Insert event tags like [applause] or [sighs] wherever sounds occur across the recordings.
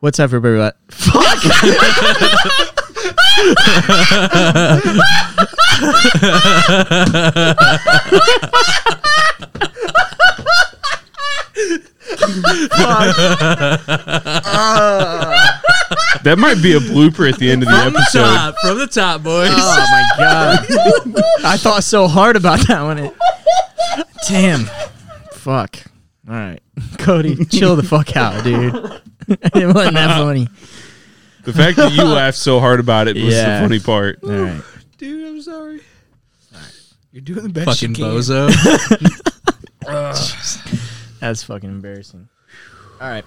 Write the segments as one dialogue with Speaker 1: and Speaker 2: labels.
Speaker 1: What's up, everybody?
Speaker 2: [laughs]
Speaker 1: Fuck.
Speaker 3: That might be a blooper at the end of the episode.
Speaker 2: Top, from the top, boys.
Speaker 1: Oh my god.
Speaker 2: [laughs]
Speaker 1: I thought so hard about that one. Damn. Fuck. All right. [laughs] Cody, chill the fuck out, dude. [laughs] it wasn't
Speaker 2: [laughs]
Speaker 1: that funny.
Speaker 3: The fact that you laughed so hard about it was
Speaker 1: Yeah.
Speaker 3: the funny part.
Speaker 1: All right.
Speaker 4: Dude, I'm sorry. You're doing the best
Speaker 2: Fucking
Speaker 4: you can. [laughs]
Speaker 2: bozo.
Speaker 1: That's fucking embarrassing. All right.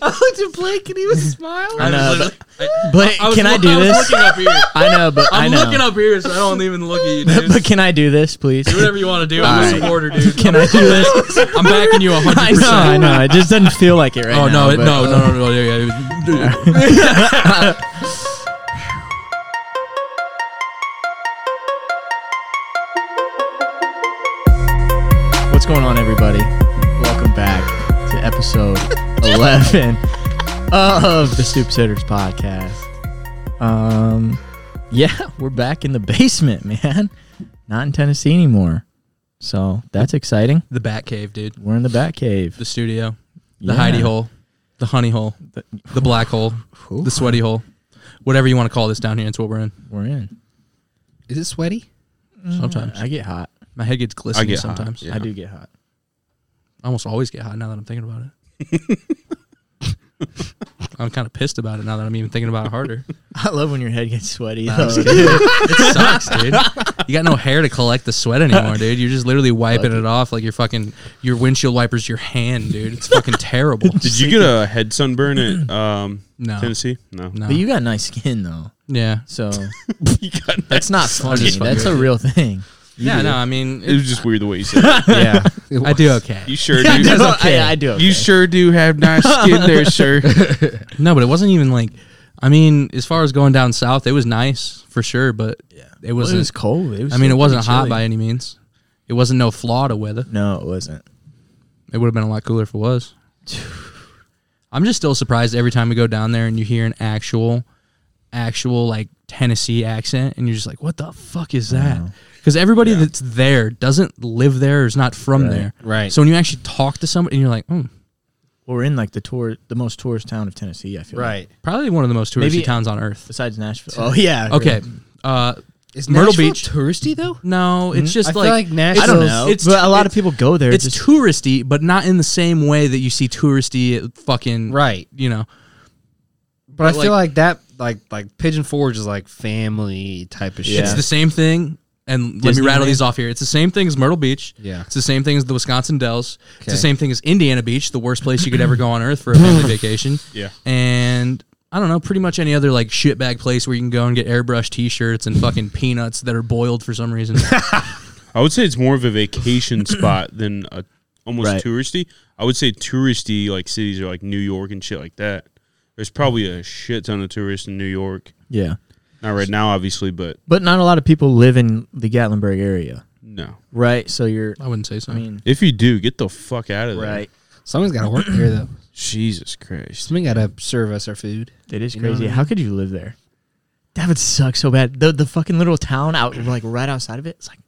Speaker 4: I looked at Blake and
Speaker 1: [laughs]
Speaker 4: he was smiling.
Speaker 1: I know. But, but
Speaker 2: I was
Speaker 1: can I
Speaker 2: loo-
Speaker 1: do
Speaker 2: I was
Speaker 1: this?
Speaker 2: looking up here.
Speaker 1: I know, but [laughs] I
Speaker 2: I'm
Speaker 1: know.
Speaker 2: looking up here, so I don't even look at you,
Speaker 1: [laughs]
Speaker 2: dude.
Speaker 1: But can I do this, please?
Speaker 2: do whatever you want to do. I'm
Speaker 1: All
Speaker 2: a
Speaker 1: right.
Speaker 2: supporter,
Speaker 1: [laughs]
Speaker 2: dude.
Speaker 1: Can I do this?
Speaker 2: [laughs] I'm backing you
Speaker 1: [laughs]
Speaker 2: 100.
Speaker 1: I know, I
Speaker 2: percent
Speaker 1: know. It just doesn't feel like it right
Speaker 2: Oh
Speaker 1: now.
Speaker 2: no, it,
Speaker 1: but-
Speaker 2: no, no, no, no, yeah, yeah, dude.
Speaker 1: What's going on, everybody? Welcome back to episode 11 of the Stoop Sitters podcast. Um, yeah, we're back in the basement, man. Not in Tennessee anymore. So that's exciting.
Speaker 2: [laughs] The Bat Cave, dude.
Speaker 1: We're in the bat cave.
Speaker 2: The studio, the
Speaker 1: Yeah.
Speaker 2: hidey hole, the honey hole,
Speaker 1: The-
Speaker 2: the black hole,
Speaker 1: Ooh,
Speaker 2: the sweaty hole, whatever you want to call this down here. It's what we're in.
Speaker 1: we're in.
Speaker 4: Is it sweaty?
Speaker 2: Sometimes
Speaker 1: I get hot.
Speaker 2: my head gets glistening.
Speaker 3: get hot,
Speaker 2: sometimes
Speaker 3: yeah.
Speaker 1: Mm. I do get hot.
Speaker 2: I almost always get hot now that I'm
Speaker 1: [laughs]
Speaker 2: thinking about it. I'm kind of pissed about it now that I'm even thinking about it harder.
Speaker 1: I love when your head gets sweaty.
Speaker 2: Nah, I'm
Speaker 1: though, [laughs]
Speaker 2: just
Speaker 1: dude.
Speaker 2: It sucks, dude. You got no hair to collect the sweat anymore, dude. You're just literally wiping it off like your fucking your windshield wipers your hand, dude. It's fucking
Speaker 1: [laughs]
Speaker 2: terrible.
Speaker 3: Did you get a head sunburn at um,
Speaker 2: No.
Speaker 3: Tennessee? No.
Speaker 2: No.
Speaker 1: But you got nice skin, though.
Speaker 2: yeah.
Speaker 1: So
Speaker 3: You got that.
Speaker 1: that's not funny.
Speaker 2: just fucking
Speaker 1: That's a
Speaker 2: with
Speaker 1: real thing.
Speaker 2: Yeah, no, I mean,
Speaker 3: It was just weird the way you said it.
Speaker 1: [laughs] Yeah.
Speaker 2: I do okay.
Speaker 1: [laughs]
Speaker 3: You sure
Speaker 1: I do,
Speaker 3: do.
Speaker 1: okay. I, I do okay.
Speaker 3: You sure do have nice skin there, sir.
Speaker 2: No, but it wasn't even like, I mean, as far as going down south, it was nice for sure, but it
Speaker 1: Well,
Speaker 2: wasn't.
Speaker 1: it was cold. It was
Speaker 2: I mean, it
Speaker 1: still
Speaker 2: wasn't
Speaker 1: pretty
Speaker 2: hot
Speaker 1: chilly.
Speaker 2: by any means. It wasn't no Florida weather.
Speaker 1: No, it wasn't.
Speaker 2: It would have been a lot cooler if it was. [sighs] I'm just still surprised every time we go down there and you hear an actual, actual like Tennessee accent, and you're just like, "What the fuck is that?" Because everybody that's there doesn't live there or is not from
Speaker 1: Right.
Speaker 2: there.
Speaker 3: Right.
Speaker 2: So when you actually talk to somebody, and you're like, "Hmm,
Speaker 1: Well, we're in like the tour, the most tourist town of Tennessee. I feel like.
Speaker 4: Right.
Speaker 2: probably one of the most touristy
Speaker 1: Maybe-
Speaker 2: towns on earth."
Speaker 1: Besides Nashville. Oh yeah.
Speaker 2: Okay.
Speaker 1: really.
Speaker 2: Uh,
Speaker 4: Is
Speaker 2: Myrtle
Speaker 4: Nashville
Speaker 2: Beach.
Speaker 4: touristy though?
Speaker 2: no, it's just
Speaker 4: I feel
Speaker 2: Mm-hmm. like,
Speaker 4: like
Speaker 1: I don't
Speaker 4: Nashville's-
Speaker 1: know.
Speaker 2: It's-
Speaker 1: but a lot
Speaker 2: it's-
Speaker 1: of people go there.
Speaker 2: it's
Speaker 1: just,
Speaker 2: touristy, but not in the same way that you see touristy at fucking
Speaker 4: Right.
Speaker 2: You know,
Speaker 4: But I
Speaker 2: But,
Speaker 4: feel like that, like like Pigeon Forge is like family type of shit.
Speaker 1: Yeah.
Speaker 2: It's the same thing. And let me rattle
Speaker 1: Disneyland?
Speaker 2: these off here. It's the same thing as Myrtle Beach.
Speaker 4: Yeah.
Speaker 2: It's the same thing as the Wisconsin Dells. It's
Speaker 4: Okay.
Speaker 2: the same thing as Indiana Beach, the worst place you could ever go on earth for a family vacation.
Speaker 3: Yeah.
Speaker 2: And I don't know, pretty much any other like shitbag place where you can go and get airbrush t shirts and fucking peanuts that are boiled for some reason.
Speaker 3: I would say it's more of a vacation spot than a almost
Speaker 1: Right.
Speaker 3: touristy. I would say touristy like cities are like New York and shit like that. There's probably a shit ton of tourists in New York.
Speaker 1: yeah,
Speaker 3: Not right now, obviously, but
Speaker 1: but not a lot of people live in the Gatlinburg area,
Speaker 3: no.
Speaker 1: right? So you're.
Speaker 2: I wouldn't say so.
Speaker 1: I mean,
Speaker 3: If you do, get the fuck out of there.
Speaker 1: right.
Speaker 4: Someone's got to work here [clears throat] though.
Speaker 3: Jesus Christ.
Speaker 4: Someone got to serve us our food.
Speaker 1: It is
Speaker 4: You know what
Speaker 1: crazy.
Speaker 4: I mean?
Speaker 1: How could you live there? That would suck so bad. The the fucking little town out like right outside of it. It's like,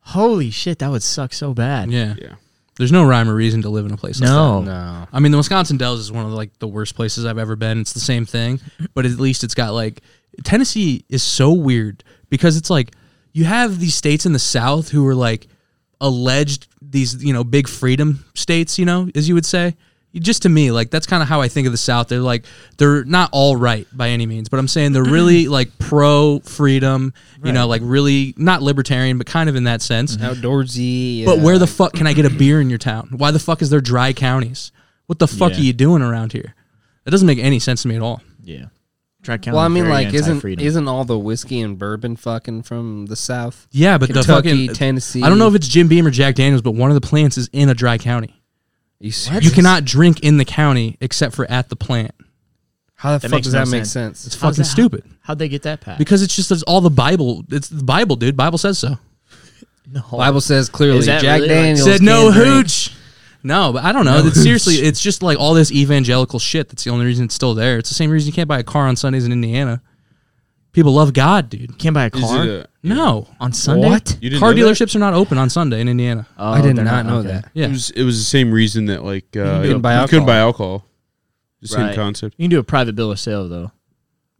Speaker 1: holy shit, that would suck so bad.
Speaker 2: yeah.
Speaker 3: Yeah.
Speaker 2: There's no rhyme or reason to live in a place like that.
Speaker 1: No.
Speaker 4: No.
Speaker 2: I mean, the Wisconsin Dells is one of like the worst places I've ever been. It's the same thing, but at least it's got like Tennessee is so weird because it's like you have these states in the South who are like alleged these you know big freedom states, you know, as you would say. Just to me, like that's kind of how I think of the South. They're like they're not all right by any means, but I'm saying they're really like pro freedom, you know, like really not libertarian, but kind of in that sense.
Speaker 4: Mm-hmm. Outdoorsy.
Speaker 2: But
Speaker 4: uh,
Speaker 2: where the fuck can I get a beer in your town? Why the fuck is there dry counties? What the fuck
Speaker 1: Yeah.
Speaker 2: are you doing around here? That doesn't make any sense to me at all.
Speaker 1: Yeah. Try
Speaker 4: Well, I mean, like, isn't isn't all the whiskey and bourbon fucking from the South?
Speaker 2: Yeah, but
Speaker 4: Kentucky,
Speaker 2: the fucking
Speaker 4: Tennessee.
Speaker 2: I don't know if it's Jim Beam or Jack Daniels, but one of the plants is in a dry county.
Speaker 4: you,
Speaker 2: You cannot drink in the county except for at the plant.
Speaker 4: How the
Speaker 1: That
Speaker 4: fuck
Speaker 1: makes
Speaker 4: does
Speaker 1: no
Speaker 4: that make
Speaker 1: sense.
Speaker 4: sense?
Speaker 2: It's
Speaker 1: How's
Speaker 2: fucking
Speaker 1: that-
Speaker 2: stupid.
Speaker 1: How'd they get that pack?
Speaker 2: Because it's just it's all the Bible. It's the Bible, dude. Bible says so.
Speaker 1: No.
Speaker 4: Bible says clearly
Speaker 1: Is that
Speaker 4: Jack
Speaker 1: really, like-
Speaker 4: Daniels
Speaker 2: said no
Speaker 4: can't drink.
Speaker 2: hooch. No, but I don't know.
Speaker 1: No
Speaker 2: It's
Speaker 1: hooch.
Speaker 2: seriously, it's just like all this evangelical shit. That's the only reason it's still there. It's the same reason you can't buy a car on Sundays in Indiana. People love God, dude.
Speaker 1: Can't buy a
Speaker 3: Is
Speaker 1: car
Speaker 3: it a-
Speaker 2: No,
Speaker 1: on Sunday.
Speaker 4: What?
Speaker 3: You didn't
Speaker 2: car
Speaker 3: know that?
Speaker 2: dealerships are not open on Sunday in Indiana.
Speaker 1: Oh,
Speaker 4: I did
Speaker 1: they're
Speaker 4: not know
Speaker 1: okay.
Speaker 4: that.
Speaker 2: Yeah,
Speaker 3: It was it was the same reason that like uh,
Speaker 4: couldn't buy
Speaker 3: you couldn't
Speaker 4: alcohol.
Speaker 3: buy alcohol. The
Speaker 1: Right.
Speaker 3: same concept.
Speaker 1: You can do a private bill of sale though,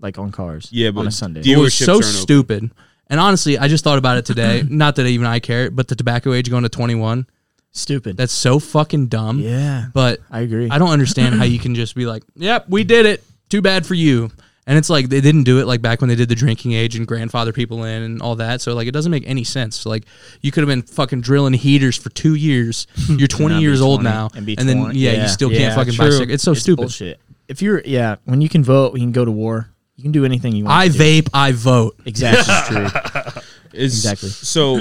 Speaker 1: like on cars.
Speaker 3: Yeah, but
Speaker 1: on a Sunday.
Speaker 3: do you-
Speaker 2: it was
Speaker 3: dealerships
Speaker 2: so
Speaker 3: aren't open.
Speaker 2: stupid. And honestly, I just thought about it
Speaker 1: [clears throat]
Speaker 2: today. not that even I care, but the tobacco age going to twenty one.
Speaker 1: Stupid.
Speaker 2: That's so fucking dumb.
Speaker 1: yeah,
Speaker 2: But
Speaker 1: I agree.
Speaker 2: I don't understand how you can just be like, "Yep, we did it. Too bad for you." And it's like they didn't do it like back when they did the drinking age and grandfather people in and all that. So like it doesn't make any sense. So, like you could have been fucking drilling heaters for
Speaker 1: [laughs]
Speaker 2: two years. You're 20
Speaker 1: not be
Speaker 2: years old
Speaker 1: 20,
Speaker 2: now,
Speaker 1: and be
Speaker 2: then
Speaker 1: 20.
Speaker 2: yeah,
Speaker 1: Yeah.
Speaker 2: you still
Speaker 4: Yeah,
Speaker 2: can't fucking buy
Speaker 4: true.
Speaker 2: cigarettes. It's so
Speaker 1: It's
Speaker 2: stupid.
Speaker 1: bullshit. If you're yeah, when you can vote, you can go to war. You can do anything you want.
Speaker 2: I
Speaker 1: to do.
Speaker 2: vape, I vote.
Speaker 1: Exactly. [laughs] It's true.
Speaker 3: Is-
Speaker 1: Exactly.
Speaker 3: So,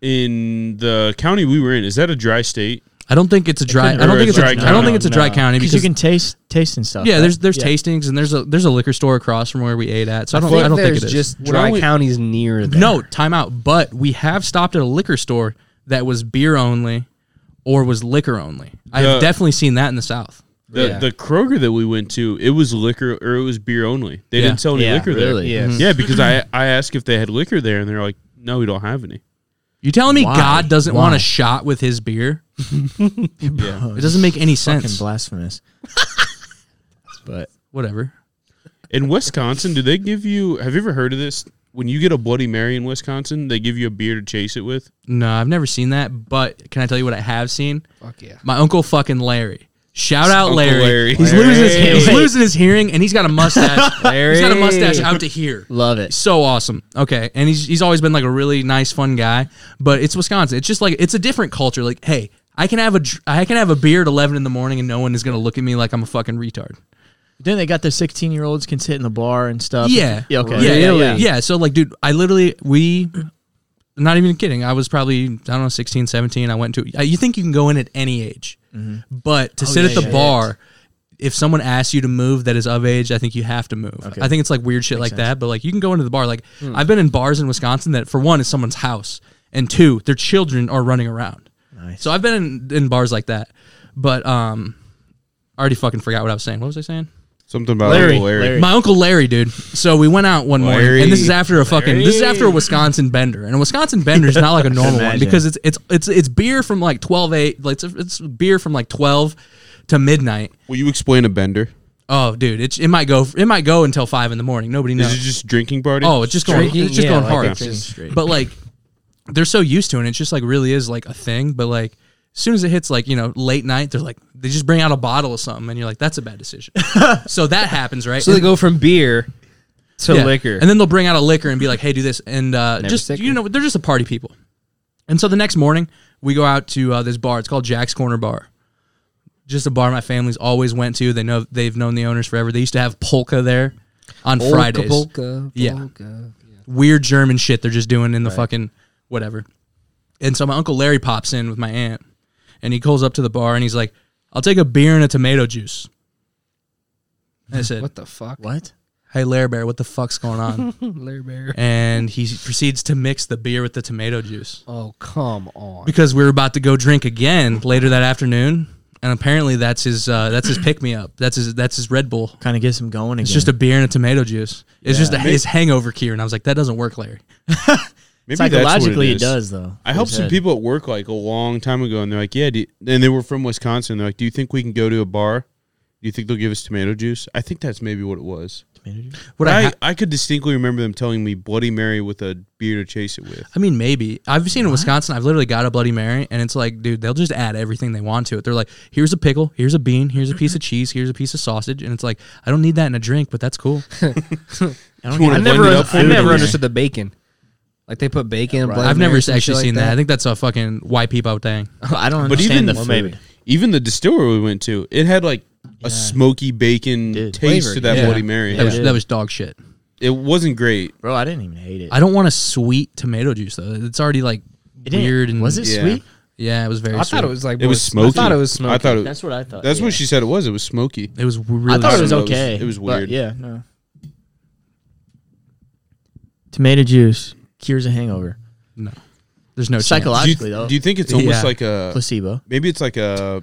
Speaker 3: in the county we were in, is that a dry state?
Speaker 2: I don't think it's a dry.
Speaker 1: couldn't
Speaker 2: I don't
Speaker 3: be
Speaker 2: think
Speaker 3: a
Speaker 2: it's a,
Speaker 3: dry
Speaker 2: I don't think it's a dry
Speaker 1: No,
Speaker 2: county
Speaker 1: Because you
Speaker 2: because
Speaker 1: can taste taste and stuff.
Speaker 2: yeah,
Speaker 1: right?
Speaker 2: there's there's
Speaker 1: Yeah.
Speaker 2: tastings and there's a there's a liquor store across from where we ate at. So I don't
Speaker 4: think
Speaker 2: I don't think
Speaker 4: there's
Speaker 2: it is.
Speaker 4: just
Speaker 3: When
Speaker 4: dry
Speaker 3: I went-
Speaker 4: counties near there.
Speaker 2: No, time out. But we have stopped at a liquor store that was beer only or was liquor only. I
Speaker 3: Yeah.
Speaker 2: have definitely seen that in the South.
Speaker 3: The
Speaker 4: Yeah.
Speaker 3: the Kroger that we went to, it was liquor or it was beer only. They
Speaker 2: Yeah.
Speaker 3: didn't sell any
Speaker 1: Yeah,
Speaker 3: liquor
Speaker 1: really?
Speaker 3: there.
Speaker 4: Yes.
Speaker 3: Yeah, because I I asked if they had liquor there, and they're like, "No, we don't have any."
Speaker 2: You telling me
Speaker 1: Why?
Speaker 2: God doesn't
Speaker 1: Why?
Speaker 2: want a shot with his beer?
Speaker 3: Yeah,
Speaker 2: It doesn't make any
Speaker 1: fucking
Speaker 2: sense.
Speaker 1: blasphemous. but
Speaker 2: Whatever.
Speaker 3: in Wisconsin, do they give you? Have you ever heard of this? When you get a Bloody Mary in Wisconsin, they give you a beer to chase it with.
Speaker 2: No, I've never seen that. But can I tell you what I have seen?
Speaker 4: Fuck yeah.
Speaker 2: My uncle fucking Larry. Shout out
Speaker 3: Uncle
Speaker 2: Larry.
Speaker 3: Larry.
Speaker 2: He's
Speaker 3: Larry.
Speaker 2: losing his he's
Speaker 1: Wait.
Speaker 2: losing his hearing and he's got a mustache. He's got a mustache out to here.
Speaker 1: love it.
Speaker 2: so awesome. Okay, and he's he's always been like a really nice, fun guy. But it's Wisconsin. It's just like it's a different culture. Like, hey, I can have a dr- I can have a beer at eleven in the morning, and no one is gonna look at me like I'm a fucking retard.
Speaker 1: Then they got the 16 year olds can sit in the bar and stuff.
Speaker 2: Yeah.
Speaker 1: Yeah. Okay.
Speaker 2: Yeah, yeah,
Speaker 4: Really?
Speaker 2: yeah, yeah. So like, dude, I literally we. Not even kidding. I was probably, I don't know, 16, 17. I went to, uh, you think you can go in at any age, but to
Speaker 1: Mm-hmm.
Speaker 2: sit
Speaker 1: Oh, yeah,
Speaker 2: at the
Speaker 1: yeah.
Speaker 2: bar, if someone asks you to move that is of age, I think you have to move.
Speaker 1: Okay. Hmm.
Speaker 2: I think it's like weird shit like that, but like you can go into the bar. Like I've been in bars in Wisconsin that, for one, is someone's house, and two, their children are running around.
Speaker 1: Nice.
Speaker 2: So I've been in, in bars like that, but um, I already fucking forgot what I was saying. What was I saying?
Speaker 3: Something about
Speaker 1: Larry,
Speaker 3: Uncle Larry.
Speaker 1: Larry.
Speaker 2: My uncle Larry, dude. So we went out one morning,
Speaker 3: Larry.
Speaker 2: and this is after a fucking. This is after a Wisconsin bender, and a Wisconsin bender is not like a normal one
Speaker 1: Imagine.
Speaker 2: because it's it's it's it's beer from like twelve eight, like it's, it's beer from like twelve to midnight.
Speaker 3: Will you explain a bender?
Speaker 2: Oh, dude, it, it might go it might go until five in the morning. Nobody
Speaker 3: Is
Speaker 2: knows.
Speaker 3: it just drinking party?
Speaker 2: oh, it's just going
Speaker 4: Drinking?
Speaker 2: it's just
Speaker 4: Yeah,
Speaker 2: going
Speaker 4: like
Speaker 2: hard.
Speaker 4: it's just-
Speaker 2: but like they're so used to it, and it's just like really is like a thing. But like as soon as it hits like you know late night, they're like they just bring out a bottle of something, and you're like that's a bad
Speaker 4: [laughs]
Speaker 2: decision. so that happens, right?
Speaker 4: So
Speaker 2: And-
Speaker 4: they go from beer to
Speaker 2: Yeah.
Speaker 4: liquor.
Speaker 2: And then they'll bring out a liquor and be like, "Hey, do this." And uh,
Speaker 4: Never
Speaker 2: just
Speaker 4: sick.
Speaker 2: you know, they're just a party people. And so the next morning, we go out to uh, this bar. It's called Jack's Corner Bar. Just a bar my family's always went to. They know they've known the owners forever. They used to have polka there on
Speaker 4: Polka,
Speaker 2: Fridays.
Speaker 4: polka,
Speaker 2: Yeah.
Speaker 4: polka.
Speaker 2: Weird German shit they're just doing in the fucking whatever. And so my uncle Larry pops in with my aunt, and he calls up to the bar and he's like, "I'll take a beer and a tomato juice." And I said,
Speaker 4: What the fuck?
Speaker 1: What?
Speaker 2: "Hey, Larry Bear, what the fuck's going
Speaker 4: [laughs]
Speaker 2: on?"
Speaker 4: Larry Bear.
Speaker 2: and he proceeds to mix the beer with the tomato juice
Speaker 4: Oh, come on.
Speaker 2: because we were about to go drink again later that afternoon, and apparently that's his uh, that's his pick me up. That's his that's his Red Bull.
Speaker 1: Kind of gets them going again.
Speaker 2: It's just a beer and a tomato juice. It's just a, his hangover cure, and I was like, that doesn't work, Larry.
Speaker 3: Maybe that's what
Speaker 1: psychologically
Speaker 3: is.
Speaker 1: it does though.
Speaker 3: I helped
Speaker 1: It
Speaker 3: some
Speaker 2: [laughs]
Speaker 1: said.
Speaker 3: people at work like a long time ago, and they're like, "Yeah," do you, and they were from Wisconsin. They're like, "Do you think we can go to a bar? Do you think they'll give us tomato juice?" I think that's maybe what it was.
Speaker 2: What
Speaker 3: But
Speaker 2: I
Speaker 3: I,
Speaker 2: ha-
Speaker 3: I could distinctly remember them telling me Bloody Mary with a beer to chase it with.
Speaker 2: I mean, maybe I've seen in Wisconsin. I've literally got a Bloody Mary, and it's like, dude, they'll just add everything they want to it. They're like, here's a pickle, here's a bean, here's a piece of cheese, here's a piece of sausage, and it's like, I don't need that in a drink, but that's cool.
Speaker 1: I don't
Speaker 3: You
Speaker 1: get
Speaker 3: wanna
Speaker 4: I
Speaker 1: it.
Speaker 3: blend
Speaker 4: never,
Speaker 3: it up
Speaker 4: I
Speaker 3: for
Speaker 4: never
Speaker 3: me?
Speaker 4: understood the bacon. Like they put bacon. and
Speaker 1: right.
Speaker 4: Bloody
Speaker 2: I've never
Speaker 4: Marys and
Speaker 2: actually
Speaker 4: shit like
Speaker 2: seen that. I think that's a fucking white people thing.
Speaker 1: I don't
Speaker 3: But
Speaker 1: understand
Speaker 3: even
Speaker 1: the
Speaker 3: well,
Speaker 1: food.
Speaker 3: maybe. even the distillery we went to, it had like a smoky bacon
Speaker 1: Dude.
Speaker 3: taste
Speaker 4: Flavor,
Speaker 3: to that
Speaker 2: yeah.
Speaker 3: Bloody Mary.
Speaker 2: That was
Speaker 1: Yeah.
Speaker 2: that was dog shit.
Speaker 3: It wasn't great.
Speaker 1: Bro, I didn't even hate it.
Speaker 2: I don't want a sweet tomato juice though. It's already like
Speaker 1: it didn't-
Speaker 2: weird and
Speaker 1: was it
Speaker 3: Yeah.
Speaker 1: sweet?
Speaker 2: Yeah, it was very.
Speaker 4: I thought
Speaker 2: sweet.
Speaker 4: it was like
Speaker 3: It was smoky.
Speaker 4: I thought it was smoky.
Speaker 3: I thought it,
Speaker 1: That's what I thought.
Speaker 3: that's
Speaker 1: yeah.
Speaker 3: what she said it was. It was smoky.
Speaker 2: It was really.
Speaker 1: I thought it was
Speaker 3: I don't know, it was-
Speaker 1: okay.
Speaker 3: it was
Speaker 1: but
Speaker 3: weird.
Speaker 1: yeah, no. Tomato juice cures a hangover.
Speaker 2: no. There's no chance.
Speaker 3: Do you,
Speaker 1: Psychologically, though,
Speaker 3: do you think it's almost
Speaker 2: Yeah.
Speaker 3: like a
Speaker 1: placebo.
Speaker 3: maybe it's like a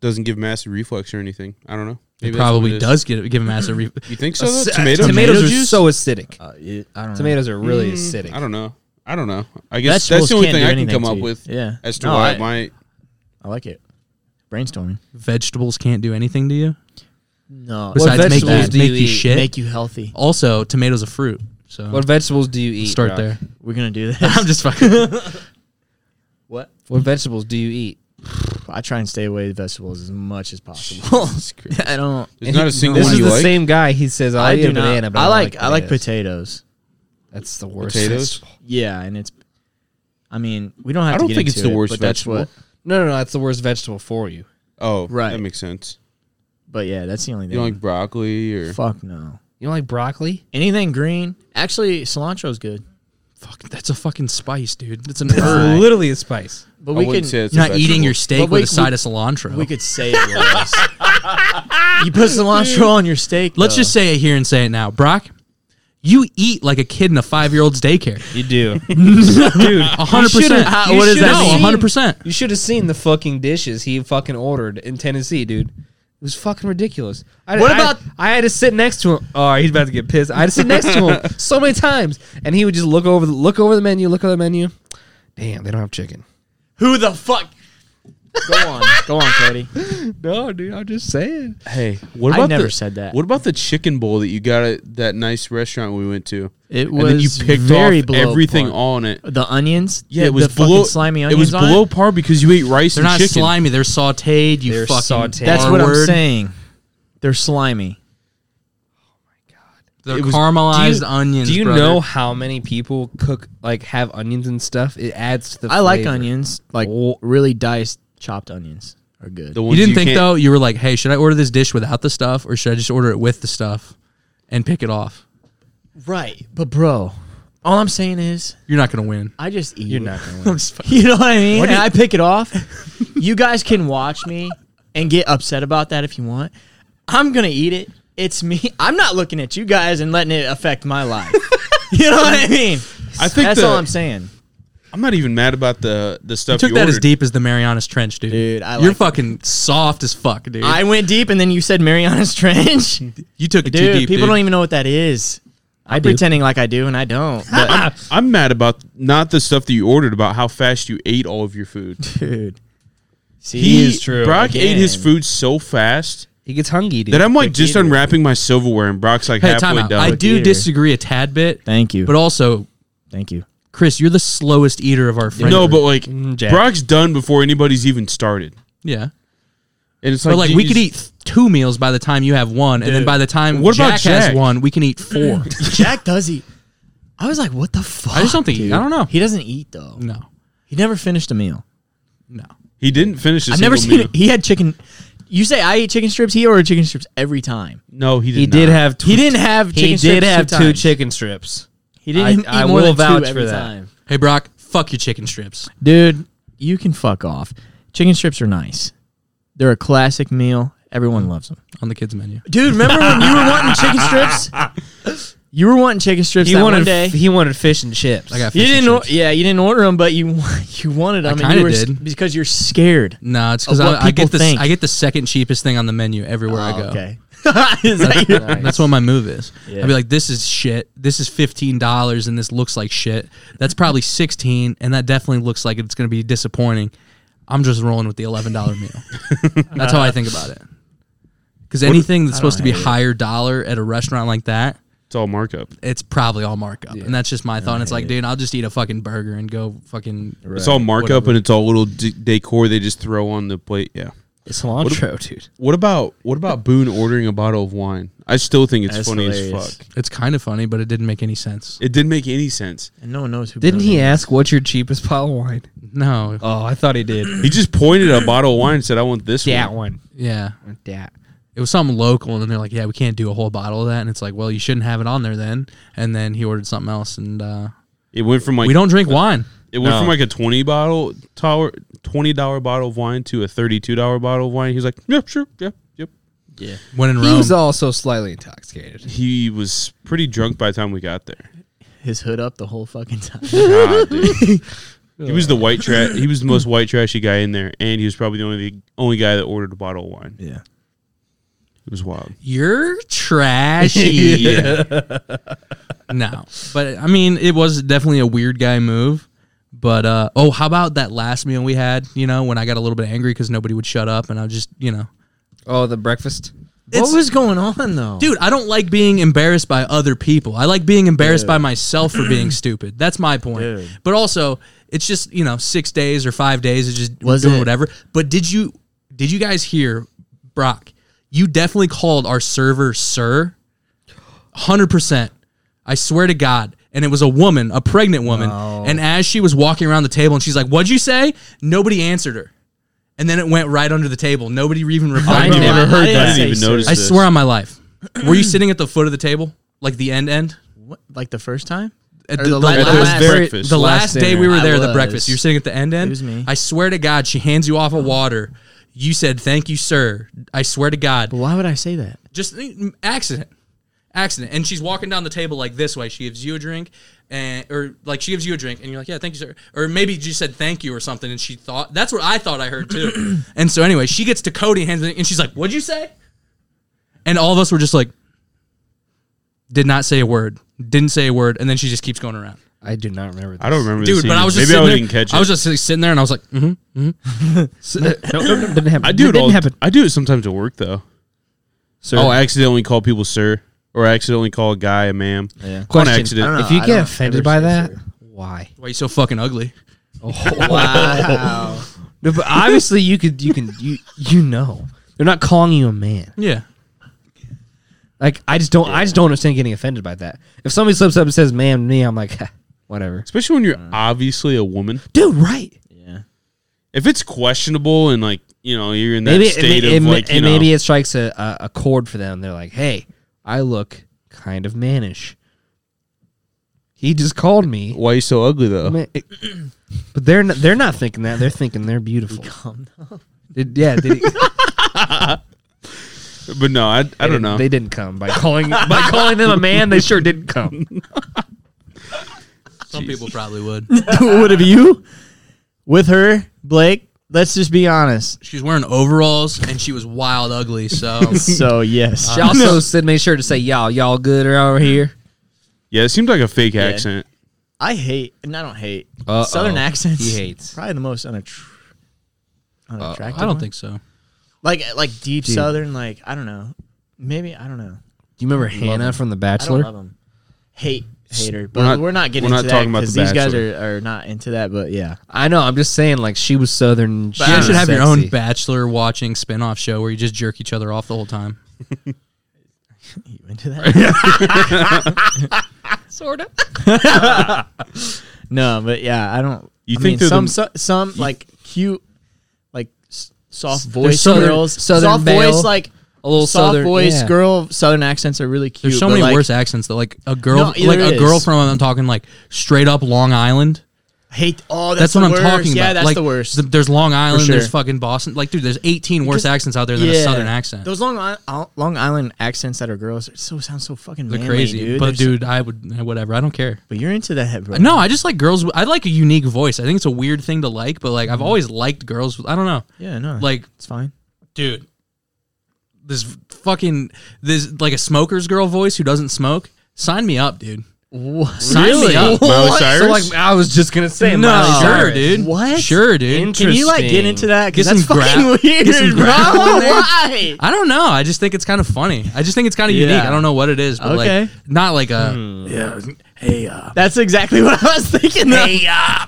Speaker 3: doesn't give massive reflux or anything? I don't know.
Speaker 2: It
Speaker 3: Maybe that's what
Speaker 2: probably
Speaker 3: it is.
Speaker 2: does get give him acid reflux.
Speaker 3: You think so?
Speaker 2: s-
Speaker 3: Though?
Speaker 2: uh,
Speaker 3: Tomato,
Speaker 2: tomato
Speaker 4: Tomatoes are
Speaker 2: juice?
Speaker 4: so acidic.
Speaker 1: Uh, yeah, I don't know.
Speaker 4: Tomatoes are really acidic.
Speaker 3: Mm. I don't know. I don't know. I guess that's the only
Speaker 1: can't
Speaker 3: thing
Speaker 1: do
Speaker 3: I can
Speaker 1: anything
Speaker 3: come
Speaker 1: to
Speaker 3: up
Speaker 1: you.
Speaker 3: with
Speaker 1: Yeah,
Speaker 3: as to
Speaker 1: No,
Speaker 3: why
Speaker 1: I- [laughs]
Speaker 3: it might.
Speaker 1: I like it. Brainstorming.
Speaker 2: [laughs] Vegetables can't do anything to you
Speaker 1: No,
Speaker 4: What
Speaker 2: besides make you,
Speaker 4: vegetables
Speaker 2: make
Speaker 4: do
Speaker 2: you,
Speaker 4: you eat?
Speaker 2: shit.
Speaker 1: make you healthy.
Speaker 2: also, tomatoes a fruit. So
Speaker 4: What vegetables do you eat?
Speaker 2: start
Speaker 4: Rock?
Speaker 2: there. [laughs]
Speaker 1: We're gonna do this.
Speaker 2: I'm just fucking.
Speaker 1: what?
Speaker 4: What vegetables do you eat?
Speaker 1: I try and stay away vegetables as much as
Speaker 3: [laughs]
Speaker 1: possible. I don't.
Speaker 3: There's not a single
Speaker 4: This
Speaker 3: one
Speaker 4: is
Speaker 3: you
Speaker 4: the
Speaker 3: like.
Speaker 4: same guy. He says I,
Speaker 1: "Oh, I
Speaker 4: eat
Speaker 1: do
Speaker 4: a banana,
Speaker 1: not.
Speaker 4: but
Speaker 1: I like. I like
Speaker 4: potatoes.
Speaker 1: potatoes.
Speaker 4: That's the worst.
Speaker 3: Potatoes?
Speaker 4: vegetable.
Speaker 1: Yeah, and it's. I mean, we don't have.
Speaker 3: I
Speaker 1: to
Speaker 3: don't
Speaker 1: get
Speaker 3: think it's
Speaker 1: into
Speaker 3: the
Speaker 1: it,
Speaker 3: worst
Speaker 1: but that's what-
Speaker 3: vegetable.
Speaker 4: No, no, no. That's the worst vegetable for you.
Speaker 3: Oh, right.
Speaker 1: Right.
Speaker 3: That makes sense.
Speaker 1: but yeah, that's the only thing.
Speaker 3: You don't like broccoli or
Speaker 1: Fuck no.
Speaker 4: You don't like broccoli?
Speaker 1: Anything green? Actually, cilantro's good.
Speaker 2: Fuck, that's a fucking spice, dude. It's an
Speaker 1: It's
Speaker 2: herb.
Speaker 1: Right.
Speaker 4: Literally a spice.
Speaker 1: But
Speaker 3: I
Speaker 1: we
Speaker 3: wouldn't
Speaker 1: can.
Speaker 3: say it's
Speaker 2: You're
Speaker 3: a
Speaker 2: not eating your
Speaker 3: vegetable.
Speaker 1: But
Speaker 2: steak
Speaker 1: we-
Speaker 2: with a side
Speaker 1: we-
Speaker 2: of cilantro.
Speaker 1: We could say it was. you
Speaker 3: [laughs]
Speaker 1: put cilantro on your steak.
Speaker 2: Let's
Speaker 1: though.
Speaker 2: just say it here and say it now, Brock. You eat like a kid in a five year old's daycare,
Speaker 4: You
Speaker 1: [laughs]
Speaker 4: do.
Speaker 2: dude. hundred
Speaker 4: should've-
Speaker 2: percent.
Speaker 4: how- what
Speaker 2: What
Speaker 4: does
Speaker 2: is
Speaker 4: that
Speaker 2: that?
Speaker 4: mean?
Speaker 2: hundred percent.
Speaker 4: You should have seen the fucking dishes he fucking ordered in Tennessee, dude. It was fucking ridiculous. I,
Speaker 1: What
Speaker 4: I-
Speaker 1: about-
Speaker 4: I had to sit next to him. Oh, he's about to get pissed. I had to sit next to him so many times, and he would just look over the look over the menu, look over the menu. Damn, they don't have chicken.
Speaker 1: Who the fuck? Go on, go on, Cody.
Speaker 4: No, dude, I'm just saying.
Speaker 3: Hey, what
Speaker 1: I
Speaker 3: about
Speaker 1: never
Speaker 3: the,
Speaker 1: said that.
Speaker 3: What about the chicken bowl that you got at that nice restaurant we went to?
Speaker 1: It
Speaker 3: and then you
Speaker 1: was
Speaker 3: picked
Speaker 1: very
Speaker 3: off
Speaker 1: below
Speaker 3: everything
Speaker 1: par.
Speaker 3: on it.
Speaker 1: The onions.
Speaker 3: Yeah,
Speaker 1: the,
Speaker 3: it was
Speaker 1: the
Speaker 3: below
Speaker 1: fucking slimy onions.
Speaker 3: It was
Speaker 1: on
Speaker 3: below par because you ate rice
Speaker 2: They're
Speaker 3: and
Speaker 2: not
Speaker 3: chicken.
Speaker 2: slimy. They're sautéed. You
Speaker 4: They're
Speaker 2: fucking.
Speaker 4: sautéed.
Speaker 1: That's what I'm
Speaker 2: R-word.
Speaker 1: saying. They're slimy.
Speaker 2: They're
Speaker 3: It was-
Speaker 2: caramelized
Speaker 4: do you,
Speaker 2: onions.
Speaker 4: Do you
Speaker 2: brother.
Speaker 4: know how many people cook like have onions and stuff? It adds to the.
Speaker 1: I like
Speaker 4: flavor.
Speaker 1: onions, like
Speaker 4: Oh.
Speaker 1: really diced chopped onions are good.
Speaker 3: The
Speaker 2: You
Speaker 3: ones
Speaker 2: didn't think
Speaker 3: can't-
Speaker 2: though. You were like, "Hey, should I order this dish without the stuff, or should I just order it with the stuff and pick it off?"
Speaker 1: right, but bro, all I'm saying is
Speaker 2: You're not gonna win.
Speaker 1: I just eat.
Speaker 4: You're not
Speaker 1: [laughs]
Speaker 4: gonna
Speaker 2: I'm
Speaker 4: win.
Speaker 2: just fucking-
Speaker 1: You know what I mean?
Speaker 2: What do
Speaker 1: and
Speaker 2: you-
Speaker 1: I pick it off. you guys can watch me and get upset about that if you want. I'm gonna eat it. It's me. [laughs] I'm not looking at you guys and letting it affect my life. you know what I mean?
Speaker 3: I think
Speaker 1: that's
Speaker 3: the-
Speaker 1: all I'm saying.
Speaker 3: I'm not even mad about the the
Speaker 2: You
Speaker 3: stuff you,
Speaker 2: took that as
Speaker 3: ordered.
Speaker 2: deep as the Marianas Trench, dude.
Speaker 1: Dude, I
Speaker 2: you're
Speaker 1: like-
Speaker 2: fucking soft as fuck, dude.
Speaker 1: I went deep, and then you said Mariana's Trench.
Speaker 2: you took it
Speaker 1: Dude,
Speaker 2: too deep.
Speaker 1: people
Speaker 2: dude.
Speaker 1: don't even know what that is. I'm
Speaker 2: do.
Speaker 1: pretending like I do, and I don't. But
Speaker 3: I'm, I'm mad about not the stuff that you ordered, about how fast you ate all of your food.
Speaker 1: dude, see,
Speaker 4: is true.
Speaker 3: Brock ate his
Speaker 1: Again.
Speaker 3: food so fast
Speaker 4: He gets hungry, dude.
Speaker 3: that I'm like just
Speaker 1: eater.
Speaker 3: unwrapping my silverware, and Brock's like
Speaker 2: Hey, time
Speaker 3: halfway
Speaker 2: out.
Speaker 3: done.
Speaker 2: I do
Speaker 1: Eater.
Speaker 2: disagree a tad bit,
Speaker 1: thank you,
Speaker 2: but also,
Speaker 1: thank you.
Speaker 2: Chris, you're the slowest eater of our friends.
Speaker 3: no, but like
Speaker 4: Mm, Jack.
Speaker 3: Brock's done before anybody's even started,
Speaker 2: yeah,
Speaker 3: and it's like,
Speaker 2: but like
Speaker 3: dude,
Speaker 2: we
Speaker 3: you
Speaker 2: could
Speaker 3: just-
Speaker 2: eat th- two meals by the time you have one, and then by the time
Speaker 3: What about
Speaker 2: Jack,
Speaker 3: Jack?
Speaker 2: has one, we can eat four.
Speaker 1: [laughs] Jack does eat. I was like, what the fuck?
Speaker 2: I just don't think he-
Speaker 1: dude?
Speaker 2: I don't know.
Speaker 1: He doesn't eat though.
Speaker 2: no,
Speaker 1: He never finished a meal.
Speaker 2: no.
Speaker 3: He didn't finish. i
Speaker 1: I've never seen it. He had chicken. You say I eat chicken strips. He ordered chicken strips every time.
Speaker 3: No, he did.
Speaker 4: he did
Speaker 3: not.
Speaker 4: have. Tw-
Speaker 1: He didn't have. Chicken
Speaker 4: He
Speaker 1: strips
Speaker 4: did have two
Speaker 1: times.
Speaker 4: chicken strips.
Speaker 1: He didn't
Speaker 4: I-
Speaker 1: eat
Speaker 4: I
Speaker 1: more
Speaker 4: will
Speaker 1: than
Speaker 4: vouch
Speaker 1: two
Speaker 4: for
Speaker 1: every
Speaker 4: that.
Speaker 1: time.
Speaker 2: Hey, Brock, fuck your chicken strips.
Speaker 1: Dude, you can fuck off. Chicken strips are nice. They're a classic meal. Everyone loves them.
Speaker 2: on the kids menu.
Speaker 1: Dude, remember when you were wanting chicken strips? You were wanting chicken strips
Speaker 4: He
Speaker 1: that
Speaker 4: wanted.
Speaker 1: one day.
Speaker 4: f- He wanted fish and chips.
Speaker 2: I got
Speaker 1: you
Speaker 2: fish and
Speaker 1: didn't. Or-
Speaker 2: chips.
Speaker 1: yeah, you didn't order them, but you [laughs] you wanted them. and
Speaker 2: kinda
Speaker 1: you were s-
Speaker 2: did.
Speaker 1: because you're scared.
Speaker 2: No, it's because
Speaker 1: Of what
Speaker 2: I, I get
Speaker 1: people
Speaker 2: the
Speaker 1: think.
Speaker 2: I get the second cheapest thing on the menu everywhere I
Speaker 1: Oh,
Speaker 2: go.
Speaker 1: Okay. [laughs] Is
Speaker 4: [laughs]
Speaker 1: that [laughs] your-
Speaker 2: That's what my move is.
Speaker 1: Yeah.
Speaker 2: I'd be like, "This is shit. This is fifteen dollars, and this looks like shit. That's probably sixteen, and that definitely looks like it's going to be disappointing." I'm just rolling with the eleven dollar meal.
Speaker 1: [laughs]
Speaker 2: that's how I think about it. Because anything that's supposed to be
Speaker 1: hate it.
Speaker 2: higher dollar at a restaurant like that,
Speaker 3: It's all markup.
Speaker 2: it's probably all markup, and that's just my thought. And it's like, dude, I'll just eat a fucking burger and go fucking.
Speaker 3: It's all markup, and it's all little d- decor they just throw on the plate. Yeah.
Speaker 4: cilantro, dude.
Speaker 3: What about what about Boone ordering a bottle of wine? I still think it's
Speaker 1: That's
Speaker 3: funny as
Speaker 1: hilarious.
Speaker 3: fuck.
Speaker 2: It's kind of funny, but it didn't make any sense.
Speaker 3: It didn't make any sense.
Speaker 1: And no one knows who.
Speaker 4: Didn't
Speaker 1: Boone
Speaker 4: he
Speaker 1: is.
Speaker 4: ask what's your cheapest bottle of wine?
Speaker 2: No,
Speaker 4: Oh, I thought he did.
Speaker 3: He just pointed at a bottle of wine and said, "I want this
Speaker 4: [clears throat] that
Speaker 3: one."
Speaker 4: one.
Speaker 2: yeah.
Speaker 4: That.
Speaker 2: it was something local and then they're like yeah we can't do a whole bottle of that and it's like well you shouldn't have it on there then and then he ordered something else and uh,
Speaker 3: It went from like
Speaker 2: we don't drink wine
Speaker 3: It went
Speaker 4: No.
Speaker 3: from like a twenty bottle tower, twenty dollar bottle of wine to a thirty two dollar bottle of wine. He's like, yep, sure, yep, yep.
Speaker 2: when in
Speaker 4: He
Speaker 2: rome
Speaker 4: was also slightly intoxicated.
Speaker 3: He was pretty drunk by the time we got there.
Speaker 1: his hood up the whole fucking time.
Speaker 3: God, dude. He was the white trash. He was the most white trashy guy in there, and he was probably the only the only guy that ordered a bottle of wine.
Speaker 1: yeah.
Speaker 3: It was wild.
Speaker 2: You're trashy. no, but I mean, it was definitely a weird guy move. But uh, oh, how about that last meal we had? You know, when I got a little bit angry because nobody would shut up, and I was just, you know,
Speaker 4: Oh, the breakfast.
Speaker 2: It's-
Speaker 1: what was going on though?
Speaker 2: dude, I don't like being embarrassed by other people. I like being embarrassed by myself for
Speaker 1: [clears throat]
Speaker 2: being stupid. That's my point.
Speaker 1: Dude.
Speaker 2: But also, it's just you know six days or five days of just
Speaker 1: Was
Speaker 2: doing
Speaker 1: it-
Speaker 2: whatever. But did you did you guys hear Brock? You definitely called our server sir, hundred percent. I swear to God. And it was a woman, a pregnant woman.
Speaker 1: No.
Speaker 2: And as she was walking around the table, and she's like, "What'd you say?" Nobody answeed her. And then it went right under the table. Nobody even
Speaker 1: I
Speaker 2: replied. to
Speaker 1: know.
Speaker 2: it.
Speaker 1: never heard
Speaker 3: I
Speaker 1: that.
Speaker 3: didn't even
Speaker 1: Say
Speaker 3: notice.
Speaker 1: sir.
Speaker 2: I
Speaker 3: this.
Speaker 2: swear on my life. Were you sitting at the foot of the table, like the end end?
Speaker 1: What, like the first time?
Speaker 2: At
Speaker 1: Or
Speaker 2: the,
Speaker 1: the
Speaker 2: the
Speaker 1: la-
Speaker 3: At
Speaker 2: last,
Speaker 3: the
Speaker 1: last-
Speaker 3: breakfast.
Speaker 2: the last,
Speaker 1: last
Speaker 2: day
Speaker 1: dinner.
Speaker 2: we were
Speaker 1: I
Speaker 2: there at the
Speaker 1: was.
Speaker 2: breakfast. You're sitting at the end end.
Speaker 1: It was me.
Speaker 2: I swear to God, she hands you off a water. You said thank you, sir. I swear to God,
Speaker 1: Why would I say that?
Speaker 2: just mm, accident, accident. And she's walking down the table like this way. She gives you a drink, and or like she gives you a drink, and you're like, yeah, thank you, sir. Or maybe you said thank you or something, and she thought that's what I thought I
Speaker 3: [clears throat]
Speaker 2: heard too. and so anyway, she gets to Cody and hands it, and she's like, what'd you say? And all of us were just like, did not say a word, didn't say a word, and then she just keeps going around.
Speaker 4: I do not remember. This.
Speaker 3: I don't remember.
Speaker 2: Dude,
Speaker 3: the
Speaker 2: but I was just
Speaker 3: maybe I
Speaker 2: sitting
Speaker 3: didn't
Speaker 2: there.
Speaker 3: catch it.
Speaker 2: I was just like, sitting there, and I was like, mm-hmm.
Speaker 4: no, no, no, didn't happen.
Speaker 3: I do it
Speaker 4: didn't
Speaker 3: all.
Speaker 4: happen.
Speaker 3: I do it sometimes at work though.
Speaker 4: Sir,
Speaker 3: Oh, I accidentally call people sir, or I accidentally call a guy a ma'am.
Speaker 1: Yeah.
Speaker 3: On
Speaker 4: Question.
Speaker 1: I
Speaker 3: accident.
Speaker 1: don't
Speaker 4: if you
Speaker 1: I
Speaker 4: get
Speaker 1: don't
Speaker 4: offended
Speaker 1: ever
Speaker 4: by
Speaker 1: say
Speaker 4: that,
Speaker 1: sir.
Speaker 4: why?
Speaker 2: "Why you so fucking ugly?"
Speaker 1: Wow.
Speaker 4: No, but obviously you could. You can. You you know. They're not calling you a man.
Speaker 2: Yeah,
Speaker 4: Like I just don't. I just don't understand getting offended by that. If somebody slips up and says "ma'am" to me, I'm like, whatever.
Speaker 3: Especially when you're obviously a woman.
Speaker 4: Dude, right?
Speaker 1: yeah.
Speaker 3: If it's questionable and like you know you're in that
Speaker 4: Maybe it,
Speaker 3: state
Speaker 4: it,
Speaker 3: of
Speaker 4: it-
Speaker 3: like you
Speaker 4: and
Speaker 3: know
Speaker 4: maybe it strikes a, a, a chord for them. They're like, hey, I look kind of mannish. He just called me.
Speaker 3: why are you so ugly though?
Speaker 4: Ma- it- But they're not, they're not thinking that. They're thinking they're beautiful. Did- yeah, they,
Speaker 3: [laughs] But no, I, I don't know.
Speaker 4: They didn't come by calling by calling them a man. They sure didn't come.
Speaker 2: some people
Speaker 3: [laughs]
Speaker 2: probably would.
Speaker 1: [laughs] would have you with her, Blake? Let's just be
Speaker 2: [laughs]
Speaker 1: honest.
Speaker 2: She was wearing overalls and she was wild
Speaker 3: [laughs]
Speaker 2: ugly. So
Speaker 1: So yes,
Speaker 4: She also said, made sure to say, y'all, y'all good or over here.
Speaker 3: yeah, it seemed like a fake accent.
Speaker 1: I hate, and I don't hate
Speaker 4: Uh-oh.
Speaker 1: Southern accents.
Speaker 4: He hates.
Speaker 1: probably the most unattr- unattractive.
Speaker 2: I don't
Speaker 1: one.
Speaker 2: think so.
Speaker 1: like eh, like deep Southern. Like I don't know. Maybe I don't know.
Speaker 4: Do you remember Hannah
Speaker 1: him.
Speaker 4: from The
Speaker 1: I don't love
Speaker 4: Bachelor?
Speaker 1: them. Hate hater, but
Speaker 3: We're
Speaker 1: we're
Speaker 3: not-
Speaker 1: not, getting
Speaker 3: we're not
Speaker 1: into talking
Speaker 3: talking about
Speaker 1: because
Speaker 3: The
Speaker 1: these guys are, are not into that. But yeah,
Speaker 4: I, know. I'm just saying, like, she was Southern. She
Speaker 2: You
Speaker 1: Ah,
Speaker 2: guys should have your
Speaker 4: sexy.
Speaker 2: own bachelor watching spin-off show where you just jerk each other off the whole time.
Speaker 1: you into
Speaker 2: [laughs]
Speaker 1: that?
Speaker 4: Sort of.
Speaker 1: [laughs] no, but yeah, I don't.
Speaker 3: You
Speaker 1: I
Speaker 3: think
Speaker 1: mean,
Speaker 3: they're
Speaker 1: some
Speaker 3: the-
Speaker 1: so, some like cute, like s- soft voice
Speaker 4: Southern-
Speaker 1: girls,
Speaker 4: Southern
Speaker 1: soft
Speaker 4: male,
Speaker 1: voice like
Speaker 4: a little
Speaker 1: soft
Speaker 4: Southern-
Speaker 1: voice
Speaker 4: yeah.
Speaker 1: girl. Southern accents are really cute.
Speaker 2: There's so
Speaker 1: but,
Speaker 2: many
Speaker 1: like,
Speaker 2: worse accents that like a girl,
Speaker 1: No, either
Speaker 2: like a
Speaker 1: it
Speaker 2: girl
Speaker 1: is.
Speaker 2: from I'm talking like straight up Long Island.
Speaker 1: Hate. Oh, that's,
Speaker 2: That's,
Speaker 1: the
Speaker 2: what I'm
Speaker 1: worst.
Speaker 2: talking
Speaker 1: Yeah,
Speaker 2: about.
Speaker 1: that's
Speaker 2: like,
Speaker 1: the worst.
Speaker 2: th- there's Long Island. There's
Speaker 1: sure.
Speaker 2: fucking Boston. Like, dude, there's 18 worse accents out there than a Southern accent.
Speaker 1: Those Long Island, Long Island accents that are girls are so sound so fucking
Speaker 2: They're
Speaker 1: manly,
Speaker 2: crazy.
Speaker 1: dude. They're
Speaker 2: But
Speaker 1: so-
Speaker 2: dude, I would whatever. I don't care.
Speaker 1: but you're into that, bro.
Speaker 2: No, I just like girls. with- I like a unique voice. I think it's a weird thing to like, but like I've always liked girls. With, I don't know,
Speaker 1: Mm. yeah, no,
Speaker 2: like
Speaker 1: it's fine.
Speaker 2: dude, this fucking this like a smoker's girl voice who doesn't smoke. Sign me up, dude. Sign
Speaker 1: [laughs]
Speaker 2: me up.
Speaker 3: Miley
Speaker 4: What?
Speaker 3: Cyrus?
Speaker 4: So, like, I was just gonna say,
Speaker 1: No.
Speaker 4: Miley
Speaker 2: sure,
Speaker 4: Cyrus.
Speaker 2: dude.
Speaker 1: What?
Speaker 2: Sure, dude.
Speaker 1: Can you like get
Speaker 4: Interesting.
Speaker 1: into that?
Speaker 2: Get
Speaker 1: Because that's
Speaker 2: some gra-
Speaker 1: fucking [laughs] weird,
Speaker 2: get some
Speaker 1: bro.
Speaker 2: gravel
Speaker 1: [laughs]
Speaker 2: in there.
Speaker 1: Why?
Speaker 2: I don't know. I just think it's kind of funny. I just think it's kind of
Speaker 1: Yeah.
Speaker 2: unique. I don't know what it is, but
Speaker 1: Okay.
Speaker 2: like not like a
Speaker 1: Yeah. Hey, uh, that's exactly what I was thinking. Hey,
Speaker 5: uh,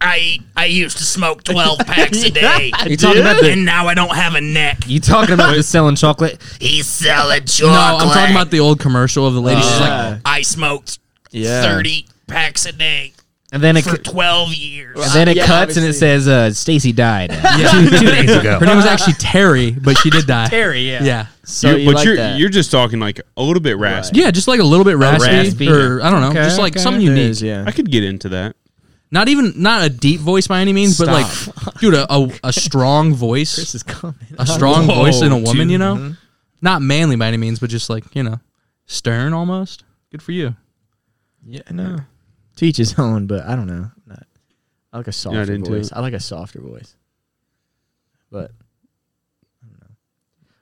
Speaker 5: I I used to
Speaker 1: [laughs]
Speaker 5: smoke twelve packs a day,
Speaker 4: You talking about the?
Speaker 5: and now I don't have a neck.
Speaker 4: You talking
Speaker 1: [laughs]
Speaker 4: about the selling chocolate?
Speaker 5: He's selling
Speaker 2: no.
Speaker 5: chocolate.
Speaker 2: I'm talking about the old commercial of the lady. She's like,
Speaker 1: Yeah.
Speaker 5: I smoked
Speaker 1: Yeah.
Speaker 5: thirty packs a day
Speaker 4: And then it,
Speaker 5: for
Speaker 4: cu-
Speaker 5: twelve years.
Speaker 4: and then it
Speaker 1: Yeah,
Speaker 4: cuts and it
Speaker 1: obviously.
Speaker 4: says, uh, "Stacy died two, two days ago."
Speaker 2: her name was actually Terry, but she did die.
Speaker 4: Terry, yeah.
Speaker 2: Yeah.
Speaker 1: [laughs] so
Speaker 3: You're-
Speaker 1: you
Speaker 3: but
Speaker 1: like
Speaker 3: you're
Speaker 1: that.
Speaker 3: you're just talking like a little bit raspy.
Speaker 2: Yeah, just like a little bit raspy,
Speaker 4: raspy.
Speaker 2: or I don't know,
Speaker 4: Okay,
Speaker 2: just like
Speaker 4: okay.
Speaker 2: something
Speaker 1: It
Speaker 2: unique.
Speaker 1: is, yeah.
Speaker 3: I could get into that.
Speaker 2: Not even not a deep voice by any means, but like, dude, a, a, a strong voice,
Speaker 1: This is coming.
Speaker 2: a [laughs] strong
Speaker 3: Whoa,
Speaker 2: voice in a woman.
Speaker 3: dude.
Speaker 2: You know, not manly by any means, but just like you know, stern almost. Good for you.
Speaker 1: Yeah, no. To each his own, but I don't know. I'm not- I like a softer
Speaker 3: into
Speaker 1: voice.
Speaker 3: it?
Speaker 1: I like a softer voice. But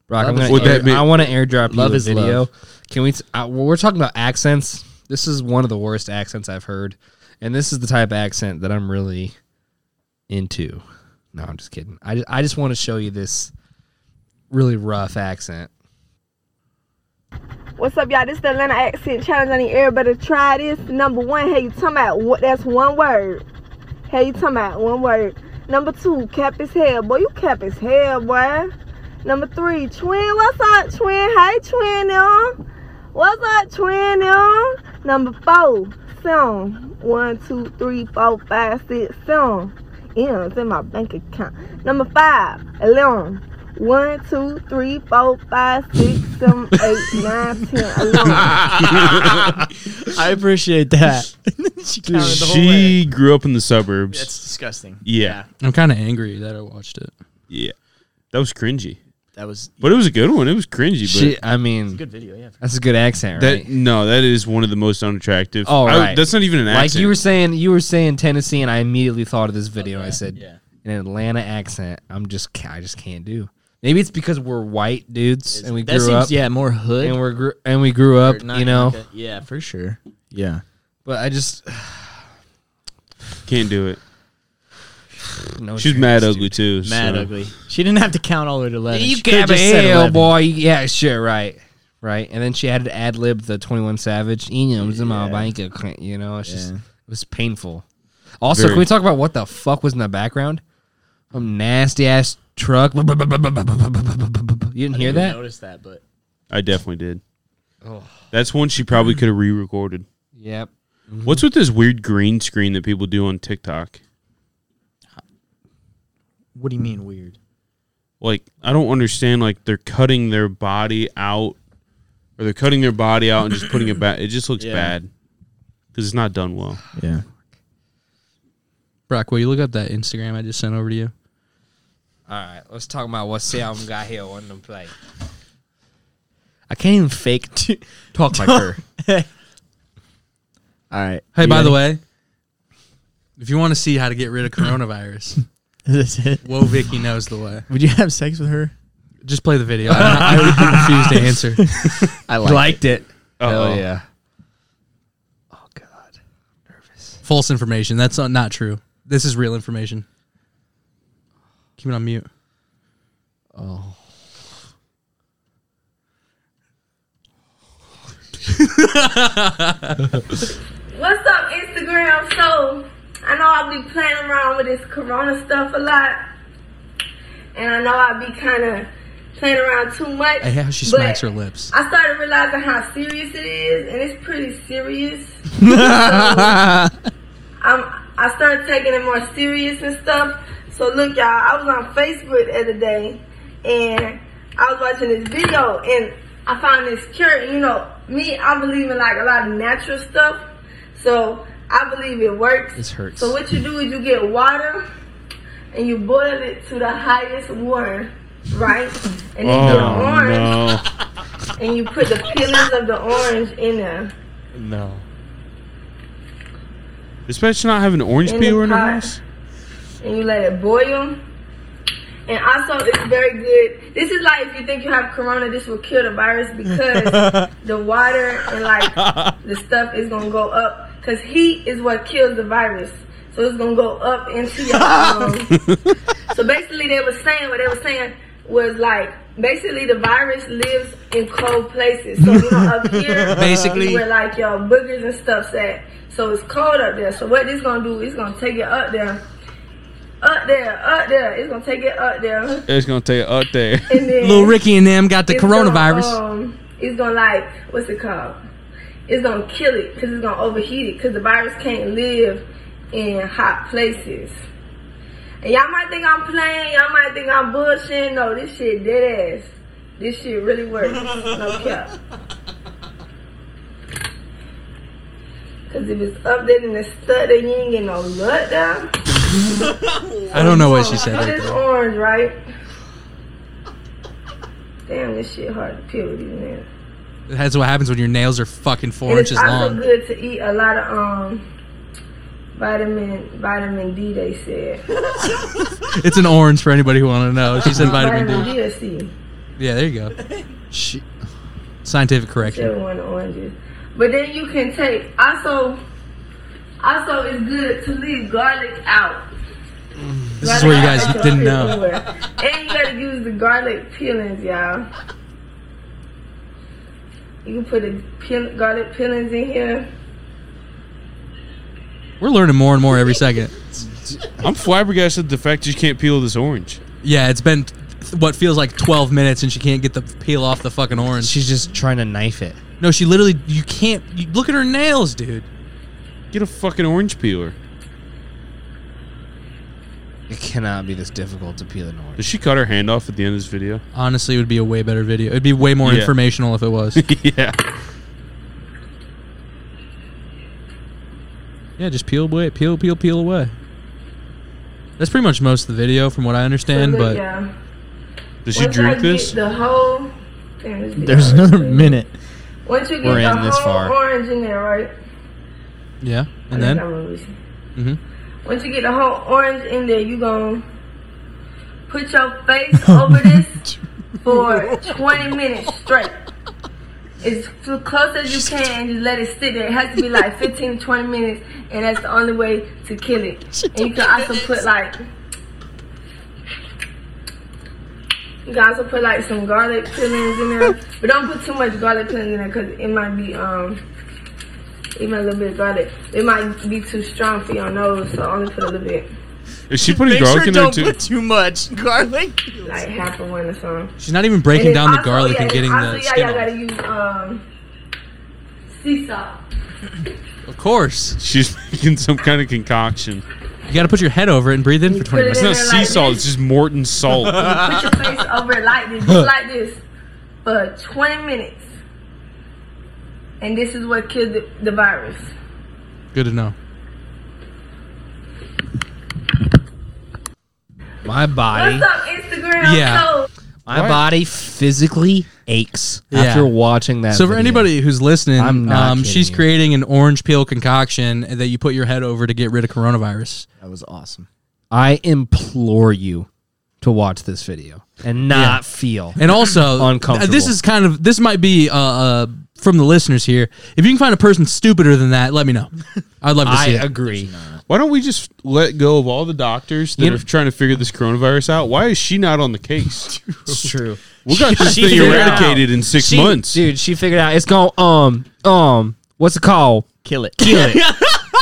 Speaker 4: Brock,
Speaker 1: Love
Speaker 4: I'm
Speaker 1: is
Speaker 4: gonna
Speaker 3: love.
Speaker 4: air-
Speaker 3: Would that be-
Speaker 4: I want to airdrop you
Speaker 1: Love
Speaker 4: a
Speaker 1: is
Speaker 4: video.
Speaker 1: love.
Speaker 4: Can we? T- I, well, we're talking about accents. This is one of the worst accents I've heard, and this is the type of accent that I'm really into. No, I'm just kidding. I just, I just want to show you this really rough accent.
Speaker 6: What's up, y'all? This is the Atlanta Accent Challenge. I need everybody to try this. Number one, hey, you talking about what? That's one word. Hey, you talking about one word. Number two, cap his head, boy. You cap his head, boy. Number three, twin. What's up, twin? Hey, twin, y'all. What's up, twin, y'all? Number four, song. One, two, three, four, five, six, song. Yeah, it's in my bank account. Number five, alone. One, two, three, four, five, six, seven, eight, nine, ten, eleven.
Speaker 1: I [laughs] appreciate that. she counted the whole way.
Speaker 3: She grew up in the suburbs.
Speaker 1: That's disgusting.
Speaker 3: yeah,
Speaker 2: I'm kind of angry that I watched it.
Speaker 3: yeah, that was cringy,
Speaker 1: That was
Speaker 3: but it was a good one. It was cringy, but
Speaker 4: She, I mean,
Speaker 1: good video, yeah.
Speaker 4: that's a good accent,
Speaker 3: that
Speaker 4: right?
Speaker 3: no, that is one of the most unattractive.
Speaker 4: Oh,
Speaker 3: I-
Speaker 4: right.
Speaker 3: that's not even an
Speaker 4: like
Speaker 3: accent.
Speaker 4: you were saying, you were saying Tennessee, and I immediately thought of this video. and I said,
Speaker 1: yeah.
Speaker 4: an Atlanta accent. I'm just, ca- I just can't do. Maybe it's because we're white dudes and we
Speaker 1: that
Speaker 4: grew
Speaker 1: seems
Speaker 4: up,
Speaker 1: yeah, more hood.
Speaker 4: and we're gr- and we grew up,
Speaker 1: or not
Speaker 4: you know.
Speaker 1: like a- yeah, for sure. Yeah.
Speaker 4: But I just [sighs]
Speaker 3: Can't do it.
Speaker 4: no
Speaker 3: She's
Speaker 4: chance,
Speaker 3: mad
Speaker 4: dude.
Speaker 3: ugly too.
Speaker 1: Mad
Speaker 3: so.
Speaker 1: ugly. She didn't have to count all the way to 11.
Speaker 4: You
Speaker 1: She could've
Speaker 4: can't
Speaker 1: just said
Speaker 4: hell,
Speaker 1: 11.
Speaker 4: boy. Yeah, sure, right, right. And then she had to ad lib the Twenty One Savage. You know, it was in my
Speaker 1: Yeah.
Speaker 4: bank account. You know, it's just
Speaker 1: Yeah.
Speaker 4: it was painful. Also,
Speaker 3: Very.
Speaker 4: can we talk about what the fuck was in the background? Some nasty ass truck. [laughs] You didn't hear
Speaker 1: I
Speaker 4: that?
Speaker 1: noticed that, but
Speaker 3: I definitely did. That's one she probably
Speaker 1: Mm-hmm.
Speaker 3: could have re-recorded.
Speaker 4: Yep.
Speaker 3: What's with this weird green screen that people do on TikTok?
Speaker 1: what do you mean weird? [laughs]
Speaker 3: Like, I don't understand. Like, they're cutting their body out, or they're cutting their body out and just putting it back. It just looks
Speaker 1: Yeah.
Speaker 3: bad because it's not done well.
Speaker 1: Yeah.
Speaker 2: Brock, will you look up that Instagram I just sent over to you?
Speaker 4: All right, let's talk about what Sam got here on the play. I can't even fake [laughs] t- talk like her.
Speaker 1: All right.
Speaker 2: Hey,
Speaker 1: You
Speaker 2: by the
Speaker 1: ready?
Speaker 2: way, if you want to see how to get rid of [laughs] coronavirus,
Speaker 1: Is [laughs] this it?
Speaker 2: whoa, Vicky knows the way.
Speaker 1: Would you have sex with her?
Speaker 2: Just play the video. I, [laughs] I refuse to answer.
Speaker 1: I
Speaker 4: I liked it.
Speaker 3: Uh-oh.
Speaker 4: Hell yeah. Oh god, nervous.
Speaker 2: False information. That's not, not true. This is real information. Keep it on mute.
Speaker 4: Oh.
Speaker 6: [laughs] What's up, Instagram? So, I know I'll be playing around with this corona stuff a lot. And I know I'll be kind of playing around too much.
Speaker 2: I hate how she
Speaker 6: but
Speaker 2: smacks her
Speaker 6: [laughs]
Speaker 2: lips.
Speaker 6: I started realizing how serious it is, and it's pretty serious. So, I'm, I started taking it more serious and stuff. So look, y'all, I was on Facebook the other day, and I was watching this video, and I found this cure. You know, me, I believe in like a lot of natural stuff, so I believe it works.
Speaker 4: This hurts.
Speaker 6: So what you do is you get water, and you boil it to the highest water, right? And then you get an
Speaker 3: Oh
Speaker 6: orange
Speaker 3: no!
Speaker 6: and you put the peelings of the orange in there.
Speaker 4: No.
Speaker 3: Especially not having orange
Speaker 6: In
Speaker 3: peel
Speaker 6: the
Speaker 3: in her
Speaker 6: pot.
Speaker 3: house.
Speaker 6: and you let it boil. And also, it's very good. This is like if you think you have corona, this will kill the virus because the water and like the stuff is gonna go up because heat is what kills the virus. So it's gonna go up into your lungs. so basically, they were saying what they were saying was like basically the virus lives in cold places. So you know up here,
Speaker 2: Basically.
Speaker 6: is where like your boogers and stuff's at. So it's cold up there. So what this gonna do? It's gonna take it up there, up there, up there. It's gonna take it up there, and
Speaker 3: It's gonna take it up there.
Speaker 6: [laughs] then
Speaker 2: Little Ricky and them got the
Speaker 6: it's
Speaker 2: coronavirus.
Speaker 6: Gonna, um, it's gonna like what's it called? It's gonna kill it because it's gonna overheat it because the virus can't live in hot places. And y'all might think I'm playing. Y'all might think I'm bullshitting. No, this shit dead ass. This shit really works.
Speaker 2: [laughs]
Speaker 6: No cap. Cause if it's up there in the stud, then you ain't getting no nut down.
Speaker 2: I don't know what she said.
Speaker 6: It
Speaker 2: Right
Speaker 6: is
Speaker 2: there.
Speaker 6: orange, right? Damn, this shit hard to peel with these nails.
Speaker 2: That's what happens when your nails are fucking four
Speaker 6: And it's
Speaker 2: inches
Speaker 6: also [laughs]
Speaker 2: long.
Speaker 6: good to eat a lot of um vitamin vitamin D. They said
Speaker 2: It's an orange for anybody who want to know. She said vitamin D.
Speaker 6: D or C.
Speaker 2: Yeah, there you go. She, scientific correction.
Speaker 6: Still want oranges, but then you can take also. Also, it's good to leave garlic out.
Speaker 2: This is where you guys didn't know.
Speaker 6: And you gotta use the garlic peelings, y'all. You can put the peel, garlic peelings in here.
Speaker 2: We're learning more and more every second.
Speaker 3: I'm flabbergasted at the fact that you can't peel this orange.
Speaker 2: Yeah, it's been th- what feels like 12 minutes and she can't get the peel off the fucking orange.
Speaker 4: She's just trying to knife it.
Speaker 2: No, she literally, you can't. You, look at her nails, dude.
Speaker 3: Get a fucking orange peeler.
Speaker 4: It cannot be this difficult to peel an orange.
Speaker 3: Does she cut her hand off at the end of this video? [laughs]
Speaker 2: Honestly, it would be a way better video. It'd be way more
Speaker 3: Yeah.
Speaker 2: informational if it was.
Speaker 3: yeah.
Speaker 2: yeah, just peel away, peel, peel, peel away. That's pretty much most of the video, from what I understand.
Speaker 6: Look,
Speaker 2: But
Speaker 6: y'all.
Speaker 3: Does she
Speaker 6: Once I
Speaker 3: drink
Speaker 6: get
Speaker 3: this?
Speaker 6: The whole. Damn, this
Speaker 1: There's
Speaker 6: video
Speaker 1: another
Speaker 6: is-
Speaker 1: minute.
Speaker 6: Once you get
Speaker 4: We're
Speaker 6: the
Speaker 4: in this
Speaker 6: whole
Speaker 4: far.
Speaker 6: orange in there, right?
Speaker 2: yeah, and
Speaker 6: I think
Speaker 2: then
Speaker 6: I'm losing.
Speaker 2: Mhm.
Speaker 6: Mm-hmm. Once you get the whole orange in there, you gonna put your face [laughs] over this for 20 minutes straight. As f- close as you can, you let it sit there. It has to be like 15, 20 minutes, and that's the only way to kill it. And you can also put like. You can also put like some garlic peelings in there, but don't put too much garlic peelings in there because it might be um even a little bit of garlic. It might be too strong for your nose, so only put a little bit,
Speaker 3: Is she putting garlic in there
Speaker 1: don't
Speaker 3: too?
Speaker 1: put too much garlic.
Speaker 6: like half of one or something.
Speaker 2: she's not even
Speaker 6: And
Speaker 2: breaking
Speaker 6: then
Speaker 2: down the
Speaker 6: also,
Speaker 2: garlic
Speaker 6: yeah,
Speaker 2: and getting
Speaker 6: also,
Speaker 2: the
Speaker 6: yeah,
Speaker 2: skin
Speaker 6: y'all
Speaker 2: off.
Speaker 6: gotta use um sea salt.
Speaker 2: Of course,
Speaker 3: She's [laughs] making some kind of concoction.
Speaker 2: you got to put your head over it and breathe in for
Speaker 6: put
Speaker 2: 20
Speaker 6: it
Speaker 2: minutes.
Speaker 3: It's not
Speaker 6: Yeah,
Speaker 3: sea
Speaker 6: like
Speaker 3: salt.
Speaker 6: this.
Speaker 3: It's just Morton salt.
Speaker 6: [laughs] Put your
Speaker 2: [laughs]
Speaker 6: face over it like this, just like this, for 20 minutes. And this is what killed the, the virus.
Speaker 2: Good to know.
Speaker 4: My body,
Speaker 6: What's up, Instagram?
Speaker 2: Yeah.
Speaker 6: So,
Speaker 4: my
Speaker 3: What?
Speaker 4: body physically aches
Speaker 2: Yeah.
Speaker 4: after watching that.
Speaker 2: So for
Speaker 4: video.
Speaker 2: anybody who's listening,
Speaker 4: I'm not
Speaker 2: um,
Speaker 4: kidding
Speaker 2: she's
Speaker 4: you.
Speaker 2: creating an orange peel concoction that you put your head over to get rid of coronavirus.
Speaker 1: That was awesome.
Speaker 4: I implore you to watch this video and not feel.
Speaker 2: And also,
Speaker 4: [clears throat] Uncomfortable.
Speaker 2: This is kind of this might be uh, uh, from the listeners here. If you can find a person stupider than that, let me know. I'd love to
Speaker 4: I
Speaker 2: see it.
Speaker 4: agree.
Speaker 3: Why don't we just let go of all the doctors that
Speaker 4: You know-
Speaker 3: are trying to figure this coronavirus out? Why is she not on the
Speaker 4: [laughs]
Speaker 3: case?
Speaker 4: It's true.
Speaker 3: We got this
Speaker 4: She
Speaker 3: thing
Speaker 4: figured it out.
Speaker 3: eradicated in six
Speaker 4: She-
Speaker 3: months.
Speaker 4: dude. She figured out it's going. Um, um, what's it called?
Speaker 1: [laughs] Kill it.
Speaker 4: Kill it.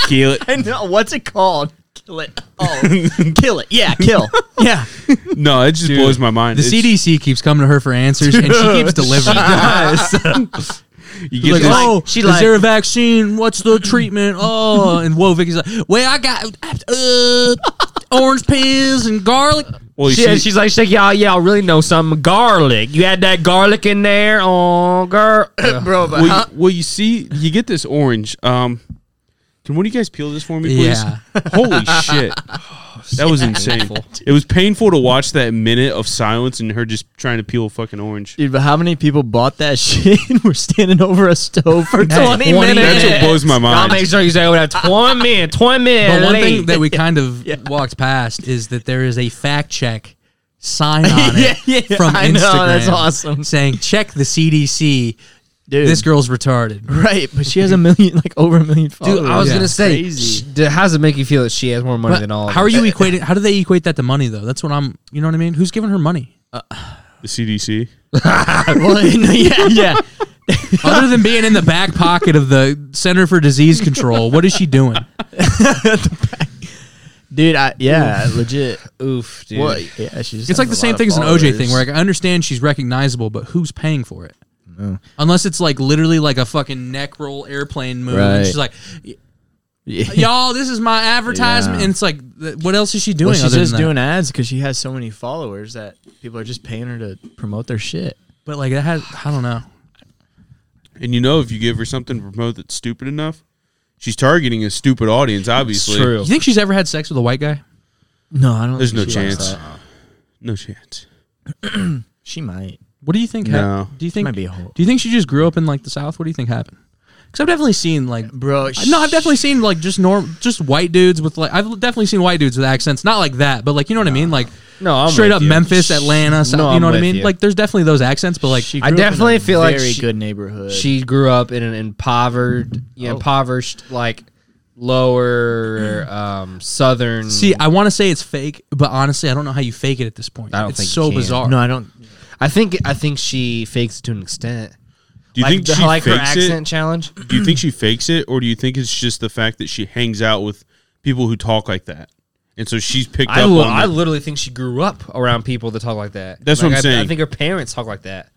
Speaker 3: Kill it.
Speaker 1: [laughs] I know. What's it called? Kill it. Oh, kill it. Yeah, kill.
Speaker 2: Yeah,
Speaker 3: No, it just blows my mind.
Speaker 2: the
Speaker 3: It's-
Speaker 2: CDC keeps coming to her for answers, and she
Speaker 4: [laughs]
Speaker 2: keeps delivering.
Speaker 3: You
Speaker 2: She's
Speaker 3: get
Speaker 2: like,
Speaker 3: this,
Speaker 2: oh,
Speaker 4: she
Speaker 2: is
Speaker 4: like-
Speaker 2: there a vaccine? What's the treatment?
Speaker 1: [laughs]
Speaker 2: Oh, and whoa, Vicky's like, well, I got uh, orange peels and garlic.
Speaker 3: well, you
Speaker 4: She,
Speaker 3: see-
Speaker 4: she's like, she's like, y'all, y'all really know something. Garlic. You had that garlic in there. Oh, girl.
Speaker 1: Bro, but
Speaker 3: well,
Speaker 1: how-
Speaker 3: you, well, you see, you get this orange. Um, can one of you guys peel this for me, please?
Speaker 2: Yeah.
Speaker 3: Holy
Speaker 4: [laughs]
Speaker 3: shit. That was insane. It was painful to watch that minute of silence and her just trying to peel a fucking orange.
Speaker 1: dude, but how many people bought that [laughs] shit and were standing over a stove for 20 minutes?
Speaker 3: That's what blows my
Speaker 4: I'll
Speaker 3: mind.
Speaker 4: make sure you say over that 20 minutes. 20 minutes.
Speaker 2: But one thing
Speaker 4: late.
Speaker 2: that we kind of
Speaker 1: [laughs]
Speaker 2: walked past is that there is a fact check sign on
Speaker 1: [laughs]
Speaker 2: it
Speaker 1: Yeah, yeah,
Speaker 2: from
Speaker 1: I
Speaker 2: Instagram.
Speaker 1: know, that's awesome.
Speaker 2: Saying check the CDC.
Speaker 1: Dude,
Speaker 2: This girl's retarded.
Speaker 1: right, but she has a million, like over a million followers.
Speaker 4: Dude, I
Speaker 2: oh,
Speaker 4: was
Speaker 2: Yeah.
Speaker 4: going to say,
Speaker 1: Crazy.
Speaker 4: sh- dude, how does it make you feel that she has more money than all of
Speaker 2: how are
Speaker 4: us? [laughs]
Speaker 2: you equating? How do they equate that to money though? That's what I'm. You know what I mean? Who's giving
Speaker 1: [laughs]
Speaker 2: her money
Speaker 3: The CDC.
Speaker 1: Well, no, [laughs] yeah, [laughs] yeah.
Speaker 2: other than being in the back pocket of the Center for Disease Control? What is she doing?
Speaker 1: Dude, I, yeah, legit.
Speaker 4: Oof, dude.
Speaker 1: Well, yeah, she just
Speaker 2: It's
Speaker 1: has
Speaker 2: like
Speaker 1: a
Speaker 2: the same
Speaker 1: lot
Speaker 2: thing
Speaker 1: of
Speaker 2: as an OJ
Speaker 1: followers.
Speaker 2: thing, where like, I understand she's recognizable, but who's paying for it? Unless it's like literally like a fucking neck roll airplane move. and
Speaker 1: Right.
Speaker 2: She's like,
Speaker 1: [laughs] Yeah.
Speaker 2: y'all, this
Speaker 1: [laughs]
Speaker 2: is my advertisement.
Speaker 1: Yeah.
Speaker 2: And it's like, th- what else is she doing?
Speaker 1: Well, she's
Speaker 2: other
Speaker 1: just
Speaker 2: than that?
Speaker 1: doing ads because she has so many followers that people are just paying her to promote their shit.
Speaker 2: But like, that has, I don't know.
Speaker 3: And you know, if you give her something to promote that's stupid enough, she's targeting a stupid audience, obviously.
Speaker 4: true.
Speaker 2: You think she's ever had sex with a white guy?
Speaker 1: No, I don't.
Speaker 3: There's
Speaker 1: think
Speaker 3: no
Speaker 1: she likes
Speaker 3: chance.
Speaker 1: that.
Speaker 3: No chance.
Speaker 1: She might.
Speaker 2: What do you think?
Speaker 3: No.
Speaker 2: do you think?
Speaker 1: might be a whole-
Speaker 2: Do you think she just grew up in like the South? What do you think happened? Because I've definitely seen like,
Speaker 1: Bro,
Speaker 2: no, I've definitely seen like just norm, just white dudes with like, I've definitely seen white dudes with accents, not like that, but like you know what I mean, like
Speaker 4: No, I'm
Speaker 2: straight
Speaker 4: with
Speaker 2: up
Speaker 4: you.
Speaker 2: Memphis, Atlanta, South,
Speaker 4: No,
Speaker 2: you
Speaker 4: I'm
Speaker 2: know what I
Speaker 4: with
Speaker 2: mean?
Speaker 4: you.
Speaker 2: Like, there's definitely those accents, but like,
Speaker 1: She grew
Speaker 4: I
Speaker 1: up in a
Speaker 4: definitely feel like
Speaker 1: very
Speaker 4: she-
Speaker 1: good neighborhood.
Speaker 4: She grew up in an impoverished,
Speaker 2: Oh.
Speaker 4: you know, impoverished like lower um, southern.
Speaker 2: see, I want to say it's fake, but honestly, I don't know how you fake it at this point.
Speaker 4: I don't
Speaker 2: it's
Speaker 4: think you
Speaker 2: so
Speaker 4: can.
Speaker 2: bizarre.
Speaker 1: no, I don't.
Speaker 4: I think I think she fakes it to an extent.
Speaker 3: Do you
Speaker 4: like,
Speaker 3: think she
Speaker 4: like her
Speaker 3: fakes
Speaker 4: accent challenge?
Speaker 3: it? Do you think she fakes it, or do you think it's just the fact that she hangs out with people who talk like that, and so she's picked
Speaker 4: I,
Speaker 3: up
Speaker 4: li-
Speaker 3: on?
Speaker 4: I
Speaker 3: that?
Speaker 4: literally think she grew up around people that talk like that.
Speaker 3: That's what
Speaker 4: Like,
Speaker 3: I'm
Speaker 4: I- I
Speaker 3: saying.
Speaker 4: think her parents talk like that.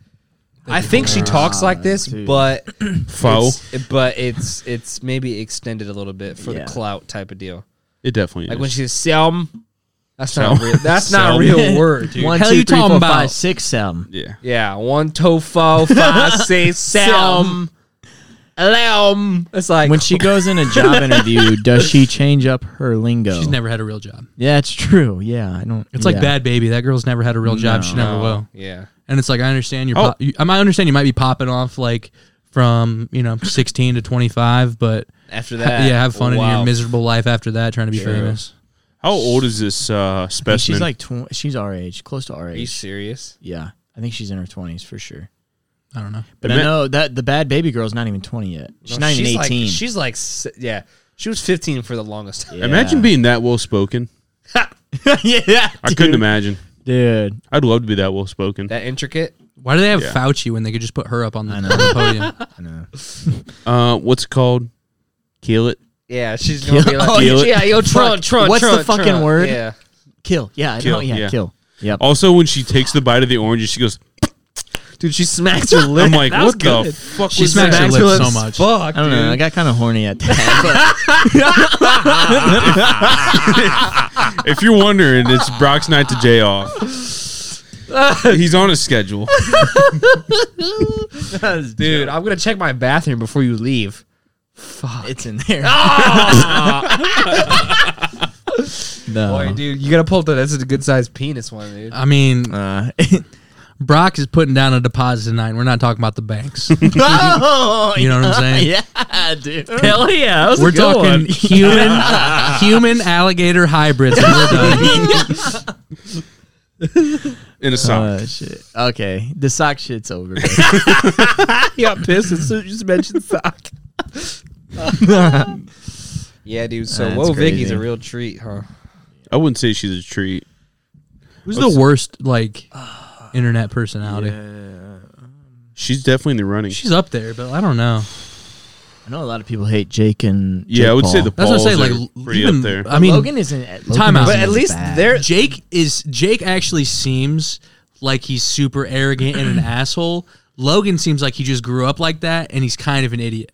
Speaker 4: I think she talks like this,
Speaker 1: dude.
Speaker 3: [clears throat]
Speaker 4: but
Speaker 3: Faux.
Speaker 4: it's- but it's it's maybe extended a little bit for
Speaker 1: Yeah.
Speaker 4: the clout type of deal.
Speaker 3: It definitely
Speaker 4: Like
Speaker 3: is.
Speaker 4: when she says "selm," that's not
Speaker 3: Selm.
Speaker 4: real. That's not a
Speaker 3: Selm.
Speaker 4: [laughs] real
Speaker 3: [laughs]
Speaker 4: word, dude.
Speaker 1: One,
Speaker 2: Hell
Speaker 1: two,
Speaker 2: you
Speaker 1: three,
Speaker 2: talking
Speaker 1: four,
Speaker 2: about?
Speaker 1: five, six, seven.
Speaker 3: yeah,
Speaker 4: Yeah, one two
Speaker 3: [laughs]
Speaker 4: four five six seven. Alum. It's like
Speaker 1: When she goes in a job interview, does she change up her lingo?
Speaker 2: She's never had a real job.
Speaker 1: Yeah, it's true. Yeah, I don't.
Speaker 2: It's
Speaker 1: yeah.
Speaker 2: like Bad Baby. That girl's never had a real job. She never
Speaker 4: No,
Speaker 2: will.
Speaker 4: Yeah.
Speaker 2: And it's like I understand you're.
Speaker 3: Oh.
Speaker 2: pop- you, I might understand you might be popping off like from you know 16 to 25, but
Speaker 4: After
Speaker 3: [laughs]
Speaker 2: ha-
Speaker 4: that,
Speaker 2: yeah, have fun in
Speaker 4: Eh, wow.
Speaker 2: your miserable life after that, trying to be famous.
Speaker 3: How old is this uh,
Speaker 1: I
Speaker 3: specimen?
Speaker 1: think She's like tw- she's our age, close to our
Speaker 4: Are you
Speaker 1: age.
Speaker 4: serious?
Speaker 1: Yeah, I think she's in her twenties for sure.
Speaker 2: I don't know.
Speaker 1: But
Speaker 3: It
Speaker 1: I
Speaker 3: meant-
Speaker 1: know that the bad baby girl's not even twenty yet. She's
Speaker 4: No,
Speaker 1: not even
Speaker 4: like-
Speaker 1: eighteen.
Speaker 4: she's like, s- yeah, she was 15 for the longest time.
Speaker 3: Imagine
Speaker 1: Yeah.
Speaker 3: being that well spoken.
Speaker 1: [laughs] yeah,
Speaker 3: I couldn't imagine.
Speaker 1: dude.
Speaker 3: I'd love to be that well spoken.
Speaker 4: [laughs] That intricate.
Speaker 2: Why do they have
Speaker 3: Yeah.
Speaker 2: Fauci when they could just put her up on the, on the
Speaker 1: I
Speaker 3: [laughs]
Speaker 2: podium?
Speaker 1: know.
Speaker 3: Uh, what's it called? Kill it.
Speaker 4: Yeah, she's gonna be like,
Speaker 1: Oh,
Speaker 3: you-
Speaker 4: yeah, yo, Trump, Trump,
Speaker 1: What's the
Speaker 4: Trump,
Speaker 1: fucking
Speaker 4: Trump."
Speaker 1: word?
Speaker 4: Yeah,
Speaker 1: Kill. Yeah, I
Speaker 3: Kill,
Speaker 1: know, yeah,
Speaker 3: yeah. Oh,
Speaker 1: kill. Yep.
Speaker 3: Also, when she takes the bite of the orange, she goes.
Speaker 4: dude, she smacks [laughs] her lip.
Speaker 3: I'm like,
Speaker 4: That was
Speaker 3: what the
Speaker 4: good.
Speaker 3: fuck?
Speaker 2: She
Speaker 3: was
Speaker 2: smacks her
Speaker 3: that?
Speaker 2: lips so
Speaker 4: lips.
Speaker 2: much.
Speaker 4: Fuck,
Speaker 1: I don't know. I got kind of horny at that. [laughs]
Speaker 3: If you're wondering, it's Brock's night to J off. He's on a schedule.
Speaker 4: dude. I'm gonna check my bathroom before you leave.
Speaker 1: but it's in there. [laughs] no.
Speaker 4: Boy, dude, you gotta pull that. That's a good sized penis one, dude.
Speaker 2: I mean,
Speaker 1: Uh, [laughs]
Speaker 2: Brock is putting down a deposit tonight. and We're not talking about
Speaker 3: [laughs]
Speaker 2: the banks.
Speaker 1: oh,
Speaker 2: You know what I'm saying?
Speaker 1: [laughs] Yeah, dude.
Speaker 4: Hell yeah, that was
Speaker 2: We're talking [laughs] human
Speaker 3: [laughs]
Speaker 2: human alligator hybrids. and we're done.
Speaker 3: In a sock.
Speaker 1: [laughs] Oh shit. Okay, the sock shit's over. [laughs]
Speaker 4: You got pissed as soon as you just mentioned sock. yeah, dude. So,
Speaker 1: That's
Speaker 4: whoa, Vicky's
Speaker 1: crazy.
Speaker 4: a real treat, huh?
Speaker 3: I wouldn't say she's a treat.
Speaker 2: Who's the worst like internet personality?
Speaker 3: She's definitely in the running.
Speaker 2: She's up there, but I don't know.
Speaker 1: I know a lot of people hate Jake and
Speaker 3: yeah, I
Speaker 1: Jake
Speaker 3: would say
Speaker 1: Paul.
Speaker 3: the
Speaker 2: That's what I'm
Speaker 3: balls
Speaker 2: saying,
Speaker 3: are
Speaker 2: like,
Speaker 3: pretty
Speaker 2: even-
Speaker 3: up there.
Speaker 2: I mean,
Speaker 1: Logan isn't. At, Logan
Speaker 2: Time out.
Speaker 1: isn't
Speaker 2: But at
Speaker 1: as
Speaker 4: least
Speaker 1: bad.
Speaker 2: [laughs]
Speaker 4: they're-
Speaker 2: Jake is Jake actually seems like he's super arrogant and an asshole. Logan seems like he just grew up like that and he's kind of an idiot.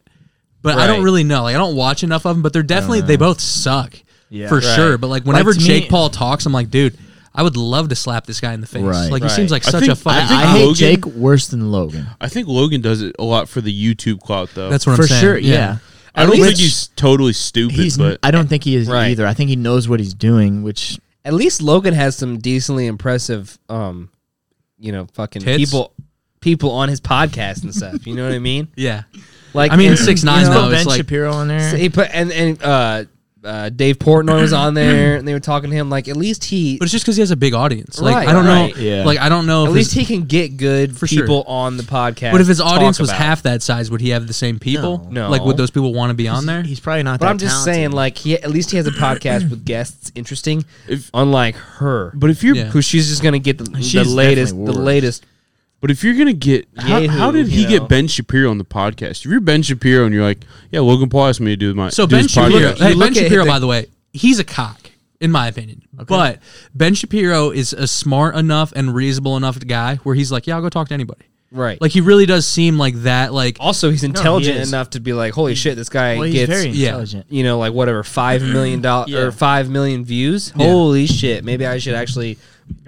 Speaker 2: But I don't
Speaker 4: Right.
Speaker 2: really know. Like I don't watch enough of them, but they're definitely they both suck.
Speaker 1: Yeah.
Speaker 2: for
Speaker 1: Right.
Speaker 2: sure. But like whenever
Speaker 1: to me-
Speaker 2: Jake Paul talks, I'm like, dude, I would love to slap this guy in the face.
Speaker 1: Right.
Speaker 2: Like he
Speaker 4: Right.
Speaker 2: seems like
Speaker 3: I
Speaker 2: such a
Speaker 3: think-
Speaker 2: fucking
Speaker 3: I think
Speaker 1: I hate
Speaker 3: Logan-
Speaker 1: Jake worse than Logan.
Speaker 3: I think Logan does it a lot for the YouTube clout, though.
Speaker 2: That's what I'm
Speaker 1: For
Speaker 2: saying.
Speaker 1: sure, yeah.
Speaker 3: I don't
Speaker 1: Which
Speaker 3: think he's totally stupid,
Speaker 1: He's.
Speaker 3: but
Speaker 1: I don't think he is
Speaker 4: Right.
Speaker 1: either. I think he knows what he's doing, which
Speaker 4: At least Logan has some decently impressive, um, you know, fucking
Speaker 2: Tits?
Speaker 4: people, people on his podcast and stuff. You know what I mean?
Speaker 2: Yeah.
Speaker 4: Like,
Speaker 2: I mean, 6ix9ine
Speaker 4: you know,
Speaker 2: though.
Speaker 1: Ben
Speaker 2: it's like-
Speaker 1: Shapiro in there.
Speaker 4: He put and and uh, uh, Dave Portnoy was on there, and they were talking to him. Like, at least he,
Speaker 2: But it's just because he has a big audience. Like
Speaker 4: Right,
Speaker 2: I don't
Speaker 4: right.
Speaker 2: know.
Speaker 1: Yeah.
Speaker 2: Like I don't know.
Speaker 4: at
Speaker 2: if
Speaker 4: least
Speaker 2: his-
Speaker 4: he can get good
Speaker 2: For sure.
Speaker 4: people on the podcast.
Speaker 2: But if his
Speaker 4: to
Speaker 2: audience
Speaker 4: talk
Speaker 2: was
Speaker 4: about.
Speaker 2: half that size, would he have the same people?
Speaker 4: No.
Speaker 2: Like would those people want to be on there?
Speaker 1: He's probably not.
Speaker 4: but
Speaker 1: that
Speaker 4: I'm just saying,
Speaker 1: talented.
Speaker 4: like, he at least he has a podcast with guests interesting,
Speaker 3: If-
Speaker 4: unlike her,
Speaker 3: but if you're
Speaker 2: Yeah.
Speaker 4: who she's just gonna get the, the
Speaker 1: She's
Speaker 4: latest, the
Speaker 1: definitely worse.
Speaker 4: latest.
Speaker 3: but if you're gonna get how,
Speaker 4: Yahoo,
Speaker 3: how did he
Speaker 4: you know.
Speaker 3: get Ben Shapiro on the podcast? If you're Ben Shapiro and you're like, yeah, Logan Paul asked me to do my
Speaker 2: So
Speaker 3: do
Speaker 2: Ben
Speaker 3: his
Speaker 2: Shapiro,
Speaker 3: podcast."
Speaker 2: hey,
Speaker 4: You
Speaker 2: Ben
Speaker 4: look at
Speaker 2: Shapiro,
Speaker 4: the-
Speaker 2: by the way, he's a cock in my opinion. But Ben Shapiro is a smart enough and reasonable enough guy where he's like, yeah, I'll go talk to anybody.
Speaker 4: Right.
Speaker 2: Like he really does seem like that. Like
Speaker 4: also he's intelligent
Speaker 1: is.
Speaker 4: enough to be like, holy shit, this guy
Speaker 1: well, he's
Speaker 4: gets
Speaker 1: very
Speaker 2: yeah.
Speaker 1: intelligent.
Speaker 4: you know like whatever five million dollars or five million views. Holy shit, maybe I should actually,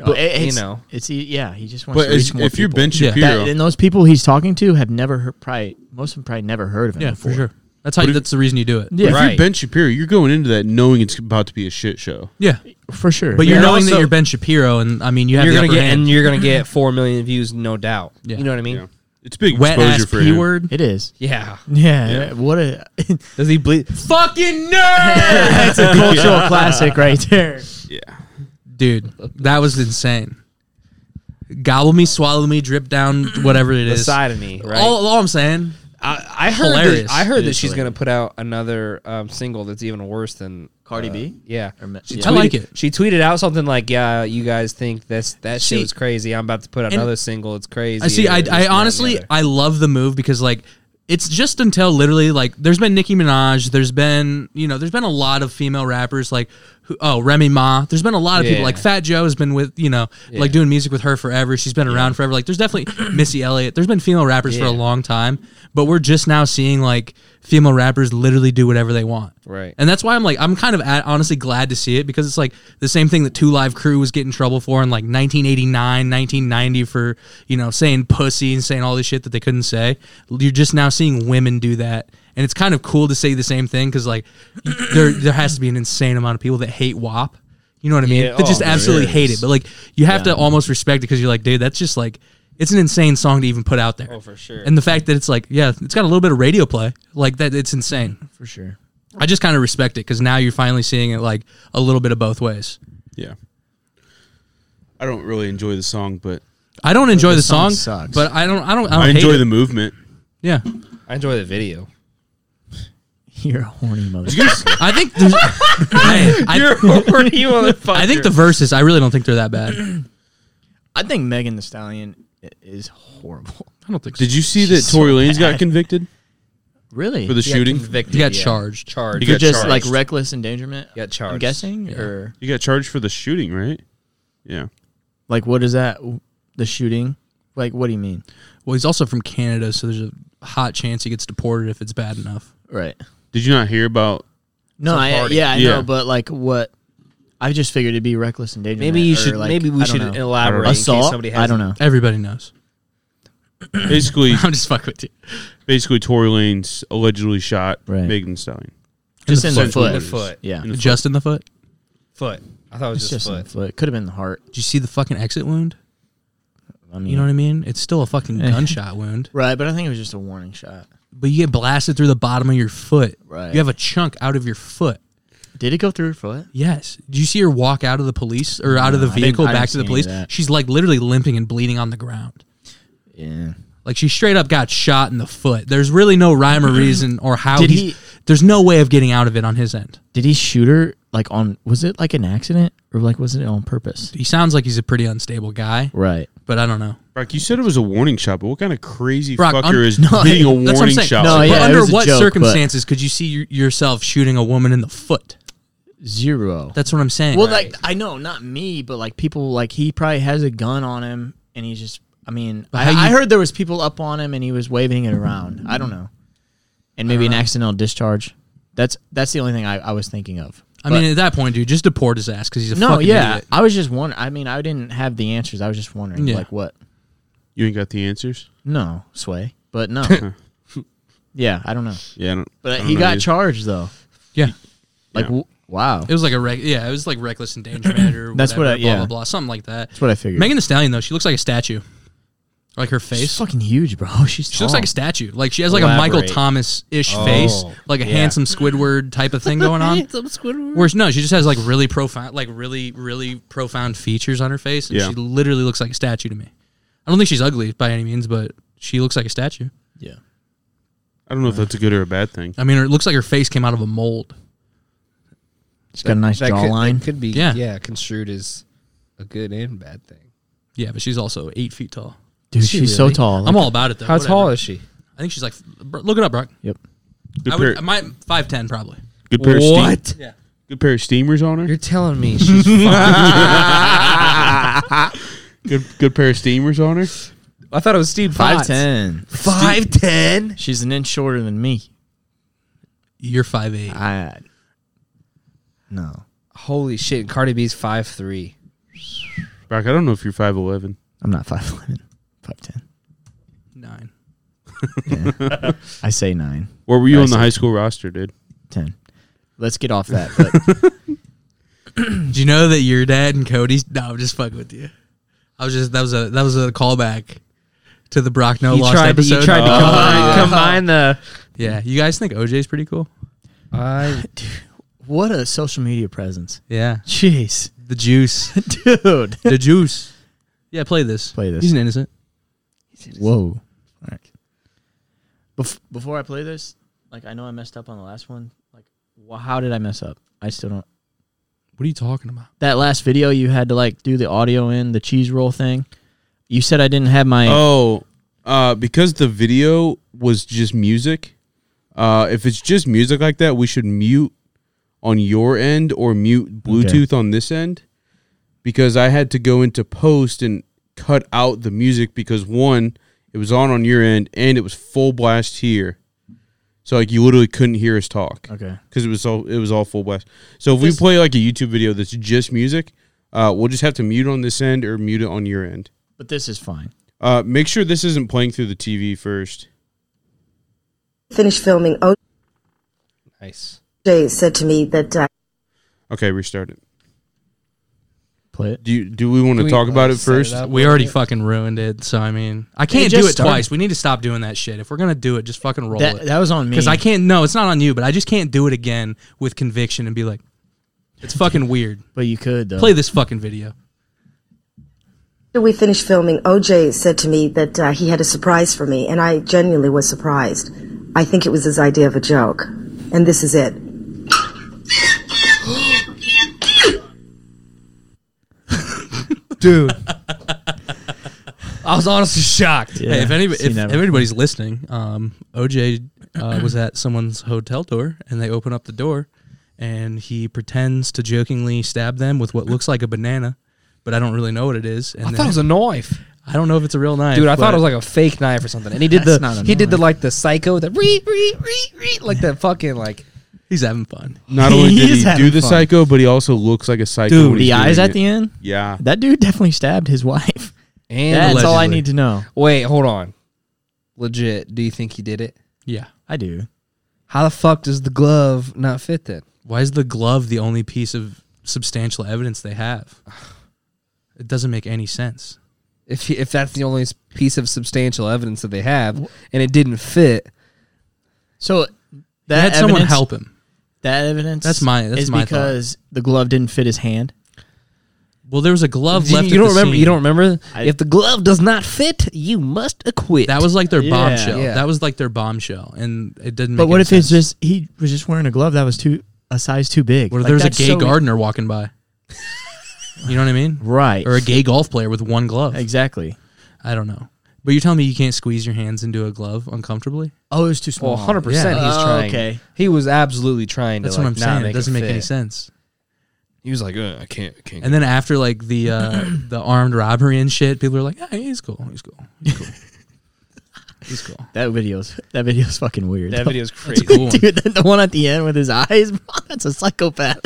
Speaker 4: bu-
Speaker 1: It-
Speaker 4: Uh, you
Speaker 1: it's-
Speaker 4: know,
Speaker 1: it's e- yeah. He just wants
Speaker 3: But
Speaker 1: to reach
Speaker 3: if
Speaker 1: more
Speaker 3: if you're
Speaker 1: people.
Speaker 3: Ben
Speaker 2: Yeah.
Speaker 3: Shapiro,
Speaker 1: That- and those people he's talking to have never heard, probably most of them probably never heard of him.
Speaker 2: yeah,
Speaker 1: before.
Speaker 2: for sure. That's how.
Speaker 3: But if-
Speaker 2: that's the reason you do it.
Speaker 1: Yeah,
Speaker 3: If
Speaker 4: Right.
Speaker 3: you're Ben Shapiro, you're going into that knowing it's about to be a shit show.
Speaker 2: Yeah,
Speaker 1: for sure.
Speaker 2: but you're
Speaker 4: And
Speaker 2: knowing that
Speaker 4: also-
Speaker 2: you're Ben Shapiro, and I mean you have
Speaker 4: you're
Speaker 2: the
Speaker 4: gonna
Speaker 2: upper
Speaker 4: get and
Speaker 2: hand.
Speaker 4: you're gonna get four million views, no doubt.
Speaker 2: Yeah.
Speaker 4: You know what I mean?
Speaker 3: Yeah. It's big
Speaker 2: wet
Speaker 3: exposure
Speaker 2: ass
Speaker 3: for
Speaker 2: p
Speaker 3: him.
Speaker 2: word.
Speaker 1: it is.
Speaker 4: Yeah.
Speaker 1: Yeah, what a [laughs]
Speaker 4: Does he bleed?
Speaker 2: Fucking nerd,
Speaker 1: that's a cultural classic right there.
Speaker 3: Yeah.
Speaker 2: dude. That was insane. Gobble me, swallow me, drip down, whatever it is.
Speaker 4: Side of me, right?
Speaker 2: All, all I'm saying.
Speaker 4: [laughs] I, I heard. That,
Speaker 2: Hilarious.
Speaker 4: I heard
Speaker 1: It
Speaker 4: that
Speaker 1: is
Speaker 4: she's
Speaker 1: hilarious.
Speaker 4: gonna put out another um, single that's even worse than
Speaker 1: Cardi
Speaker 4: uh,
Speaker 1: B?
Speaker 4: Yeah,
Speaker 1: Or me-
Speaker 4: She
Speaker 1: yeah.
Speaker 2: I like
Speaker 4: tweeted-
Speaker 2: it.
Speaker 4: She tweeted out something like, "Yeah, you guys think that's that shit
Speaker 2: See-
Speaker 4: was crazy. I'm about to put out
Speaker 2: and-
Speaker 4: another single. It's crazy."
Speaker 2: I see.
Speaker 4: and
Speaker 2: I,
Speaker 4: this, that,
Speaker 2: I
Speaker 4: and the
Speaker 2: honestly,
Speaker 4: other."
Speaker 2: I love the move because like it's just until literally like there's been Nicki Minaj, there's been you know there's been a lot of female rappers like who, oh Remy Ma, there's been a lot of people
Speaker 4: Yeah.
Speaker 2: like Fat Joe has been with you know like doing music with her forever. She's been around forever. Like there's definitely [clears throat] Missy Elliott. There's been female rappers for a
Speaker 4: Yeah.
Speaker 2: long time, but we're just now seeing like female rappers literally do whatever they want.
Speaker 4: Right.
Speaker 2: And that's why I'm like, I'm kind of at, honestly glad to see it because it's like the same thing that Two Live Crew was getting in trouble for in like 1989, 1990 for, you know, saying pussy and saying all this shit that they couldn't say. You're just now seeing women do that. And it's kind of cool to say the same thing because like [clears throat] there, there has to be an insane amount of people that hate WAP. You know what I mean?
Speaker 4: Yeah,
Speaker 2: that just
Speaker 4: oh, there
Speaker 2: absolutely hate
Speaker 4: is.
Speaker 2: it. But like you have to almost respect it because you're like, dude, that's just like, it's an insane song to even put out there.
Speaker 4: Oh, for sure.
Speaker 2: And the fact that it's like, yeah, it's got a little bit of radio play. Like that, it's insane.
Speaker 1: For sure.
Speaker 2: I just kind of respect it because now you're finally seeing it like a little bit of both ways.
Speaker 3: Yeah. I don't really enjoy the song, but
Speaker 2: I don't enjoy the,
Speaker 1: the
Speaker 2: song,
Speaker 1: song sucks.
Speaker 2: but I don't. I don't. I, don't
Speaker 3: I
Speaker 2: hate
Speaker 3: enjoy
Speaker 2: it.
Speaker 3: the movement.
Speaker 2: Yeah,
Speaker 4: I enjoy the video.
Speaker 1: You're a horny
Speaker 3: [laughs]
Speaker 1: mother.
Speaker 2: [laughs] I think. there's- Hey, I,
Speaker 1: [laughs]
Speaker 2: I think the verses. I really don't think they're that bad. I
Speaker 1: I think Megan the Stallion i- is horrible. [laughs]
Speaker 2: don't think. So.
Speaker 3: Did you see that
Speaker 1: so
Speaker 3: Tory Lanez
Speaker 1: bad.
Speaker 3: got convicted
Speaker 1: Really?
Speaker 3: for the shooting?
Speaker 2: You got charged.
Speaker 4: Charged.
Speaker 3: You
Speaker 1: For
Speaker 3: got
Speaker 1: just
Speaker 3: charged.
Speaker 1: like reckless endangerment.
Speaker 4: Got charged.
Speaker 1: I'm guessing, or
Speaker 3: You got charged for the shooting, right? Yeah.
Speaker 1: like what is that? The shooting? Like what do you mean?
Speaker 2: Well, he's also from Canada, so there's a hot chance he gets deported if it's bad enough.
Speaker 1: Right.
Speaker 3: Did you not hear about?
Speaker 1: No,
Speaker 4: Some
Speaker 1: I,
Speaker 4: party.
Speaker 1: yeah, I
Speaker 3: Yeah.
Speaker 1: know, but like what? I just figured it'd be reckless endangerment.
Speaker 4: Maybe you
Speaker 1: or,
Speaker 4: should.
Speaker 1: like,
Speaker 4: maybe
Speaker 1: I
Speaker 4: we
Speaker 1: don't
Speaker 4: should
Speaker 1: know.
Speaker 4: elaborate. in case
Speaker 1: assault.
Speaker 4: somebody
Speaker 1: I don't
Speaker 4: hasn't-
Speaker 1: know.
Speaker 2: Everybody knows. [laughs]
Speaker 3: Basically,
Speaker 2: I'm just fucking with you.
Speaker 3: basically, Tory Lanez allegedly shot
Speaker 1: Right.
Speaker 3: Megan Thee Stallion.
Speaker 1: Just in the
Speaker 3: Essentially
Speaker 1: foot.
Speaker 3: what it
Speaker 4: The
Speaker 3: is.
Speaker 4: foot.
Speaker 1: Yeah.
Speaker 3: In the
Speaker 2: Just in the foot.
Speaker 4: Foot. I thought it was
Speaker 1: It's
Speaker 4: just,
Speaker 1: just in the
Speaker 4: foot.
Speaker 1: foot. Could have been the heart.
Speaker 2: Did you see the fucking exit wound?
Speaker 1: I mean,
Speaker 2: You know what I mean? It's still a fucking gunshot wound,
Speaker 1: right? But I think it was just a warning shot.
Speaker 2: but you get blasted through the bottom of your foot.
Speaker 1: Right.
Speaker 2: You have a chunk out of your foot.
Speaker 1: Did it go through her foot?
Speaker 2: Yes. Did you see her walk out of the police or out of the
Speaker 1: No, I didn't-
Speaker 2: vehicle
Speaker 1: I didn't
Speaker 2: back to
Speaker 1: see
Speaker 2: the
Speaker 1: any
Speaker 2: police?
Speaker 1: of that.
Speaker 2: She's like literally limping and bleeding on the ground.
Speaker 1: Yeah.
Speaker 2: Like she straight up got shot in the foot. There's really no rhyme or reason or how
Speaker 1: Did
Speaker 2: he's,
Speaker 1: he-
Speaker 2: there's no way of getting out of it on his end.
Speaker 1: Did he shoot her? Like on? Was it like an accident or like was it on purpose?
Speaker 2: He sounds like he's a pretty unstable guy,
Speaker 1: Right.
Speaker 2: but I don't know.
Speaker 3: Brock, you said it was a warning shot, but what kind of crazy
Speaker 2: Brock,
Speaker 3: fucker
Speaker 2: I'm- [laughs]
Speaker 3: is
Speaker 1: No,
Speaker 3: hitting a
Speaker 2: That's what I'm
Speaker 3: warning
Speaker 2: saying.
Speaker 3: shot?
Speaker 1: No,
Speaker 2: But
Speaker 1: yeah, it
Speaker 2: under
Speaker 1: was a
Speaker 2: what
Speaker 1: joke, but-
Speaker 2: circumstances could you see your, yourself shooting a woman in the foot?
Speaker 1: Zero.
Speaker 2: That's what I'm saying.
Speaker 1: well, like I know, not me, but like people, like he probably has a gun on him, and he's just. I mean,
Speaker 2: how
Speaker 1: I,
Speaker 2: you-
Speaker 1: I heard there was people up on him, and he was waving it around. I don't know, and maybe an
Speaker 2: Uh-huh.
Speaker 1: accidental discharge. That's that's the only thing I, I was thinking of.
Speaker 2: I mean, at that point, dude, just deport his ass because he's a
Speaker 1: But- no,
Speaker 2: fucking
Speaker 1: yeah,
Speaker 2: idiot.
Speaker 1: I was just wondering. I mean, I didn't have the answers. I was just wondering,
Speaker 2: Yeah.
Speaker 1: like what?
Speaker 3: You ain't got the answers.
Speaker 1: No sway, but
Speaker 2: [laughs]
Speaker 1: no. yeah, I don't know.
Speaker 3: Yeah, I don't, I
Speaker 1: But
Speaker 3: don't
Speaker 1: he
Speaker 3: know
Speaker 1: got
Speaker 3: either.
Speaker 1: charged though.
Speaker 2: Yeah.
Speaker 1: Like
Speaker 3: Yeah.
Speaker 1: w- wow,
Speaker 2: It was like a rec- yeah, it was like reckless endangerment
Speaker 1: [clears throat]
Speaker 2: or
Speaker 1: That's what
Speaker 2: whatever,
Speaker 1: I- yeah.
Speaker 2: blah blah blah something like that.
Speaker 1: that's what I figured.
Speaker 2: Megan the Stallion though, she looks like a statue. Like her face.
Speaker 1: she's fucking huge, bro. [laughs] She's
Speaker 2: she looks like a statue. Like she has like a Michael
Speaker 4: Elaborate.
Speaker 2: Thomas ish
Speaker 4: Oh,
Speaker 2: face, like a
Speaker 4: yeah.
Speaker 2: handsome Squidward type of thing going on. Whereas no, she just has like really profound, like really really profound features on her face, and
Speaker 3: Yeah.
Speaker 2: she literally looks like a statue to me. I don't think she's ugly by any means, but she looks like a statue.
Speaker 1: yeah.
Speaker 3: I don't know if that's a good or a bad thing.
Speaker 2: I mean, it looks like her face came out of a mold.
Speaker 1: She's got a nice
Speaker 4: That could- that
Speaker 1: jawline.
Speaker 4: Could, be
Speaker 2: Yeah.
Speaker 4: yeah. construed as a good and bad thing.
Speaker 2: Yeah, but she's also eight feet tall.
Speaker 1: Dude,
Speaker 4: Is she
Speaker 1: she's so
Speaker 4: really?
Speaker 1: tall.
Speaker 2: I'm all about it though.
Speaker 4: How
Speaker 2: whatever.
Speaker 4: tall is she?
Speaker 2: I think she's like. bro, Look it up, Brock.
Speaker 1: Yep.
Speaker 3: Good
Speaker 2: I
Speaker 3: pair,
Speaker 2: would, my five ten probably.
Speaker 3: good pair of steam-
Speaker 4: What?
Speaker 2: Yeah.
Speaker 3: good pair of steamers on her.
Speaker 4: You're telling me she's
Speaker 3: Good good pair of steamers on her.
Speaker 4: I thought it was Steve
Speaker 1: five ten.
Speaker 4: Five ten.
Speaker 1: She's an inch shorter than me.
Speaker 2: You're five eight.
Speaker 4: Ah.
Speaker 1: I no.
Speaker 4: Holy shit! and Cardi B's five three.
Speaker 3: Brock, I don't know if you're five eleven.
Speaker 1: I'm not five eleven. Five ten.
Speaker 2: Nine.
Speaker 1: I say nine.
Speaker 3: Where were you on the high school roster, dude?
Speaker 1: ten. Let's get off that. But
Speaker 2: Do you know that your dad and Cody's? No, I'm just fucking with you. I was just that was a that was a callback to the Brock No
Speaker 4: He
Speaker 2: Lost
Speaker 4: tried, to,
Speaker 2: episode.
Speaker 4: he tried to
Speaker 3: Oh,
Speaker 4: combine,
Speaker 3: yeah.
Speaker 4: combine the.
Speaker 2: yeah, you guys think OJ's pretty cool?
Speaker 4: I
Speaker 1: [laughs] what a social media presence.
Speaker 2: Yeah,
Speaker 1: Jeez,
Speaker 2: the
Speaker 1: [laughs]
Speaker 2: juice,
Speaker 1: dude.
Speaker 2: the juice. Yeah, play this.
Speaker 1: Play this.
Speaker 2: He's an innocent.
Speaker 1: Whoa. All right. Bef- before I play this, like I know I messed up on the last one. Like, wh- how did I mess up? I still don't.
Speaker 2: What are you talking about?
Speaker 1: That last video, you had to like do the audio in the cheese roll thing. You said I didn't have my.
Speaker 3: Oh, uh, because the video was just music. Uh, if it's just music like that, we should mute on your end or mute Bluetooth on this end because I had to go into post and cut out the music because one, it was on on your end and it was full blast here. So like you literally couldn't hear us talk
Speaker 1: Okay.
Speaker 3: because it was all it was all full blast. So if we
Speaker 1: Just-
Speaker 3: play like a YouTube video that's just music, uh, we'll just have to mute on this end or mute it on your end.
Speaker 1: But this is fine.
Speaker 3: Uh, make sure this isn't playing through the TV first.
Speaker 7: finished filming,
Speaker 4: [laughs] nice.
Speaker 7: OJ said to me that uh,
Speaker 3: Okay, restart it.
Speaker 1: Play it.
Speaker 3: Do you, do we want to
Speaker 4: we,
Speaker 3: talk about
Speaker 4: uh,
Speaker 3: it
Speaker 4: set it
Speaker 3: first?
Speaker 4: up?
Speaker 2: We already fucking ruined it. So I mean, I can't do
Speaker 1: just
Speaker 2: it
Speaker 1: started.
Speaker 2: twice. We need to stop doing that shit. If we're gonna do it, just fucking roll
Speaker 1: That
Speaker 2: it.
Speaker 1: that was on me.
Speaker 2: Because I can't. No, it's not on you, but I just can't do it again with conviction and be like, it's fucking weird.
Speaker 1: But you could though.
Speaker 2: Play this fucking video.
Speaker 7: after we finished filming, OJ said to me that uh, he had a surprise for me, and I genuinely was surprised. I think it was his idea of a joke, and this is it.
Speaker 4: dude. I was honestly shocked.
Speaker 1: Yeah,
Speaker 2: hey, if, any, if,
Speaker 1: seen
Speaker 2: if
Speaker 1: that
Speaker 2: everybody's listening, um, OJ uh, was at someone's hotel door and they open up the door and he pretends to jokingly stab them with what looks like a banana, but I don't really know what it is. And
Speaker 4: I
Speaker 2: then-
Speaker 4: thought it was a knife,
Speaker 2: I don't know if it's a real knife.
Speaker 4: dude. I thought
Speaker 2: but-
Speaker 4: it was like a fake knife or something. And he did
Speaker 1: That's
Speaker 4: the
Speaker 1: not a
Speaker 4: he did the
Speaker 1: knife.
Speaker 4: like the psycho that re re re re like that fucking like
Speaker 2: he's having fun.
Speaker 3: Not only did
Speaker 1: He's
Speaker 3: he
Speaker 1: having
Speaker 3: do the
Speaker 1: fun.
Speaker 3: psycho, but he also looks like a psycho.
Speaker 1: Dude,
Speaker 3: when he's
Speaker 1: the eyes
Speaker 3: doing
Speaker 1: at
Speaker 3: it.
Speaker 1: the end.
Speaker 3: Yeah.
Speaker 1: That dude definitely stabbed his [laughs] wife.
Speaker 4: and
Speaker 1: That's all I
Speaker 2: allegedly.
Speaker 1: need to know.
Speaker 4: Wait, hold on. Legit, do you think he did it?
Speaker 2: Yeah.
Speaker 1: I do.
Speaker 4: How the fuck does the glove not fit then?
Speaker 2: Why is the glove the only piece of substantial evidence they have? It doesn't make any sense.
Speaker 4: If he, if that's the only s- piece of substantial evidence that they have, and it didn't fit,
Speaker 1: So
Speaker 2: They
Speaker 1: that
Speaker 2: had someone
Speaker 1: evidence-
Speaker 2: help him.
Speaker 1: That evidence.
Speaker 2: That's my- that's
Speaker 1: is
Speaker 2: my thought.
Speaker 1: because the glove didn't fit his hand.
Speaker 2: Well, there was a glove
Speaker 4: you,
Speaker 2: left.
Speaker 4: you
Speaker 2: at
Speaker 4: don't
Speaker 2: the
Speaker 4: remember.
Speaker 2: scene.
Speaker 4: You don't remember.
Speaker 1: I-
Speaker 4: if the glove does not fit, you must acquit.
Speaker 2: That was like their
Speaker 1: Yeah.
Speaker 2: bombshell.
Speaker 4: Yeah.
Speaker 2: That was like their bombshell, and it didn't. Make
Speaker 1: But what
Speaker 2: any
Speaker 1: if it's
Speaker 2: sense.
Speaker 1: just he was just wearing a glove that was too a size too big?
Speaker 2: What if
Speaker 1: Like,
Speaker 2: there's a
Speaker 1: that's
Speaker 2: gay
Speaker 1: so-
Speaker 2: gardener walking by? you know what I mean?
Speaker 1: right?
Speaker 2: Or a gay golf player with one glove?
Speaker 1: exactly?
Speaker 2: I don't know. But you're telling me you can't squeeze your hands into a glove uncomfortably?
Speaker 1: Oh, it was too small.
Speaker 4: well, hundred percent.
Speaker 1: Yeah.
Speaker 4: He's
Speaker 1: Oh,
Speaker 4: trying.
Speaker 1: okay.
Speaker 4: he was absolutely trying
Speaker 2: That's
Speaker 4: to.
Speaker 2: what
Speaker 4: like,
Speaker 2: I'm
Speaker 4: not
Speaker 2: saying. It doesn't make
Speaker 4: fit.
Speaker 2: any sense.
Speaker 4: He was like, "Uh, I can't, I can't.
Speaker 2: And then after like
Speaker 1: [coughs]
Speaker 2: the uh, the armed robbery and shit, people are like, "Yeah, he's cool. He's cool. He's cool. he's cool."
Speaker 1: That video's that video's fucking weird.
Speaker 4: that
Speaker 1: though.
Speaker 4: [laughs] video's
Speaker 2: It's a
Speaker 4: crazy.
Speaker 2: cool
Speaker 1: [laughs]
Speaker 2: one.
Speaker 1: Dude, the, the one at the end with his [laughs] eyes, bro, that's a psychopath.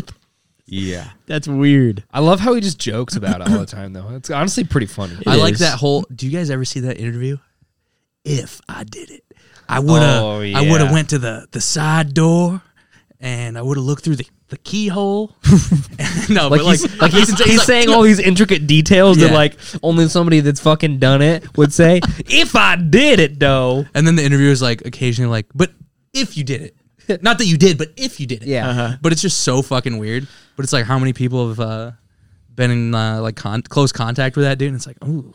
Speaker 3: Yeah.
Speaker 1: That's weird.
Speaker 4: I love how he just jokes about it all the time, though. It's honestly pretty funny.
Speaker 2: I like
Speaker 1: is.
Speaker 2: that whole. Do you guys ever see that interview? If I did it, I would have.
Speaker 4: Oh,
Speaker 2: I would have
Speaker 4: yeah.
Speaker 2: went to the the side door, and I would have looked through the, the
Speaker 4: [laughs]
Speaker 2: keyhole. no,
Speaker 4: [laughs]
Speaker 2: but like
Speaker 4: Like, he's, like [laughs] he's, he's, saying all these intricate details
Speaker 2: Yeah.
Speaker 4: that like only somebody that's fucking done it would [laughs] say. if I did it though,
Speaker 2: and then the interviewer is like occasionally like, but if you did
Speaker 4: [laughs]
Speaker 2: it, not that you did, but if you did it,
Speaker 4: Yeah. Uh-huh.
Speaker 2: But it's just so fucking weird. But it's like how many people have uh, been in uh, like con- close contact with that dude? And it's like, ooh,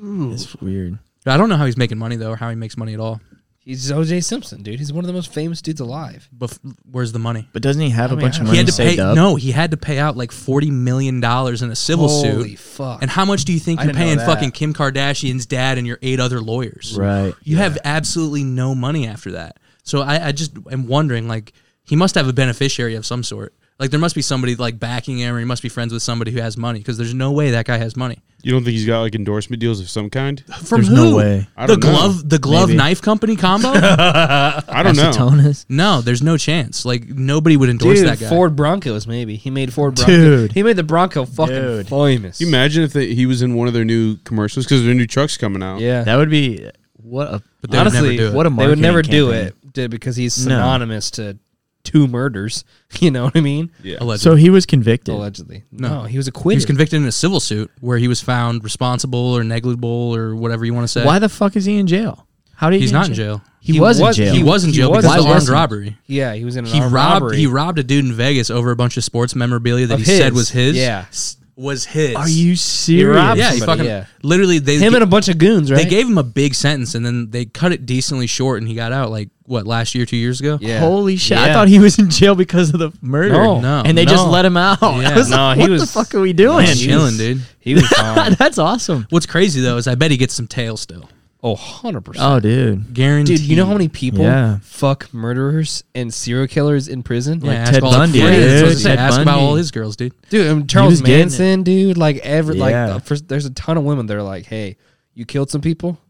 Speaker 1: It's weird.
Speaker 2: I don't know how he's making money though, or how he makes money at all.
Speaker 4: he's OJ Simpson, dude. He's one of the most famous dudes alive.
Speaker 2: But f- where's the money?
Speaker 1: But doesn't he have a
Speaker 4: mean,
Speaker 1: bunch of
Speaker 4: I- He
Speaker 1: money
Speaker 2: he had to pay
Speaker 1: saved up?
Speaker 2: no he had to pay out like 40 million dollars in a civil
Speaker 4: Holy
Speaker 2: suit
Speaker 4: fuck.
Speaker 2: and how much do you think
Speaker 4: I
Speaker 2: you're
Speaker 4: didn't know
Speaker 2: paying
Speaker 4: that.
Speaker 2: fucking kim kardashian's dad and your eight other lawyers
Speaker 1: Right.
Speaker 2: you have absolutely no money after that so I, I just am wondering like he must have a beneficiary of some sort like there must be somebody like backing him or he must be friends with somebody who has money because there's no way that guy has money
Speaker 3: You don't think he's got like endorsement deals of some kind?
Speaker 2: from
Speaker 1: There's
Speaker 2: who
Speaker 1: no way.
Speaker 3: I
Speaker 2: the
Speaker 3: don't know.
Speaker 2: glove the glove
Speaker 1: Maybe.
Speaker 2: knife company combo
Speaker 3: I don't know.
Speaker 1: Acetonas? [laughs]
Speaker 2: no there's no chance like nobody would endorse
Speaker 4: Dude,
Speaker 2: that guy
Speaker 4: Ford Broncos, maybe he made Ford Bronco.
Speaker 1: Dude.
Speaker 4: he made the Bronco fucking
Speaker 1: Dude.
Speaker 4: famous.
Speaker 3: Can you imagine if they, he was in one of their new commercials because their new truck's coming out?
Speaker 4: yeah,
Speaker 1: That would be what a
Speaker 2: They would never
Speaker 4: honestly,
Speaker 2: do it.
Speaker 1: what a
Speaker 4: they would never do
Speaker 1: marketing
Speaker 4: it. overlooked it because he's synonymous to two murders. [laughs] You know what I mean?
Speaker 3: Yeah.
Speaker 2: Allegedly.
Speaker 1: [laughs] So he was convicted.
Speaker 4: Allegedly.
Speaker 2: No.
Speaker 4: No, he was
Speaker 2: he
Speaker 4: acquitted.
Speaker 2: was convicted in a civil suit where he was found responsible or negligible or whatever you want to say.
Speaker 1: Why the fuck is he in jail? How did he
Speaker 2: He's
Speaker 1: get
Speaker 2: not in jail.
Speaker 1: He,
Speaker 4: He
Speaker 1: was in
Speaker 4: was-
Speaker 1: jail.
Speaker 2: He was in
Speaker 4: He
Speaker 2: jail
Speaker 4: was
Speaker 2: because
Speaker 1: in
Speaker 2: of
Speaker 1: jail.
Speaker 2: armed robbery.
Speaker 4: yeah, he was in an
Speaker 2: He
Speaker 4: armed
Speaker 2: robbed
Speaker 4: robbery.
Speaker 2: he robbed a dude in Vegas over a bunch of sports memorabilia that
Speaker 4: Of
Speaker 2: he
Speaker 4: his.
Speaker 2: said was his.
Speaker 4: Yeah.
Speaker 2: s- was his.
Speaker 1: Are you serious?
Speaker 4: robbed
Speaker 2: Yeah, he
Speaker 4: Somebody,
Speaker 2: fucking
Speaker 4: yeah.
Speaker 2: literally they
Speaker 4: him and a bunch of goons, right?
Speaker 2: they gave him a big sentence and then they cut it decently short and he got out like what last year, two years ago.
Speaker 4: yeah.
Speaker 1: Holy shit! I
Speaker 4: Yeah.
Speaker 1: thought he was in jail because of the murder.
Speaker 4: No.
Speaker 2: No.
Speaker 1: and they just
Speaker 4: No.
Speaker 1: let him out. [laughs] I
Speaker 2: Yeah.
Speaker 1: was
Speaker 4: No,
Speaker 1: like,
Speaker 4: he
Speaker 1: what the
Speaker 4: was-
Speaker 1: fuck are we doing?
Speaker 2: He's
Speaker 1: [laughs]
Speaker 2: chilling, dude.
Speaker 4: He
Speaker 2: [laughs]
Speaker 4: was gone.
Speaker 1: That's awesome.
Speaker 2: What's crazy though is I bet he gets some tail still.
Speaker 4: oh, 100%.
Speaker 2: Um,
Speaker 1: Oh, dude.
Speaker 2: Guaranteed.
Speaker 4: Dude, you know how many people
Speaker 1: Yeah.
Speaker 4: fuck murderers and serial killers in prison?
Speaker 2: yeah,
Speaker 4: Like,
Speaker 2: ask
Speaker 1: Ted
Speaker 2: all the
Speaker 1: Bundy,
Speaker 2: friends.
Speaker 1: dude.
Speaker 2: I was gonna say,
Speaker 1: Ted
Speaker 2: ask about
Speaker 1: Bundy.
Speaker 2: all his girls, dude.
Speaker 4: dude, and
Speaker 1: was
Speaker 4: Charles
Speaker 1: getting it.
Speaker 4: Manson, dude. Like every
Speaker 1: Yeah.
Speaker 4: like the first, there's a ton of women that are like, hey, you killed some people.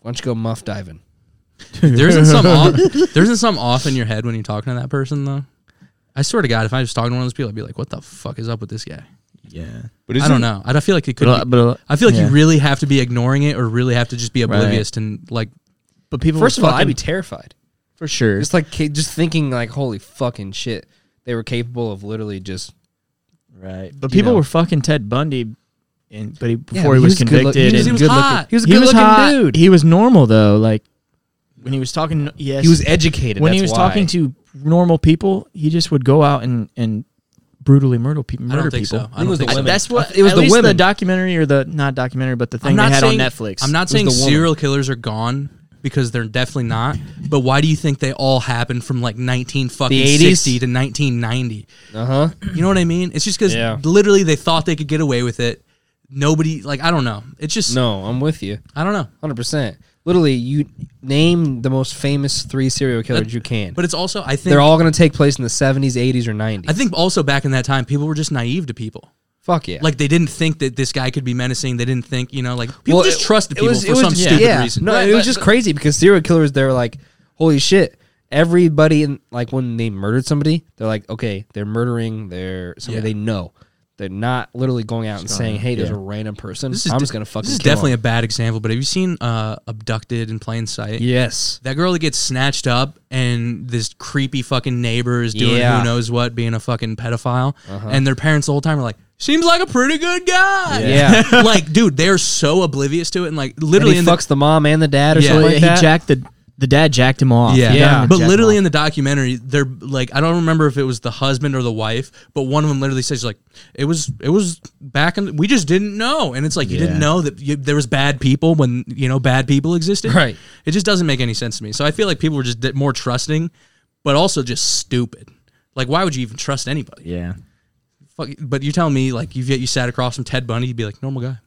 Speaker 4: Why don't you go muff diving?
Speaker 2: There isn't some off, there isn't some off in your head when you're talking to that person though. I swear to God, if I was talking to one of those people, I'd be like, "What the fuck is up with this guy?"
Speaker 1: Yeah.
Speaker 3: But isn't,
Speaker 2: I don't know. I don't feel like it could.
Speaker 1: But,
Speaker 2: be-
Speaker 1: but,
Speaker 2: I feel like
Speaker 1: yeah.
Speaker 2: you really have to be ignoring it, or really have to just be oblivious and like.
Speaker 1: But people.
Speaker 4: First of
Speaker 1: were
Speaker 4: all, I'd
Speaker 1: fucking-
Speaker 4: be terrified.
Speaker 1: for sure.
Speaker 4: Just like ca- just thinking, like, holy fucking shit, they were capable of literally just
Speaker 1: right. But
Speaker 4: you
Speaker 1: people
Speaker 4: know.
Speaker 1: were fucking Ted Bundy, and but he,
Speaker 4: Yeah,
Speaker 1: before
Speaker 4: but
Speaker 1: he was,
Speaker 4: a good look-
Speaker 1: convicted,
Speaker 4: he
Speaker 1: and
Speaker 4: was, he was
Speaker 2: good
Speaker 4: hot.
Speaker 2: looking.
Speaker 4: He was a good looking
Speaker 1: hot.
Speaker 4: dude.
Speaker 1: He was normal though. Like when he was talking, yes,
Speaker 4: He was educated.
Speaker 1: when he
Speaker 4: that's
Speaker 1: was
Speaker 4: why.
Speaker 1: talking to normal people, he just would go out and and brutally murder people.
Speaker 2: I
Speaker 1: Murder
Speaker 2: don't think
Speaker 1: people.
Speaker 2: so. I don't
Speaker 4: was
Speaker 2: think
Speaker 4: the
Speaker 2: so.
Speaker 4: women.
Speaker 1: That's what
Speaker 4: It was
Speaker 1: at
Speaker 4: the
Speaker 1: least
Speaker 4: women.
Speaker 1: documentary or the not documentary, but the thing
Speaker 2: I'm
Speaker 1: they
Speaker 2: not
Speaker 1: had
Speaker 2: saying,
Speaker 1: on Netflix.
Speaker 2: I'm not
Speaker 4: It was
Speaker 2: saying
Speaker 4: the woman.
Speaker 2: serial killers are gone because they're definitely not. But why do you think they all happened from like 19 fucking
Speaker 4: 80s?
Speaker 2: 60 to 1990?
Speaker 4: Uh huh.
Speaker 2: You know what I mean? It's just because
Speaker 4: Yeah.
Speaker 2: literally they thought they could get away with it. Nobody like I don't know. It's just
Speaker 4: No, I'm with you.
Speaker 2: I don't know.
Speaker 4: Hundred percent. Literally, you name the most famous three serial killers you can.
Speaker 2: But it's also I think
Speaker 4: they're all going to take place in the seventies, eighties, or nineties.
Speaker 2: I think also back in that time people were just naive to people.
Speaker 4: Fuck yeah.
Speaker 2: Like they didn't think that this guy could be menacing. They didn't think you know like people
Speaker 4: Well,
Speaker 2: just
Speaker 4: it-
Speaker 2: trusted
Speaker 4: it
Speaker 2: people
Speaker 4: was-
Speaker 2: for
Speaker 4: it was
Speaker 2: some
Speaker 4: just-
Speaker 2: stupid
Speaker 4: yeah.
Speaker 2: reason.
Speaker 4: No,
Speaker 2: Right,
Speaker 4: it
Speaker 2: but-
Speaker 4: was just
Speaker 2: but-
Speaker 4: crazy because serial killers. They're like, holy shit. Everybody in like when they murdered somebody, they're like, okay, they're murdering their somebody
Speaker 2: Yeah.
Speaker 4: they know. They're not literally going out and saying, hey, there's a random person. I'm
Speaker 2: de-
Speaker 4: just going to fucking.
Speaker 2: This is
Speaker 4: kill
Speaker 2: definitely
Speaker 4: him."
Speaker 2: a bad example, but have you seen uh, Abducted in Plain Sight?
Speaker 4: yes.
Speaker 2: That girl that gets snatched up and this creepy fucking neighbor is doing
Speaker 4: Yeah. Uh-huh.
Speaker 2: who knows what, being a fucking pedophile. And their parents the whole time are like, seems like a pretty good guy.
Speaker 4: Yeah.
Speaker 2: [laughs] like, dude, they're so oblivious to it. And like,
Speaker 4: And
Speaker 2: literally
Speaker 4: he
Speaker 2: in
Speaker 4: fucks
Speaker 2: the.
Speaker 4: the, mom and the dad or
Speaker 2: Yeah.
Speaker 4: something
Speaker 1: Well,
Speaker 4: like
Speaker 1: he
Speaker 4: that.
Speaker 1: jacked the the dad jacked him off.
Speaker 2: Yeah.
Speaker 1: He got him to
Speaker 2: but
Speaker 1: jack him
Speaker 2: literally
Speaker 1: off.
Speaker 2: in the documentary, they're like, I don't remember if it was the husband or the wife, but one of them literally says like, it was, it was back in, we just didn't know, and it's like you didn't know that you, there was bad people when you know bad people existed.
Speaker 4: Right.
Speaker 2: It just doesn't make any sense to me. So I feel like people were just di- more trusting, but also just stupid. Like, why would you even trust anybody?
Speaker 1: yeah.
Speaker 2: Fuck, but you tell me, like, you've yet you sat across from Ted Bundy, you'd be like, normal guy,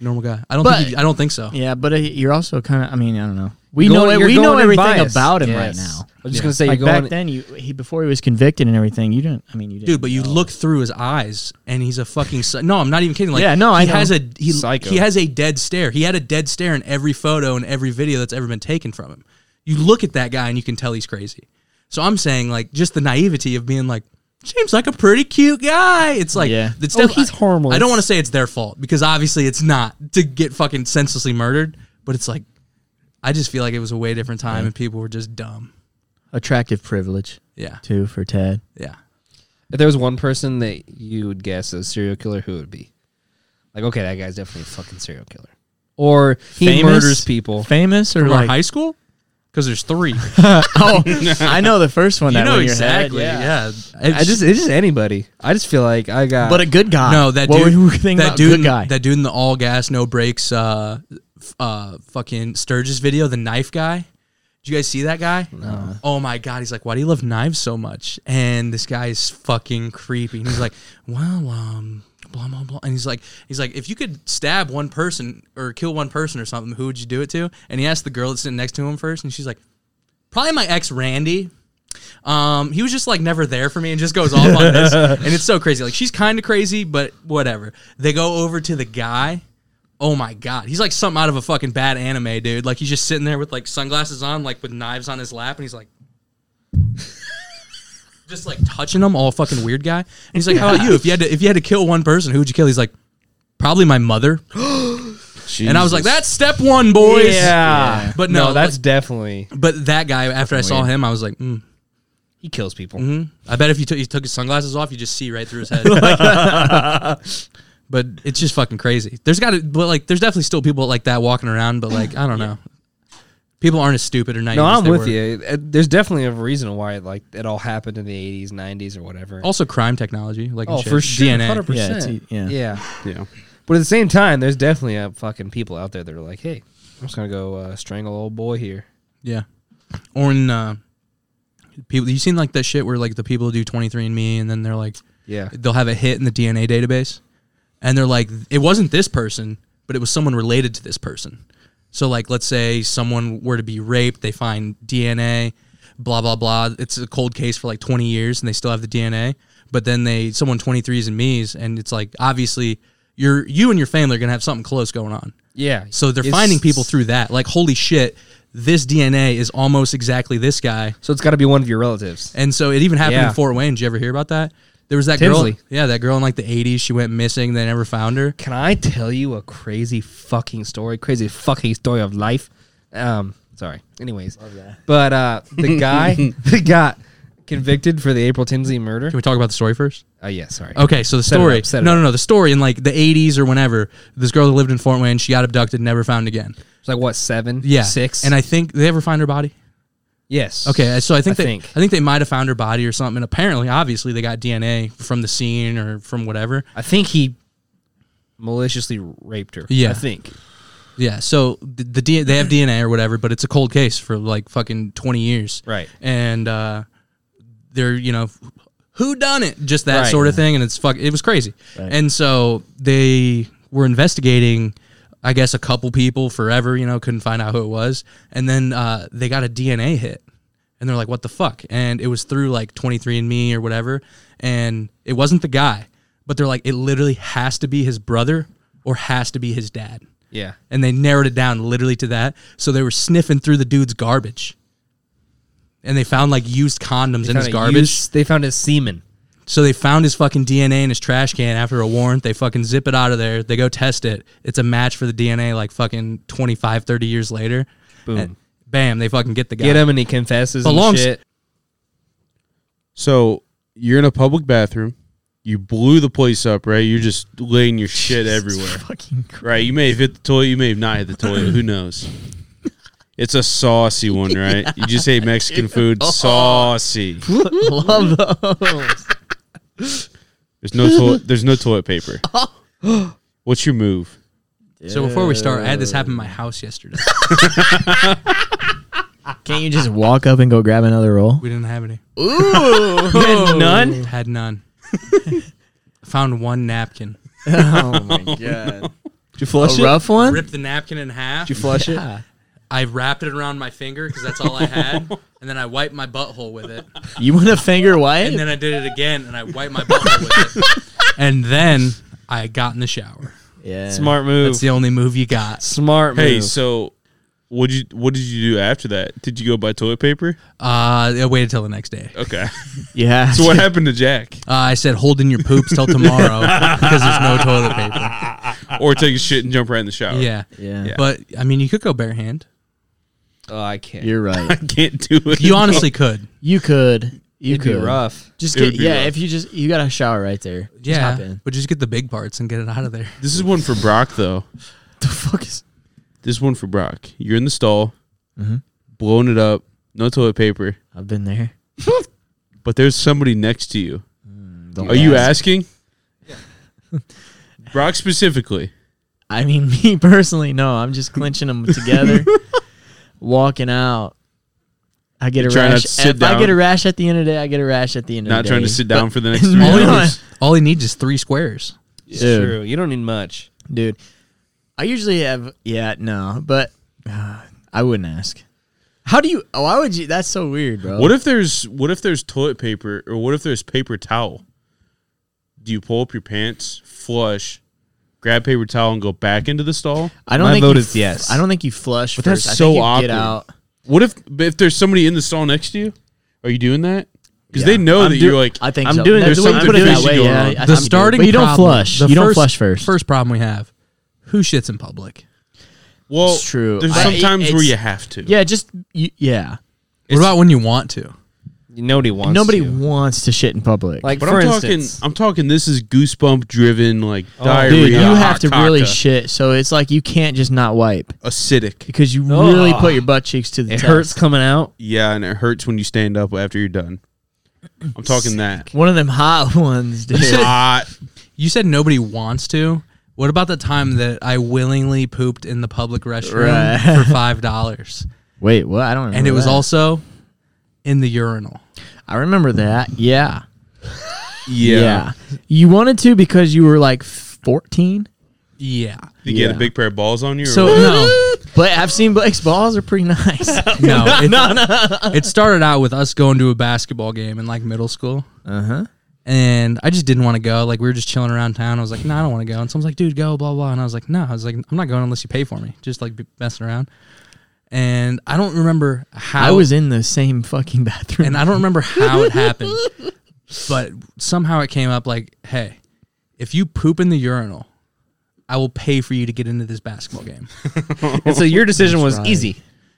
Speaker 2: normal guy. I don't
Speaker 1: But-
Speaker 2: think, he- I don't think so.
Speaker 1: Yeah, but uh, you're also kind of. I mean, I don't know. We
Speaker 4: Going-
Speaker 1: know it-
Speaker 4: you're
Speaker 1: we know
Speaker 4: going in
Speaker 1: everything
Speaker 4: biased.
Speaker 1: about him right
Speaker 4: Yes.
Speaker 1: now.
Speaker 4: I was just going to say,
Speaker 1: Like
Speaker 4: you're going.
Speaker 1: back then, you he before he was convicted and everything. You didn't. I mean, you didn't.
Speaker 2: dude. But you
Speaker 1: know.
Speaker 2: look through his eyes, and he's a fucking. psy- No, I'm not even kidding. Like,
Speaker 1: Yeah, no, I
Speaker 2: he
Speaker 1: know.
Speaker 2: has a he,
Speaker 4: Psycho.
Speaker 2: he has a dead stare. He had a dead stare in every photo and every video that's ever been taken from him. You look at that guy, and you can tell he's crazy. So I'm saying, like, just the naivety of being like, seems like a pretty cute guy. It's like,
Speaker 1: Yeah.
Speaker 2: it's
Speaker 4: Oh,
Speaker 2: def-
Speaker 4: he's harmless.
Speaker 2: I don't want to say it's their fault because obviously it's not to get fucking senselessly murdered, but it's like, I just feel like it was a way different time, and people were just dumb.
Speaker 1: attractive privilege
Speaker 2: Yeah,
Speaker 1: too for Ted.
Speaker 2: yeah.
Speaker 4: If there was one person that you would guess a serial killer, who would it be? Like, okay, that guy's definitely a fucking serial killer. Or he
Speaker 1: Famous?
Speaker 4: murders people.
Speaker 1: Famous or
Speaker 2: From our
Speaker 1: like?
Speaker 2: high school, because there's three.
Speaker 1: [laughs] Oh, I know the first one.
Speaker 2: you
Speaker 1: that
Speaker 2: know
Speaker 1: went in your
Speaker 2: exactly.
Speaker 1: head.
Speaker 2: Yeah.
Speaker 4: I just it's just anybody. I just feel like I got
Speaker 1: But a good guy.
Speaker 2: no that
Speaker 1: what
Speaker 2: dude.
Speaker 1: Were you thinking
Speaker 2: that
Speaker 1: about
Speaker 2: dude.
Speaker 1: good guy.
Speaker 2: That dude in the all gas no brakes. Uh, f- uh, fucking Sturgis video. The knife guy. Did you guys see that guy? No. Oh my god, he's like, why do you love knives so much? And this guy is fucking creepy. And he's like, [laughs] well, um, blah blah blah. And he's like, he's like, if you could stab one person or kill one person or something, who would you do it to? And he asked the girl that's sitting next to him first, and she's like, probably my ex Randy. Um, he was just like never there for me and just goes off on this. And it's so crazy. Like she's kind of crazy, but whatever. They go over to the guy. Oh my god, he's like something out of a fucking bad anime, dude. Like he's just sitting there with like sunglasses on, like with knives on his lap, and he's like, [laughs] just like touching them, all fucking weird guy. And he's like, "How about you? If you had to, if you had to kill one person, who would you kill?" He's like, "Probably my mother." And I was like,
Speaker 3: Jesus.
Speaker 2: that's step one, boys.
Speaker 4: Yeah.
Speaker 2: But
Speaker 4: no,
Speaker 2: no,
Speaker 4: that's
Speaker 2: like-
Speaker 4: definitely
Speaker 2: But that guy, after I saw him, I was like, mm,
Speaker 4: he kills people.
Speaker 2: I bet if you took he took his sunglasses off, you just see right through his
Speaker 4: [laughs]
Speaker 2: head. [laughs] Like- but it's just fucking crazy. There's got to, but like, there's definitely still people like that walking around. But like, I don't know. People aren't as stupid or naive.
Speaker 4: No,
Speaker 2: as
Speaker 4: I'm
Speaker 2: they
Speaker 4: with
Speaker 2: were.
Speaker 4: you. Uh, There's definitely a reason why like it all happened in the 80s, 90s, or whatever.
Speaker 2: Also, crime technology, like and
Speaker 4: oh,
Speaker 2: Oh, shit.
Speaker 4: for sure,
Speaker 2: DNA.
Speaker 4: 100%.
Speaker 1: Yeah, it's e- yeah.
Speaker 3: Yeah.
Speaker 4: But at the same time, there's definitely uh, fucking people out there that are like, hey, I'm just gonna go uh, strangle old boy here.
Speaker 2: Yeah. Or in uh, people, you seen like that shit where like the people do 23andMe and then they're like,
Speaker 4: Yeah,
Speaker 2: they'll have a hit in the DNA database, and they're like, it wasn't this person, but it was someone related to this person. So like, let's say someone were to be raped, they find DNA, blah blah blah. It's a cold case for like 20 years, and they still have the DNA. But then they someone 23s and me's, and it's like obviously you're you and your family are gonna have something close going on.
Speaker 4: yeah.
Speaker 2: So they're
Speaker 4: It's-
Speaker 2: finding people through that. Like, holy shit, this DNA is almost exactly this guy.
Speaker 4: So it's got to be one of your relatives.
Speaker 2: And so it even happened
Speaker 4: Yeah.
Speaker 2: in Fort Wayne. Did you ever hear about that? There was that
Speaker 4: Tinsley.
Speaker 2: girl. Yeah, that girl in like the 80s. She went missing. They never found her.
Speaker 4: Can I tell you a crazy fucking story? Crazy fucking story of life. Um, sorry. Anyways, but uh,
Speaker 2: [laughs]
Speaker 4: the guy [laughs] that got convicted for the April Tinsley murder.
Speaker 2: Can we talk about the story first?
Speaker 4: Oh yeah, sorry.
Speaker 2: Okay, so the
Speaker 4: Set it
Speaker 2: story.
Speaker 4: up, set it
Speaker 2: no,
Speaker 4: up.
Speaker 2: no, no. The story in like the 80s or whenever, this girl that lived in Fort Wayne, she got abducted, never found again.
Speaker 4: It's like what seven?
Speaker 2: Yeah.
Speaker 4: six.
Speaker 2: And I think they ever find her body?
Speaker 4: yes.
Speaker 2: Okay, uh, so I think they,
Speaker 4: I think.
Speaker 2: I think they might have found her body or something. And apparently, obviously, they got DNA from the scene or from whatever.
Speaker 4: I think he maliciously raped her.
Speaker 2: Yeah.
Speaker 4: I think.
Speaker 2: Yeah, so the, the D, they have DNA or whatever, but it's a cold case for like fucking twenty years,
Speaker 4: Right.
Speaker 2: And uh, they're you know, who done it? Just that
Speaker 4: Right.
Speaker 2: sort of thing, and it's fuck. It was crazy, and so they were investigating. I guess a couple people forever, you know, couldn't find out who it was, and then uh, they got a DNA hit, and they're like, "What the fuck?" And it was through like twenty three and Me or whatever, and it wasn't the guy, but they're like, it literally has to be his brother or has to be his dad
Speaker 4: Yeah.
Speaker 2: and they narrowed it down literally to that. So they were sniffing through the dude's garbage, and they found like used condoms in his
Speaker 4: Kinda
Speaker 2: garbage.
Speaker 4: used- they found his semen.
Speaker 2: so they found his fucking DNA in his trash can after a warrant. They fucking zip it out of there. They go test it. It's a match for the DNA like fucking 25, 30 years later.
Speaker 4: Boom.
Speaker 2: And bam, they fucking get the guy.
Speaker 4: Get him and he confesses
Speaker 2: But
Speaker 4: and
Speaker 2: long-
Speaker 4: shit.
Speaker 3: So you're in a public bathroom. You blew the place up, right? You're just laying your shit everywhere.
Speaker 1: Fucking cr-
Speaker 3: Right. You may have hit the toilet. You may have not hit the toilet. Who knows? It's a
Speaker 1: [laughs]
Speaker 3: saucy one, right? You just ate Mexican food. Saucy.
Speaker 1: Oh. love those.
Speaker 3: There's no toilet. There's no
Speaker 1: [laughs]
Speaker 3: toilet paper.
Speaker 1: Oh.
Speaker 3: What's your move?
Speaker 2: so before we start, I had this happen in my house yesterday.
Speaker 1: Can't you just walk up and go grab another roll?
Speaker 2: we didn't have any. [laughs]
Speaker 4: None.
Speaker 2: Had
Speaker 4: [laughs]
Speaker 2: none. Found one napkin.
Speaker 1: Oh my god. Did you flush a rough one?
Speaker 2: Ripped the napkin in half.
Speaker 1: Did you flush
Speaker 2: I wrapped it around my finger because that's all
Speaker 1: [laughs]
Speaker 2: I had, and then I wiped my butthole with it,
Speaker 1: it? You want a finger white?
Speaker 2: and then I did it again, and I wiped my butthole with it,
Speaker 1: [laughs]
Speaker 2: and then I got in the shower.
Speaker 1: yeah.
Speaker 4: Smart move.
Speaker 2: That's the only move you got.
Speaker 4: Smart move.
Speaker 3: Hey, so what you what did you do after that? Did you go buy
Speaker 1: [laughs]
Speaker 3: toilet paper?
Speaker 2: Uh, I waited till the next day. Uh,
Speaker 3: Okay. [laughs]
Speaker 1: Yeah.
Speaker 3: So what happened to Jack?
Speaker 2: I said, "Hold in your poops till tomorrow because there's no
Speaker 1: [laughs]
Speaker 2: toilet paper."
Speaker 3: Or take a shit and jump right in the shower?
Speaker 2: Yeah.
Speaker 1: [laughs] Yeah.
Speaker 2: but I mean, you could go bare hand.
Speaker 4: oh, I can't.
Speaker 1: You're
Speaker 3: I [laughs]
Speaker 1: right.
Speaker 3: can't do it.
Speaker 2: You honestly could.
Speaker 1: You could. You
Speaker 4: It'd be
Speaker 1: could
Speaker 4: rough.
Speaker 1: Just
Speaker 3: It would
Speaker 1: get
Speaker 3: be
Speaker 1: yeah.
Speaker 3: rough.
Speaker 1: If you just you got a shower right there. Just
Speaker 2: Yeah,
Speaker 1: Hop in.
Speaker 2: but just get the big parts and get it out of there.
Speaker 3: This is one for Brock though.
Speaker 1: The fuck is?
Speaker 3: This is one for Brock. You're in the stall,
Speaker 1: Mm-hmm.
Speaker 3: blowing it up. No toilet paper,
Speaker 1: I've been there.
Speaker 3: but there's somebody next to you.
Speaker 1: Don't
Speaker 3: Are you
Speaker 1: ask. [laughs]
Speaker 3: asking? Brock specifically.
Speaker 1: I mean, [laughs] me personally, no. I'm
Speaker 3: [laughs]
Speaker 1: just clinching them together, walking out. I get a
Speaker 3: trying not
Speaker 1: rash.
Speaker 3: to sit
Speaker 1: if I get a
Speaker 3: down?
Speaker 1: rash at the end of the day, I get a rash at the end of
Speaker 3: Not
Speaker 1: the day.
Speaker 3: trying to sit down
Speaker 1: But- [laughs]
Speaker 3: for the next three
Speaker 1: No,
Speaker 3: hours.
Speaker 2: All he needs is three squares.
Speaker 4: It's
Speaker 1: Dude.
Speaker 4: true. You don't need much.
Speaker 1: dude. I usually have yeah, no, but uh, I wouldn't ask. How do you? Oh, why would you? That's so weird, bro.
Speaker 3: What if there's what if there's toilet paper or what if there's paper towel? Do you pull up your pants, flush, grab paper towel, and go back into the stall?
Speaker 1: I don't
Speaker 4: my
Speaker 1: think
Speaker 4: vote
Speaker 1: you
Speaker 4: is yes.
Speaker 1: I don't think you flush.
Speaker 3: But that's
Speaker 1: first. I think
Speaker 3: so
Speaker 1: you
Speaker 3: awkward.
Speaker 1: Get out.
Speaker 3: What if but if there's somebody in the stall next to you? Are you doing that? Because they
Speaker 1: Yeah.
Speaker 3: know
Speaker 1: I'm
Speaker 3: that
Speaker 1: do-
Speaker 3: you're like
Speaker 1: I think
Speaker 3: I'm
Speaker 1: so.
Speaker 3: doing
Speaker 1: That's the
Speaker 3: there's
Speaker 1: way you
Speaker 3: something
Speaker 1: put it that
Speaker 3: fishy
Speaker 1: way,
Speaker 3: going
Speaker 1: yeah. I-
Speaker 3: on.
Speaker 2: the
Speaker 1: think you do.
Speaker 2: starting
Speaker 1: But you don't
Speaker 2: problem-
Speaker 1: flush.
Speaker 2: the
Speaker 1: You don't
Speaker 2: first-
Speaker 1: flush first.
Speaker 2: First problem we have: who shits in public?
Speaker 3: Well,
Speaker 1: It's true.
Speaker 3: There's
Speaker 1: I-
Speaker 3: sometimes
Speaker 1: it's-
Speaker 3: where you have to.
Speaker 1: Yeah, just you, yeah.
Speaker 2: What about when you want to?
Speaker 4: Nobody wants.
Speaker 1: Nobody
Speaker 4: to.
Speaker 1: wants to shit in public.
Speaker 4: like.
Speaker 3: But
Speaker 4: for
Speaker 3: I'm talking.
Speaker 4: instance,
Speaker 3: I'm talking. This is goosebump driven, like
Speaker 4: Oh.
Speaker 3: diarrhea.
Speaker 1: dude, you
Speaker 3: hot
Speaker 1: have to really
Speaker 3: caca,
Speaker 1: shit. So it's like you can't just not wipe
Speaker 3: acidic.
Speaker 1: because you really
Speaker 4: Ugh.
Speaker 1: put your butt cheeks to the
Speaker 4: it
Speaker 1: test.
Speaker 4: hurts coming [laughs] out.
Speaker 3: Yeah, and it hurts when you stand up after you're done. I'm talking that
Speaker 1: One of them hot [laughs] ones, dude.
Speaker 3: [laughs] hot.
Speaker 2: You said nobody wants to. What about the time that I willingly pooped in the public restroom
Speaker 1: Right.
Speaker 2: [laughs] for five dollars,
Speaker 1: Wait, what? I don't. Remember
Speaker 2: and it was
Speaker 1: that.
Speaker 2: also in the urinal?
Speaker 1: I remember that. Yeah.
Speaker 3: Yeah,
Speaker 1: You wanted to because you were like 14.
Speaker 2: Yeah.
Speaker 3: you get
Speaker 1: Yeah.
Speaker 3: a big pair of balls on you. or
Speaker 1: So
Speaker 3: what?
Speaker 1: no, but I've seen Blake's balls are pretty nice.
Speaker 2: [laughs] No, it, it started out with us going to a basketball game in like middle school.
Speaker 1: Uh
Speaker 2: Uh-huh.
Speaker 1: huh.
Speaker 2: And I just didn't want to go. Like we were just chilling around town. I was like, no, I don't want to go. And someone's like, dude, go, blah blah. And I was like, no. I was like, I'm not going unless you pay for me. Just like be messing around. And I don't remember how
Speaker 1: I was in the same fucking bathroom.
Speaker 2: and I don't remember how it happened, but somehow it came up like, hey, if you poop in the urinal, I will pay for you to get into this basketball game.
Speaker 4: And so your decision was easy.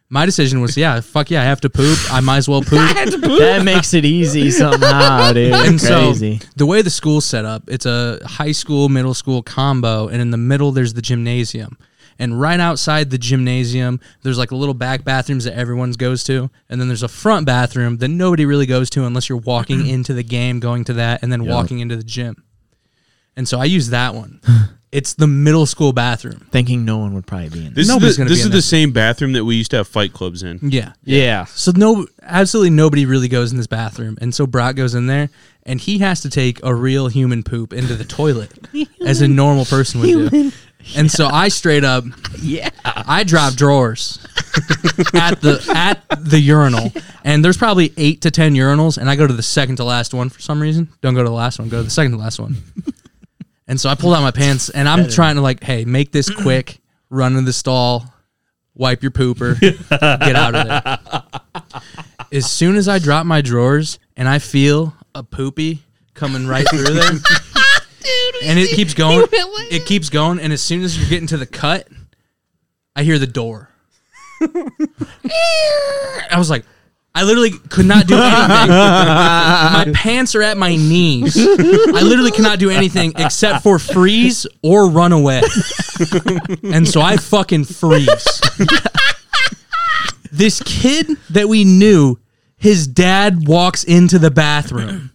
Speaker 2: My decision was, yeah, fuck yeah, I have to poop. I might as well poop.
Speaker 1: [laughs] that makes it easy somehow, dude.
Speaker 2: and so
Speaker 1: Crazy.
Speaker 2: the way the school's set up, it's a high school, middle school combo, and in the middle there's the gymnasium. And right outside the gymnasium, there's like little back bathrooms that everyone goes to, and then there's a front bathroom that nobody really goes to unless you're walking into the game, going to that, and then walking into the gym. And so I use that one. [laughs] it's the middle school bathroom.
Speaker 1: Thinking no one would probably be in. Mm,
Speaker 3: this
Speaker 2: nobody's
Speaker 3: is the,
Speaker 2: gonna
Speaker 3: this
Speaker 2: be
Speaker 3: is
Speaker 2: in
Speaker 3: the
Speaker 2: there.
Speaker 3: same bathroom that we used to have fight clubs in.
Speaker 2: Yeah.
Speaker 4: Yeah.
Speaker 2: So no, absolutely nobody really goes in this bathroom, and so Brock goes in there, and he has to take a real human poop into the toilet, as a normal person would do. And so I straight up, yeah, I drop drawers at the at the urinal, and there's probably eight to ten urinals, and I go to the second to last one for some reason. Don't go to the last one, go to the second to last one. and so I pulled out my pants, and I'm trying to like, hey, make this quick, run to the stall, wipe your pooper, get out of there as soon as I drop my drawers and I feel a poopy coming right through there, and it keeps going, it keeps going, and as soon as you're getting to the cut, I hear the door. I was like, I literally could not do anything. my pants are at my knees. I literally cannot do anything except for freeze or run away. and so I fucking freeze this kid that we knew, his dad walks into the bathroom,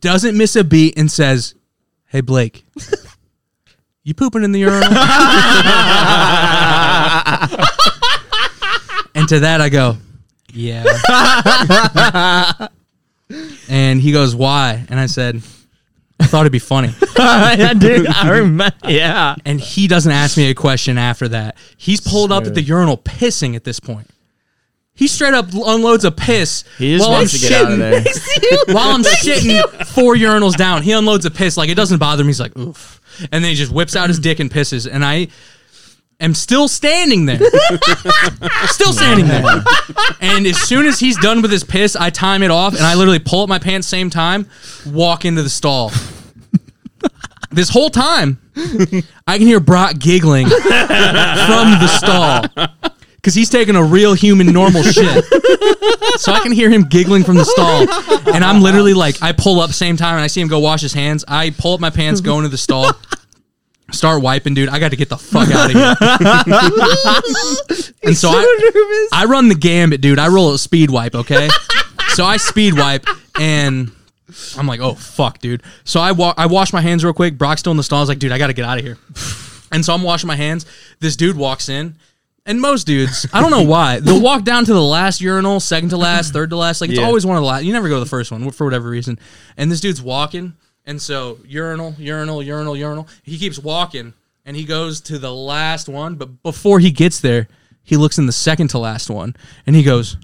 Speaker 2: doesn't miss a beat, and says, Hey, Blake, you pooping in the urinal? and to that, I go, Yeah. and he goes, Why? And I said, I thought it'd be funny.
Speaker 1: [laughs] yeah, dude. I remember. Yeah.
Speaker 2: And he doesn't ask me a question after that. He's pulled up at the urinal pissing at this point. He straight up unloads a piss
Speaker 1: He just
Speaker 2: while I'm
Speaker 1: wants to get out of
Speaker 2: shitting.
Speaker 1: there. [laughs]
Speaker 2: [laughs] While I'm shitting four urinals down, he unloads a piss. Like it doesn't bother me. He's like, oof. And then he just whips out his dick and pisses. And I am still
Speaker 1: [laughs]
Speaker 2: standing there. still standing there. And as soon as he's done with his piss, I time it off and I literally pull up my pants same time, walk into the stall. This whole time, I can hear Brock giggling from the stall because he's taking a real human normal shit. So I can hear him giggling from the stall, and I'm literally like, I pull up same time, and I see him go wash his hands. I pull up my pants, go into the stall, start wiping, dude. I got to get the fuck out of here. and so, I, I run the gambit, dude. I roll a speed wipe, okay? so I speed wipe and I'm like, oh fuck, dude. So I wa- I wash my hands real quick. Brock's still in the stall. I was like, dude, I gotta get out of here. And so I'm washing my hands. This dude walks in. And most dudes, I don't know why, they'll walk down to the last urinal, second to last, third to last. Like it's always one of the last. You never go to the first one for whatever reason. And this dude's walking, and so urinal, urinal, urinal, urinal. He keeps walking, and he goes to the last one. But before he gets there, he looks in the second to last one, and he goes,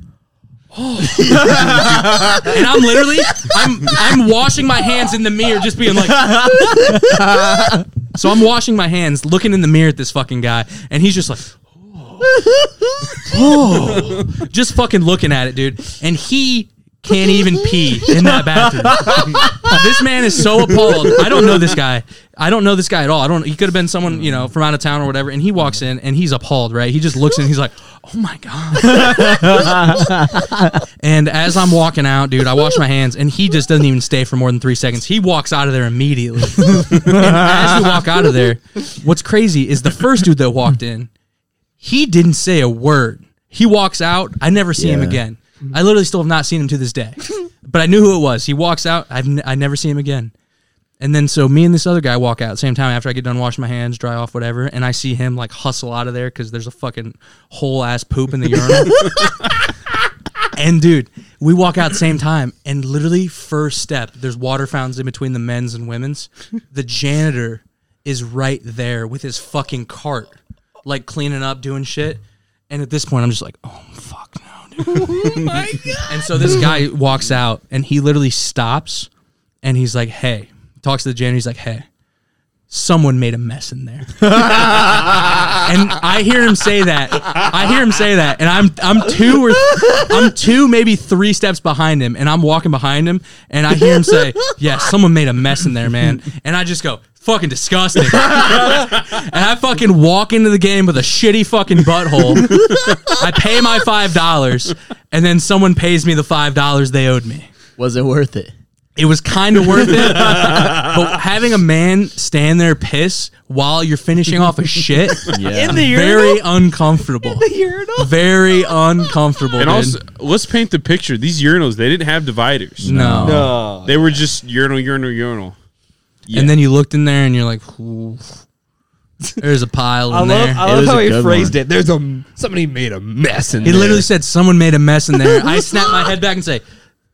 Speaker 2: "Oh." [laughs] and I'm literally, I'm, I'm washing my hands in the mirror, just being like. so I'm washing my hands, looking in the mirror at this fucking guy, and he's just like, [laughs] oh, oh, just fucking looking at it, dude. And he can't even pee in that bathroom. this man is so appalled. I don't know this guy. I don't know this guy at all. I don't. He could have been someone you know from out of town or whatever. And he walks in and he's appalled. Right? He just looks in. and He's like, "Oh my god." [laughs] and as I'm walking out, dude, I wash my hands, and he just doesn't even stay for more than three seconds. He walks out of there immediately. and as you walk out of there, what's crazy is the first dude that walked in he didn't say a word. He walks out. I never see him
Speaker 1: Yeah.
Speaker 2: again. I literally still have not seen him to this day. but I knew who it was. He walks out. I've n- I never see him again. And then so me and this other guy walk out at the same time after I get done washing my hands, dry off, whatever. And I see him like hustle out of there because there's a fucking whole ass poop in the urinal. and dude, we walk out same time, and literally first step, there's water fountains in between the men's and women's. The janitor is right there with his fucking cart, like cleaning up, doing shit. And at this point, I'm just like, oh fuck no, dude. and so this guy walks out, and he literally stops, and he's like, hey, talks to the janitor. He's like, hey, someone made a mess in there and I hear him say that. I hear him say that, and I'm I'm two or I'm two maybe three steps behind him, and I'm walking behind him, and I hear him say, "Yeah, someone made a mess in there, man," and I just go. Fucking disgusting. and I fucking walk into the game with a shitty fucking butthole. I pay my $5, and then someone pays me the $5 they owed me
Speaker 1: Was it worth it?
Speaker 2: it was kind of worth it. but having a man stand there piss while you're finishing off a shit
Speaker 1: Yeah.
Speaker 2: very uncomfortable. Very uncomfortable.
Speaker 3: And
Speaker 2: dude.
Speaker 3: also, let's paint the picture. These urinals, they didn't have dividers.
Speaker 2: no.
Speaker 4: Oh,
Speaker 3: They were just urinal, urinal, urinal.
Speaker 2: And then you looked in there and you're like, "Ooh, there's a pile
Speaker 4: I
Speaker 2: in
Speaker 4: love,
Speaker 2: there.
Speaker 4: I
Speaker 1: It
Speaker 4: love
Speaker 1: was
Speaker 4: how
Speaker 1: a
Speaker 4: he
Speaker 1: good
Speaker 4: phrased
Speaker 1: one.
Speaker 4: it. There's a somebody made a mess in
Speaker 2: it
Speaker 4: there.
Speaker 2: literally said someone made a mess in there. I snap my head back and say,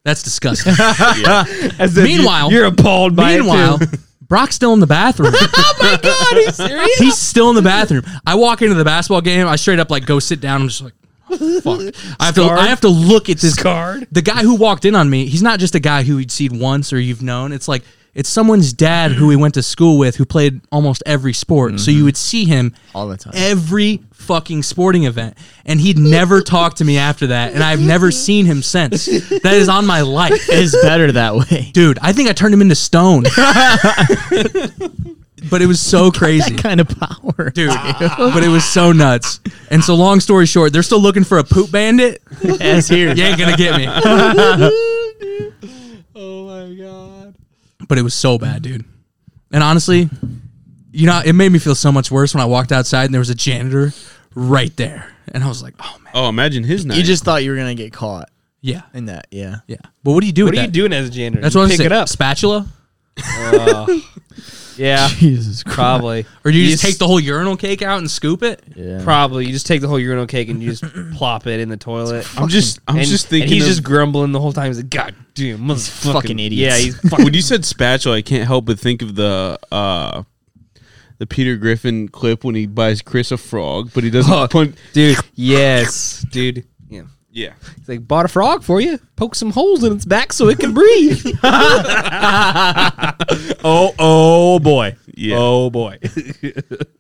Speaker 2: that's disgusting.
Speaker 4: [laughs] As if
Speaker 2: Meanwhile-
Speaker 4: you're appalled by it, too. Oh
Speaker 2: Meanwhile, Brock's still in the
Speaker 4: [laughs]
Speaker 2: bathroom.
Speaker 4: God, are
Speaker 2: [laughs]
Speaker 4: you serious?
Speaker 2: He's still in the bathroom. I walk into the basketball game. I straight up like go sit down. I'm just like, oh, fuck. I have to. I have to look at this
Speaker 4: Scarred.
Speaker 2: The guy who walked in on me. He's not just a guy who you'd seen once or you've known. It's like it's someone's dad who we went to school with, who played almost every sport. So you would see him
Speaker 1: Mm-hmm. All the time.
Speaker 2: every fucking sporting event, and he'd never talk to me after that, and I've
Speaker 4: [laughs]
Speaker 2: never seen him since. That is on my life
Speaker 1: It's better that [laughs] way.
Speaker 2: dude. I think I turned him into
Speaker 4: [laughs]
Speaker 2: stone. but it was so crazy,
Speaker 1: Kind of power.
Speaker 2: dude.
Speaker 4: Ah.
Speaker 2: but it was so nuts. And so, long story short, they're still looking for a poop bandit.
Speaker 1: [laughs] As here.
Speaker 2: You ain't gonna get me.
Speaker 4: [laughs] Oh my god.
Speaker 2: But it was so bad, dude. And honestly, you know, it made me feel so much worse when I walked outside and there was a janitor right there, and I was like, oh man,
Speaker 3: Oh, imagine his night.
Speaker 1: You just thought you were gonna get caught
Speaker 2: yeah,
Speaker 1: in that. Yeah.
Speaker 2: yeah. But what do you do?
Speaker 4: What
Speaker 2: with
Speaker 4: are you
Speaker 2: that?
Speaker 4: doing as a janitor?
Speaker 2: That's
Speaker 4: You
Speaker 2: what I'm
Speaker 4: pick
Speaker 2: saying.
Speaker 4: it [laughs] up.
Speaker 2: Spatula,
Speaker 4: Yeah,
Speaker 1: Jesus Christ.
Speaker 4: probably.
Speaker 2: or do you, just
Speaker 4: s-
Speaker 2: take the whole urinal cake out and scoop it?
Speaker 1: Yeah.
Speaker 4: Probably. You just take the whole urinal cake and you [clears throat] just plop it in the toilet.
Speaker 3: I'm just, I'm
Speaker 4: and,
Speaker 3: just
Speaker 4: and
Speaker 3: thinking.
Speaker 4: he's
Speaker 3: of-
Speaker 4: just grumbling the whole time. He's like, God damn, motherfucking [laughs]
Speaker 1: fucking idiots.
Speaker 4: Yeah, he's
Speaker 3: when you said spatula, I can't help but think of the uh, the Peter Griffin clip when he buys Chris a frog, but he doesn't
Speaker 4: Oh,
Speaker 3: put.
Speaker 4: dude. Yes, dude. Yeah.
Speaker 3: Yeah,
Speaker 4: He's like, bought a frog for you. Poke some holes in its back so it can breathe. oh, oh boy.
Speaker 3: Yeah.
Speaker 4: Oh boy.
Speaker 3: [laughs]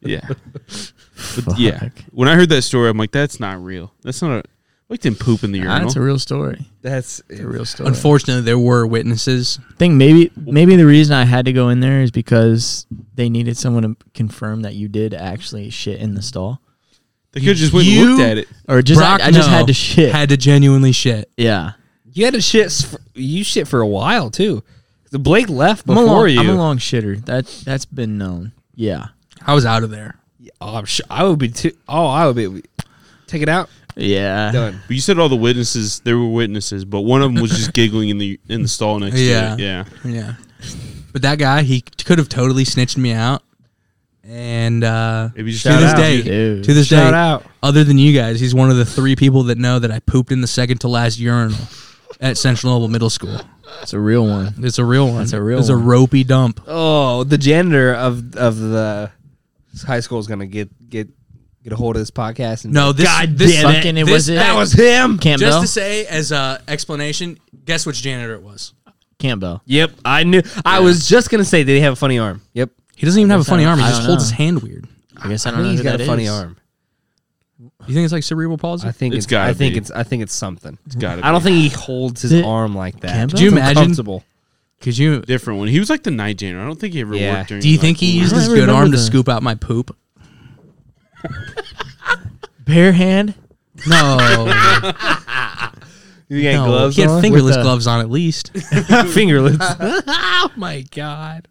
Speaker 3: yeah, but yeah. When I heard that story, I'm like, that's not real. That's not a. Like didn't poop in the urinal.
Speaker 1: That's a real story.
Speaker 4: That's
Speaker 1: A real story.
Speaker 2: Unfortunately, there were witnesses.
Speaker 1: I think maybe maybe the reason I had to go in there is because they needed someone to confirm that you did actually shit in the stall,
Speaker 3: they could just went
Speaker 2: You-
Speaker 3: and looked at it.
Speaker 1: or just
Speaker 2: Brock,
Speaker 1: I, I just
Speaker 2: no,
Speaker 1: had to shit.
Speaker 2: Had to genuinely shit.
Speaker 1: yeah.
Speaker 4: You had to shit. s- You shit for a while too. The Blake left
Speaker 1: I'm a,
Speaker 4: before
Speaker 1: long,
Speaker 4: you.
Speaker 1: I'm a long shitter. That that's been known. Yeah.
Speaker 2: I was out of there.
Speaker 4: oh, I'm sure, I would be too. Oh, I would be. Take it out.
Speaker 1: Yeah.
Speaker 4: Done.
Speaker 3: But you said all the witnesses. There were witnesses, but one of them was just giggling in the in the stall next
Speaker 2: Yeah.
Speaker 3: to it. Yeah,
Speaker 2: Yeah. But that guy, he could have totally snitched me out. And uh,
Speaker 3: maybe just
Speaker 2: to this
Speaker 4: out.
Speaker 2: day,
Speaker 1: Dude.
Speaker 2: to this
Speaker 4: Shout
Speaker 2: day,
Speaker 4: out.
Speaker 2: other than you guys, he's one of the three people that know that I pooped in the second to last urinal at Central Noble Middle School.
Speaker 1: It's a real one.
Speaker 2: It's a real one.
Speaker 1: That's a real
Speaker 2: It's a
Speaker 1: one.
Speaker 2: ropey dump.
Speaker 4: Oh, the janitor of of the high school is gonna get get get a hold of this podcast. And
Speaker 2: No, this
Speaker 4: God
Speaker 2: this
Speaker 4: damn it.
Speaker 1: Fucking
Speaker 2: this-
Speaker 1: was it.
Speaker 4: that was him.
Speaker 1: Campbell.
Speaker 2: Just to say, as a explanation, guess which janitor it was.
Speaker 1: Campbell.
Speaker 4: Yep, I knew. I was just gonna say, did he have a funny arm? Yep,
Speaker 2: He doesn't even have a funny
Speaker 1: I
Speaker 2: arm. He
Speaker 1: don't
Speaker 2: just holds
Speaker 1: know.
Speaker 2: his hand weird.
Speaker 1: I guess I
Speaker 4: I
Speaker 1: don't know.
Speaker 4: he's
Speaker 1: who
Speaker 4: got
Speaker 1: that
Speaker 4: a funny
Speaker 1: is.
Speaker 4: arm.
Speaker 2: You think it's like cerebral palsy?
Speaker 4: I think
Speaker 3: It's
Speaker 4: it's,
Speaker 3: gotta
Speaker 4: I think
Speaker 3: be.
Speaker 4: it's I think it's something.
Speaker 3: gotta
Speaker 4: I don't think he holds his
Speaker 1: Did-
Speaker 4: arm like that.
Speaker 1: Campbell?
Speaker 4: It's
Speaker 1: Do
Speaker 2: you imagine?
Speaker 4: uncomfortable.
Speaker 2: Could you?
Speaker 3: different one. He was like the night janitor. I don't think he ever
Speaker 4: Yeah.
Speaker 3: worked during.
Speaker 2: Do you
Speaker 3: like,
Speaker 2: think he
Speaker 3: the-
Speaker 2: used
Speaker 1: I
Speaker 2: his good
Speaker 1: remember
Speaker 2: arm to
Speaker 1: that.
Speaker 2: scoop out my poop?
Speaker 1: Bare hand.
Speaker 2: [laughs] No,
Speaker 4: You got
Speaker 2: no.
Speaker 4: gloves
Speaker 2: he had
Speaker 4: on?
Speaker 2: fingerless
Speaker 1: With the-
Speaker 2: gloves on at least.
Speaker 1: [laughs]
Speaker 4: [laughs] fingerless.
Speaker 2: oh my god,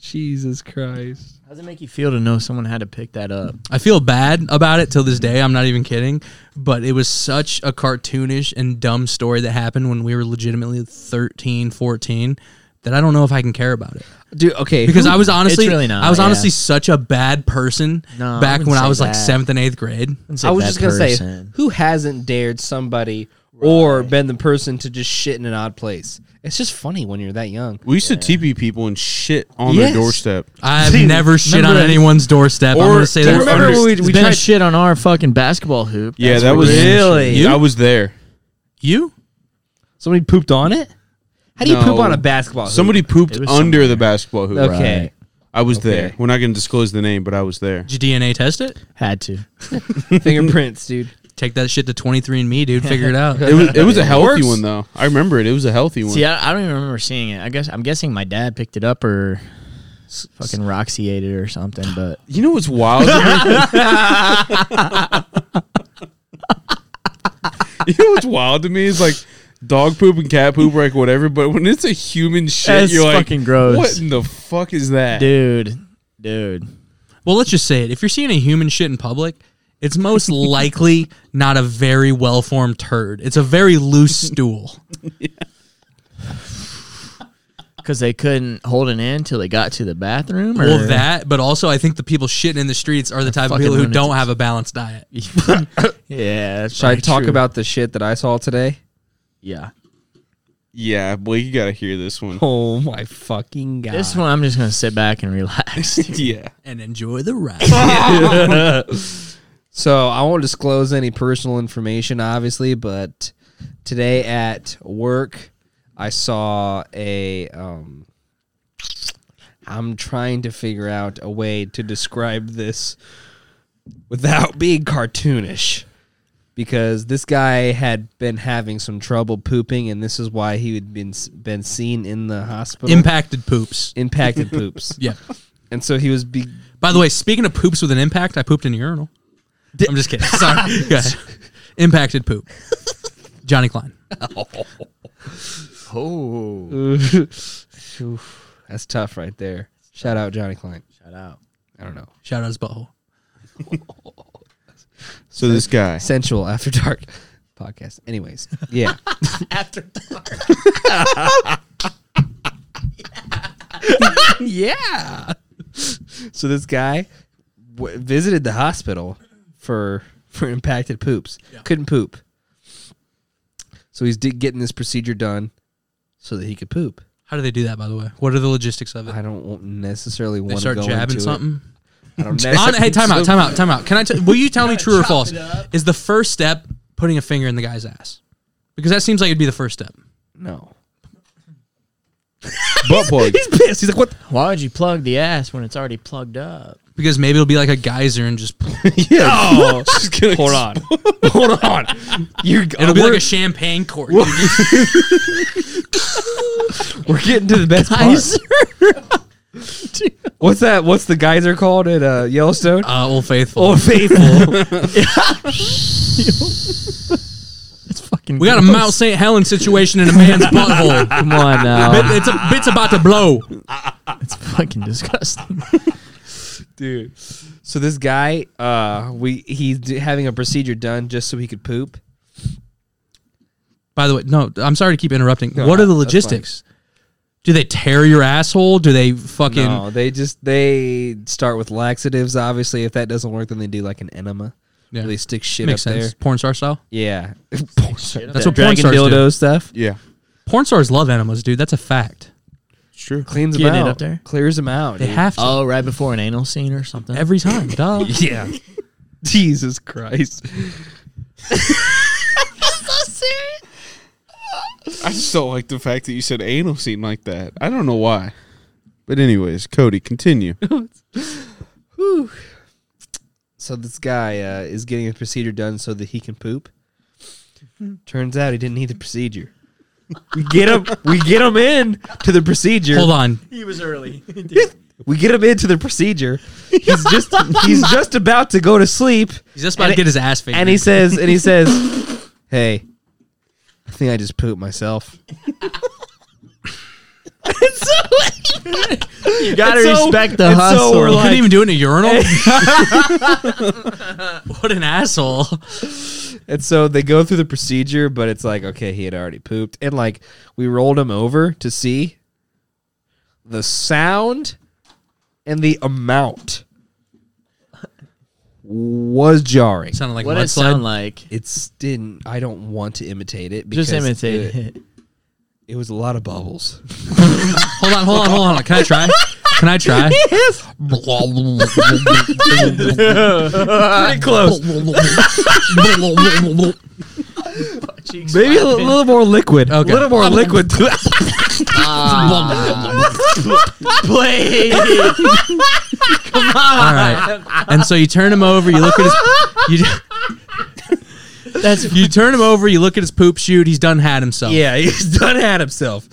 Speaker 2: Jesus Christ!
Speaker 1: How does it make you feel to know someone had to pick that up?
Speaker 2: I feel bad about it till this day. I'm not even kidding. But it was such a cartoonish and dumb story that happened when we were legitimately 13, 14 that I don't know if I can care about it.
Speaker 4: Dude, okay.
Speaker 2: Because I was honestly
Speaker 1: It's really not,
Speaker 2: I was
Speaker 1: yeah.
Speaker 2: honestly such a bad person
Speaker 1: No, I
Speaker 2: back
Speaker 1: wouldn't
Speaker 2: when I
Speaker 1: say
Speaker 2: was like
Speaker 1: that.
Speaker 2: 7th and 8th grade.
Speaker 4: I was just gonna say, who hasn't dared somebody or been the person to just shit in an odd place? It's just funny when you're that young.
Speaker 3: We used to TP people and shit on
Speaker 4: Yes.
Speaker 3: their doorstep.
Speaker 2: [laughs] I've
Speaker 1: Dude,
Speaker 2: never shit on
Speaker 1: remember-
Speaker 2: anyone's doorstep. I'm
Speaker 3: Or-
Speaker 2: going to say
Speaker 3: do you
Speaker 2: that.
Speaker 3: remember
Speaker 2: first.
Speaker 3: when
Speaker 1: we, we been a shit on our fucking basketball hoop.
Speaker 3: Yeah,
Speaker 1: That's
Speaker 3: that
Speaker 1: what
Speaker 3: was
Speaker 1: we did.
Speaker 4: Really?
Speaker 3: I was there.
Speaker 2: you?
Speaker 4: Somebody pooped on it. How do you poop
Speaker 3: No.
Speaker 4: on a basketball? hoop?
Speaker 3: Somebody pooped
Speaker 1: It was
Speaker 3: under the basketball hoop.
Speaker 4: Okay.
Speaker 1: Right.
Speaker 3: I was there.
Speaker 4: Okay.
Speaker 3: We're not going to disclose the name, but I was there.
Speaker 2: Did you DNA test it?
Speaker 1: Had to.
Speaker 4: [laughs] Fingerprints, dude.
Speaker 2: Take that shit to 23andMe, dude. Figure it out.
Speaker 3: [laughs] It was it was a healthy
Speaker 4: Works.
Speaker 3: one though. I remember it. It was a healthy one.
Speaker 1: See, I, I don't even remember seeing it. I guess I'm guessing my dad picked it up or fucking Roxy ate it or something. But
Speaker 3: You know what's [laughs] wild? you know what's wild to me is like dog poop and cat poop, like whatever. But when it's a human shit,
Speaker 1: That's
Speaker 3: you're like,
Speaker 1: fucking gross.
Speaker 3: What in the fuck is that?
Speaker 1: dude, dude,
Speaker 2: Well, let's just say it. If you're seeing a human shit in public, it's
Speaker 4: [laughs]
Speaker 2: most likely not a very well formed turd. It's a very
Speaker 4: [laughs]
Speaker 2: loose stool.
Speaker 1: because they couldn't hold it in till they got to the bathroom. Or
Speaker 2: Well, that, but also I think the people shitting in the streets are the type of
Speaker 1: fucking
Speaker 2: people who
Speaker 1: lunatics.
Speaker 2: don't have a balanced diet.
Speaker 1: yeah. That's
Speaker 4: Should I
Speaker 1: probably
Speaker 4: talk
Speaker 1: true.
Speaker 4: about the shit that I saw today?
Speaker 1: Yeah.
Speaker 3: Yeah, Blake, you gotta hear this one.
Speaker 4: Oh my fucking god!
Speaker 1: This one, I'm just gonna sit back and relax.
Speaker 3: yeah,
Speaker 2: And enjoy the ride. [laughs]
Speaker 4: So I won't disclose any personal information, obviously, but today at work, I saw a. Um, I'm trying to figure out a way to describe this without being cartoonish. Because this guy had been having some trouble pooping, and this is why he had been been seen in the hospital.
Speaker 2: Impacted poops.
Speaker 4: impacted poops,
Speaker 2: Yeah.
Speaker 4: and so he was be-
Speaker 2: By the way, speaking of poops with an impact, I pooped in a urinal. I'm just kidding. [laughs] Sorry. Go ahead. Impacted poop. Johnny Klein.
Speaker 1: oh,
Speaker 4: Oof, that's tough right there. Shout out Johnny Klein.
Speaker 1: shout out.
Speaker 4: I don't know.
Speaker 2: Shout out his butthole.
Speaker 3: so this guy,
Speaker 4: Sensual After Dark podcast. Anyways,
Speaker 2: [laughs]
Speaker 4: yeah. [laughs] yeah. So this guy w- visited the hospital for for impacted poops. Couldn't poop. So he's di- getting this procedure done so that he could poop.
Speaker 2: How do they do that, by the way? What are the logistics of it?
Speaker 4: I don't wa- necessarily
Speaker 2: They
Speaker 4: want to
Speaker 2: start
Speaker 4: go
Speaker 2: jabbing
Speaker 4: into
Speaker 2: something?
Speaker 4: It. I
Speaker 2: [laughs]
Speaker 4: don't
Speaker 2: On, hey,
Speaker 4: necessarily-
Speaker 2: time out, time out, time out. Can I? T- will you [laughs] tell me true or false? Is the first step putting a finger in the guy's ass? Because that seems like it'd be the first step.
Speaker 4: No.
Speaker 2: [laughs]
Speaker 3: butt plug.
Speaker 4: Pissed. He's like, what?
Speaker 1: [laughs] Why would you plug the ass when it's already plugged up?
Speaker 2: Because maybe it'll be like a geyser and just
Speaker 4: Oh,
Speaker 3: Just gonna
Speaker 1: [laughs]
Speaker 4: hold on, hold on. You're,
Speaker 2: it'll be like a champagne cork. dude.
Speaker 4: we're getting to the
Speaker 2: [laughs]
Speaker 4: best part. What's that? What's the geyser called at uh, Yellowstone?
Speaker 2: [laughs] Uh, old [laughs] faithful.
Speaker 4: Oh, faithful.
Speaker 1: It's fucking.
Speaker 2: we got a
Speaker 1: gross.
Speaker 2: Mount St. Helens situation in a man's butthole. [laughs]
Speaker 1: Come [laughs] on
Speaker 2: Bit,
Speaker 1: now.
Speaker 2: it's a, bit's about to blow.
Speaker 1: it's fucking disgusting.
Speaker 4: dude. So this guy, uh, we he's d- having a procedure done just so he could poop.
Speaker 2: By the way, no, I'm sorry to keep interrupting.
Speaker 4: No,
Speaker 2: what are the
Speaker 4: that's fine.
Speaker 2: logistics? Do they tear your asshole? Do they fucking?
Speaker 4: No, they just they start with laxatives. Obviously, if that doesn't work, then they do like an enema.
Speaker 2: Yeah.
Speaker 4: Where they stick shit
Speaker 2: Makes
Speaker 4: up
Speaker 2: sense.
Speaker 4: there.
Speaker 2: Porn star style.
Speaker 4: Yeah, [laughs]
Speaker 2: That's
Speaker 4: that's
Speaker 2: what porn
Speaker 4: dragon
Speaker 2: stars do.
Speaker 4: dildo stuff.
Speaker 3: Yeah,
Speaker 2: Porn stars love enemas, dude. That's a fact.
Speaker 3: it's true.
Speaker 4: Cleans them
Speaker 1: Getting it
Speaker 4: out.
Speaker 1: up there?
Speaker 4: Clears them out.
Speaker 2: They
Speaker 4: dude.
Speaker 2: have to
Speaker 1: oh, right before an anal scene or something.
Speaker 2: every time. [laughs] Duh.
Speaker 4: Yeah. [laughs] Jesus Christ.
Speaker 3: I just don't like the fact that you said anal scene like that. I don't know why. But anyways, Cody, continue.
Speaker 4: so this guy uh, is getting a procedure done so that he can poop. Turns out he didn't need the procedure. We get him. We get him in to the procedure.
Speaker 2: Hold on.
Speaker 1: He was early.
Speaker 4: We get him into the procedure. He's just he's just about to go to sleep,
Speaker 2: He's just about to
Speaker 4: And it-
Speaker 2: get his ass figured.
Speaker 4: and he says and he says, "Hey, I think I just
Speaker 1: [laughs]
Speaker 4: pooped myself."
Speaker 1: [laughs] you gotta
Speaker 4: [laughs] And so-
Speaker 1: respect the
Speaker 4: and so
Speaker 1: hustle.
Speaker 4: we're
Speaker 2: couldn't
Speaker 4: like-
Speaker 2: even do it in a
Speaker 4: [laughs]
Speaker 2: urinal. [laughs] what an asshole!
Speaker 4: And so they go through the procedure, but it's like, okay, he had already pooped. And like we rolled him over to see the sound and the amount was jarring.
Speaker 2: Sounded like
Speaker 1: what
Speaker 2: a
Speaker 1: did it
Speaker 2: mudslide.
Speaker 1: sound like?
Speaker 4: It's didn't I don't want to imitate it because
Speaker 1: Just imitate
Speaker 4: it.
Speaker 1: it.
Speaker 4: It was a lot of [laughs] bubbles.
Speaker 2: Hold on, hold on, hold on. Can I try? Can I
Speaker 4: [laughs]
Speaker 2: try?
Speaker 4: Pretty close.
Speaker 1: Cheeks
Speaker 4: Maybe a
Speaker 1: flapping.
Speaker 4: li-
Speaker 1: [laughs]
Speaker 4: little more liquid.
Speaker 2: Okay.
Speaker 4: A little more liquid.
Speaker 1: play.
Speaker 2: All right. And so you turn him over. You look at his. You, That's [laughs] you turn him over. You look at his poop shoot. He's done had himself.
Speaker 4: [laughs] [laughs] yeah, he's done had himself.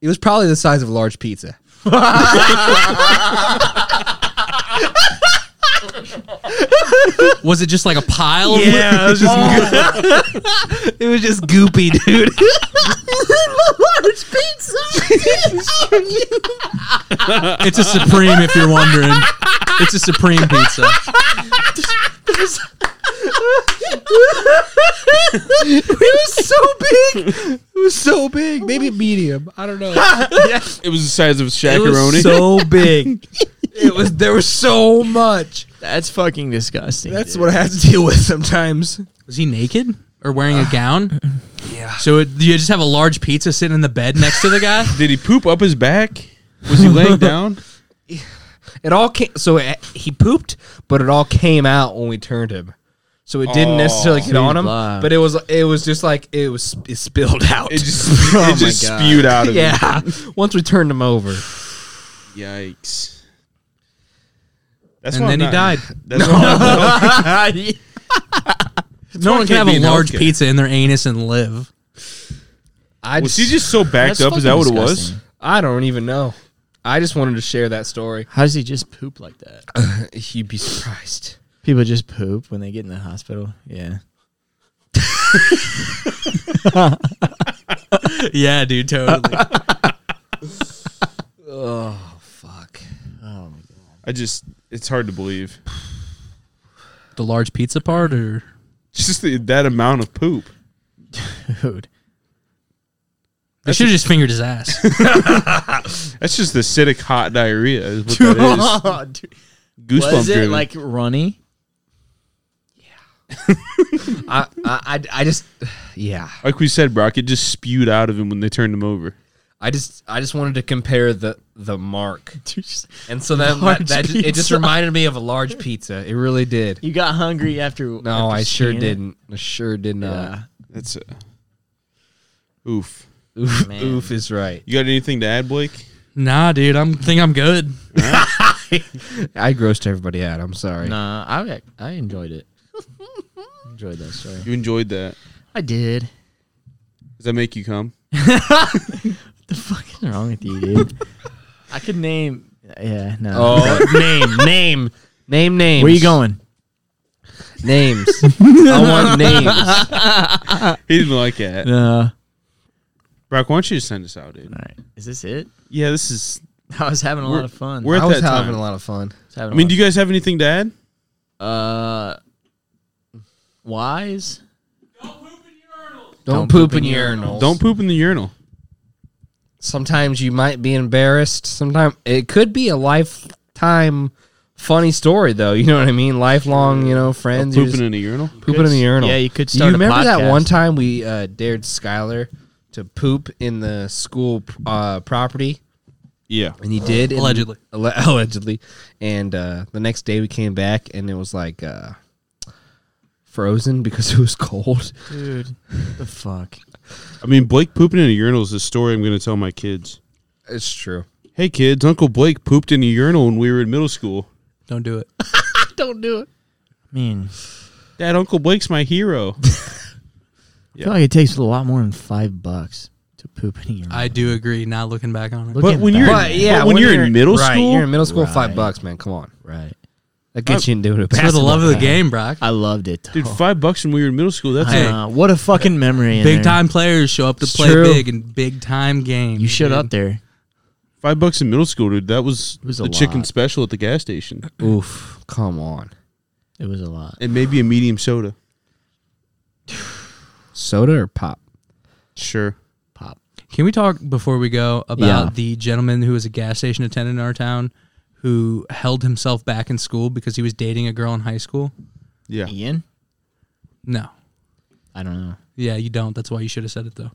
Speaker 4: It was probably the size of a large pizza.
Speaker 2: Was it just like a pile? of-
Speaker 4: Yeah, it was just
Speaker 1: Oh. [laughs]
Speaker 4: goo- it was just goopy, dude.
Speaker 2: It's a supreme, if you're wondering. It's a supreme pizza.
Speaker 4: it was [laughs] so big. It was so big. Maybe medium. I don't know.
Speaker 3: [laughs] [laughs] It was the size of
Speaker 4: It
Speaker 3: shakaroni.
Speaker 4: was so big. [laughs] It was there was so much.
Speaker 1: That's fucking disgusting.
Speaker 4: That's
Speaker 1: dude.
Speaker 4: what I have to deal with sometimes.
Speaker 2: Was he naked or wearing a gown?
Speaker 4: Yeah.
Speaker 2: So it, you just have a large pizza sitting in the bed next to the guy.
Speaker 3: Did he poop up his back? Was he laying down?
Speaker 4: It all came so it, he pooped, but it all came out when we turned him. So it didn't
Speaker 3: Oh,
Speaker 4: necessarily get on him,
Speaker 1: lied.
Speaker 4: but it was it was just like it was it spilled out.
Speaker 3: It just,
Speaker 1: Oh my
Speaker 3: it just
Speaker 1: God.
Speaker 3: spewed out of him.
Speaker 4: yeah. [laughs] Once we turned him over.
Speaker 3: Yikes. That's
Speaker 2: And
Speaker 3: why I'm
Speaker 2: then he
Speaker 3: not-
Speaker 2: died.
Speaker 3: [laughs] That's why I'm not-
Speaker 2: No one
Speaker 3: it
Speaker 2: can have
Speaker 3: can't
Speaker 2: a
Speaker 3: be in
Speaker 2: large
Speaker 3: healthcare.
Speaker 2: pizza in their anus and live.
Speaker 4: I
Speaker 3: Was he just so backed
Speaker 1: That's
Speaker 3: up? Is that what
Speaker 1: fucking
Speaker 3: it was?
Speaker 1: disgusting.
Speaker 4: I don't even know. I just wanted to share that [laughs] story.
Speaker 1: How does he just poop like that?
Speaker 4: You'd be surprised.
Speaker 1: People just poop when they get in the hospital. Yeah. [laughs]
Speaker 2: Yeah, dude, totally.
Speaker 4: Fuck.
Speaker 3: I just, it's hard to believe.
Speaker 2: [laughs] the large pizza part, or
Speaker 3: Just the, that amount of poop.
Speaker 1: Dude.
Speaker 2: they should have just fingered his ass.
Speaker 3: That's just acidic hot diarrhea. Is what that
Speaker 1: Dude.
Speaker 3: is. Goosebump
Speaker 1: Was it
Speaker 3: driven.
Speaker 1: like runny?
Speaker 4: I, I, I, I just, [sighs] yeah.
Speaker 3: like we said, Brock, it just spewed out of him when they turned him over.
Speaker 4: I just, I just wanted to compare the the mark,
Speaker 1: Dude, just-
Speaker 4: and so then
Speaker 1: Large
Speaker 4: that, that just, it just
Speaker 1: pizza.
Speaker 4: reminded me of a large pizza. It really did.
Speaker 1: You got hungry after.
Speaker 4: No,
Speaker 1: after
Speaker 4: I sure
Speaker 1: seeing it?
Speaker 4: didn't. I sure did not.
Speaker 1: Yeah.
Speaker 3: That's a, oof.
Speaker 4: Oof,
Speaker 1: Man.
Speaker 4: oof is right.
Speaker 3: You got anything to add, Blake?
Speaker 2: nah, dude, I'm think I'm good.
Speaker 4: I grossed everybody out. I'm sorry.
Speaker 1: Nah, I I enjoyed it. [laughs] enjoyed that story.
Speaker 3: You enjoyed that.
Speaker 1: I did.
Speaker 3: Does that make you come?
Speaker 1: The fuck is wrong with you, dude? I could name. Yeah, no.
Speaker 4: Oh, name, name, name, names.
Speaker 1: Where you going?
Speaker 4: Names. I want names.
Speaker 3: He didn't like that.
Speaker 1: Uh, all
Speaker 3: Brock, why don't you just send us out, dude?
Speaker 1: right. Is this it? [laughs]
Speaker 3: Yeah, this is.
Speaker 1: I was having a
Speaker 3: We're-
Speaker 1: lot of fun.
Speaker 3: we're-
Speaker 4: I was
Speaker 3: that
Speaker 4: having
Speaker 3: time.
Speaker 4: a lot of fun.
Speaker 3: I mean, do you guys have anything to add?
Speaker 1: uh, wise?
Speaker 4: Don't, poop in your urinals.
Speaker 3: Don't poop in the urinal.
Speaker 4: sometimes you might be embarrassed. Sometimes it could be a lifetime funny story, though. You know what I mean? Lifelong, you know, friends you're
Speaker 3: Pooping
Speaker 4: just
Speaker 3: in a urinal.
Speaker 4: pooping in the urinal.
Speaker 1: Yeah, you could
Speaker 4: Do
Speaker 1: start. a
Speaker 4: you remember that
Speaker 1: podcast.
Speaker 4: one time we uh, dared Skylar to poop in the school uh, property,
Speaker 3: Yeah.
Speaker 4: and he did and-
Speaker 2: Allegedly.
Speaker 4: Alle- [laughs] allegedly, and uh, the next day we came back and it was like. Uh, Frozen because [laughs] it was cold.
Speaker 1: dude? The fuck?
Speaker 3: I mean, Blake pooping in a urinal is a story I'm going to tell my kids.
Speaker 4: It's true.
Speaker 3: Hey, kids, Uncle Blake pooped in a urinal when we were in middle school.
Speaker 2: Don't do it.
Speaker 4: Don't do it.
Speaker 1: I mean,
Speaker 3: Dad, Uncle Blake's my hero.
Speaker 1: I feel like it takes a lot more than five bucks to poop in your mouth.
Speaker 2: I do agree. Not looking back on it.
Speaker 1: Look
Speaker 3: but
Speaker 1: at
Speaker 3: when you're
Speaker 1: that.
Speaker 3: but when, you're, in middle
Speaker 4: right,
Speaker 3: school,
Speaker 4: you're in middle school,
Speaker 1: Right.
Speaker 4: five bucks, man. Come on,
Speaker 1: right.
Speaker 4: that gets you into it.
Speaker 2: it's for the love of the game, Brock.
Speaker 1: I loved it. [laughs]
Speaker 3: dude,
Speaker 1: Oh,
Speaker 3: five bucks when we were in middle school. That's
Speaker 2: Hey,
Speaker 1: uh, what a fucking memory. in
Speaker 2: Big
Speaker 1: there.
Speaker 2: time players show up to
Speaker 4: It's
Speaker 2: play
Speaker 4: true.
Speaker 2: big in big time games.
Speaker 1: You shut
Speaker 2: dude.
Speaker 1: up there.
Speaker 3: five bucks in middle school, dude. That was,
Speaker 1: It was a
Speaker 3: the chicken
Speaker 1: lot.
Speaker 3: special at the gas station,
Speaker 4: Oof, come on.
Speaker 1: It was a lot.
Speaker 3: and maybe a medium soda.
Speaker 4: Soda or pop?
Speaker 3: Sure.
Speaker 1: Pop.
Speaker 2: Can we talk before we go about
Speaker 1: Yeah.
Speaker 2: the gentleman who was a gas station attendant in our town who held himself back in school because he was dating a girl in high school?
Speaker 3: Yeah.
Speaker 1: Ian?
Speaker 2: No.
Speaker 1: I don't know.
Speaker 2: Yeah, you don't. That's why you should have said it though.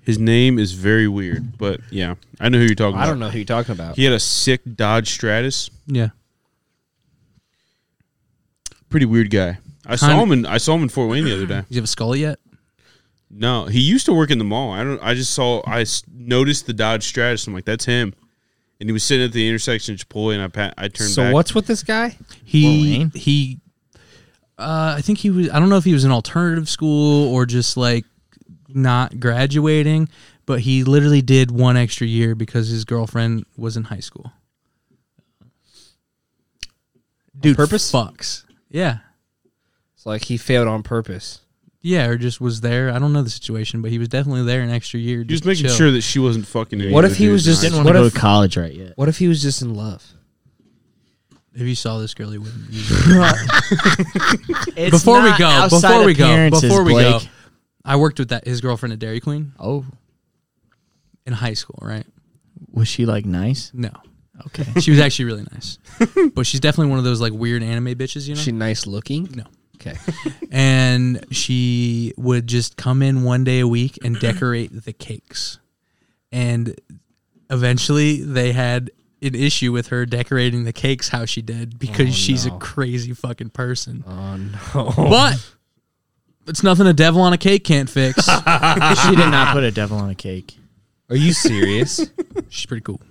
Speaker 3: His name is very weird, but yeah, I know who you're talking
Speaker 4: I
Speaker 3: about.
Speaker 4: don't know who you're talking about.
Speaker 3: He had a sick Dodge Stratus.
Speaker 2: Yeah.
Speaker 3: Pretty weird guy. I saw
Speaker 2: Kinda-
Speaker 3: him in I saw him in Fort Wayne the other day.
Speaker 2: You have a skull yet?
Speaker 3: No, he used to work in the mall. I don't. I just saw. I s- noticed the Dodge Stratus. I'm like, that's him. And he was sitting at the intersection of Chipotle, and I pa- I turned.
Speaker 4: So
Speaker 3: back.
Speaker 4: what's with this guy?
Speaker 2: He
Speaker 1: Wayne?
Speaker 2: he uh, I think he was I don't know if he was in alternative school or just like not graduating, but he literally did one extra year because his girlfriend was in high school. Dude,
Speaker 4: purpose?
Speaker 2: fucks. Yeah.
Speaker 4: It's like he failed on purpose.
Speaker 2: Yeah, or just was there. I don't know the situation, but he was definitely there an extra year.
Speaker 3: He was making sure that she wasn't fucking. any
Speaker 4: What
Speaker 3: other
Speaker 4: if he was
Speaker 3: dudes in
Speaker 4: just
Speaker 3: high
Speaker 1: Didn't
Speaker 4: in-
Speaker 1: want to
Speaker 4: What
Speaker 1: go
Speaker 4: if-
Speaker 1: to college right yet.
Speaker 4: What if he was just in love?
Speaker 2: if you saw this girl, you wouldn't.
Speaker 3: [laughs]
Speaker 2: you-
Speaker 1: It's
Speaker 2: before we
Speaker 1: not
Speaker 2: go,
Speaker 1: outside
Speaker 2: before we go,
Speaker 1: appearances,
Speaker 2: before we go,
Speaker 1: Blake.
Speaker 2: I worked with that his girlfriend at Dairy Queen
Speaker 1: Oh,
Speaker 2: in high school, right?
Speaker 1: was she like nice?
Speaker 2: No,
Speaker 1: Okay.
Speaker 2: she was actually really
Speaker 3: [laughs]
Speaker 2: nice, but she's definitely one of those like weird anime bitches, you know.
Speaker 4: Is she nice looking?
Speaker 2: No.
Speaker 4: [laughs] Okay.
Speaker 2: and she would just come in one day a week
Speaker 3: [clears throat]
Speaker 2: and decorate the cakes. And eventually they had an issue with her decorating the cakes how she did because she's a crazy fucking person.
Speaker 4: Oh no.
Speaker 2: But it's nothing a devil on a cake can't [laughs] fix.
Speaker 1: she did not put a devil on a cake.
Speaker 4: Are you [laughs] serious?
Speaker 2: she's pretty cool.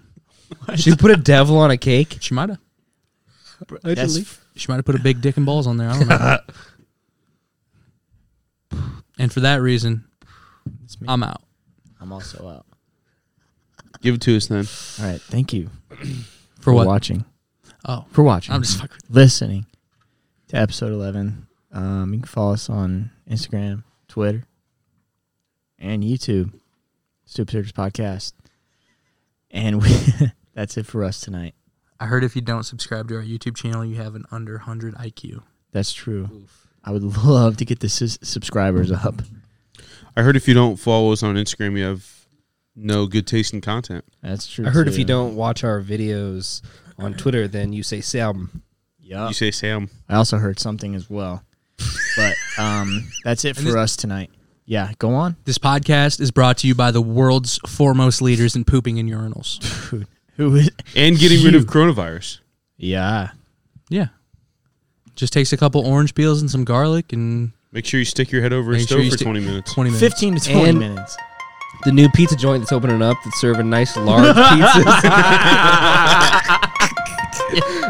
Speaker 4: she put a devil on a cake.
Speaker 2: She might have.
Speaker 1: That's
Speaker 2: She might have put a big dick and balls on there. I don't [laughs] know. and for that reason,
Speaker 1: me.
Speaker 2: I'm out.
Speaker 1: I'm also out.
Speaker 3: school. Give it to us then.
Speaker 1: All right. Thank you
Speaker 2: For what?
Speaker 1: watching.
Speaker 2: Oh,
Speaker 1: For watching.
Speaker 2: I'm just fucking.
Speaker 1: listening to episode 11. Um, you can follow us on Instagram, Twitter, and YouTube, Stupid Searchers Podcast. And we, [laughs] that's it for us tonight.
Speaker 2: I heard if you don't subscribe to our YouTube channel, you have an under 100 IQ.
Speaker 1: That's true. I would love to get the sus- subscribers up.
Speaker 3: I heard if you don't follow us on Instagram, you have no good taste in content.
Speaker 1: That's true.
Speaker 4: I heard if you
Speaker 1: too.
Speaker 4: don't watch our videos on Twitter, then you say um, Sam.
Speaker 1: Yeah.
Speaker 3: You say Sam.
Speaker 1: I also heard something as well. but um, that's it for us tonight. Yeah, go on.
Speaker 2: This podcast is brought to you by the world's foremost leaders in pooping in urinals.
Speaker 1: Who is?
Speaker 3: And getting rid of
Speaker 1: You.
Speaker 3: coronavirus.
Speaker 1: Yeah.
Speaker 2: yeah. Just takes a couple orange peels and some garlic and
Speaker 3: Make sure you stick your head over a
Speaker 2: Make sure
Speaker 3: stove
Speaker 2: you
Speaker 3: for
Speaker 2: stick-
Speaker 3: 20 minutes.
Speaker 2: 20 minutes.
Speaker 1: 15 to 20
Speaker 4: And-
Speaker 1: minutes.
Speaker 4: The new pizza joint that's opening up that's serving nice [laughs] large pizzas.
Speaker 1: All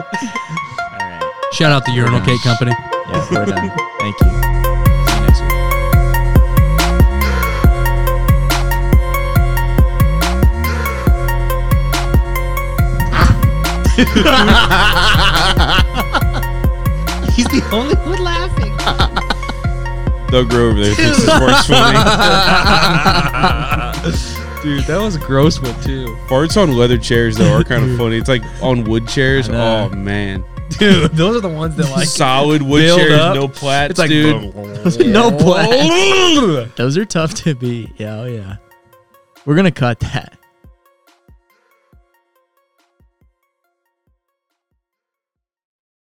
Speaker 1: right.
Speaker 2: Shout out the Urinal Cake Company.
Speaker 1: Yeah, we're done. Thank you. [laughs] See you next week.
Speaker 4: He's the only one laughing.
Speaker 3: Doug Grover there thinks
Speaker 4: [laughs]
Speaker 3: this works for me.
Speaker 4: Dude, that was a gross one too.
Speaker 3: Farts on leather chairs though are kind of funny. It's like on wood chairs. Oh man,
Speaker 4: Dude, those are the ones that like
Speaker 3: solid wood
Speaker 4: build
Speaker 3: chairs,
Speaker 4: up.
Speaker 3: no plats,
Speaker 4: It's like
Speaker 3: dude.
Speaker 4: [laughs]
Speaker 1: no play. Those are tough to beat. Yeah, oh yeah. We're gonna cut that.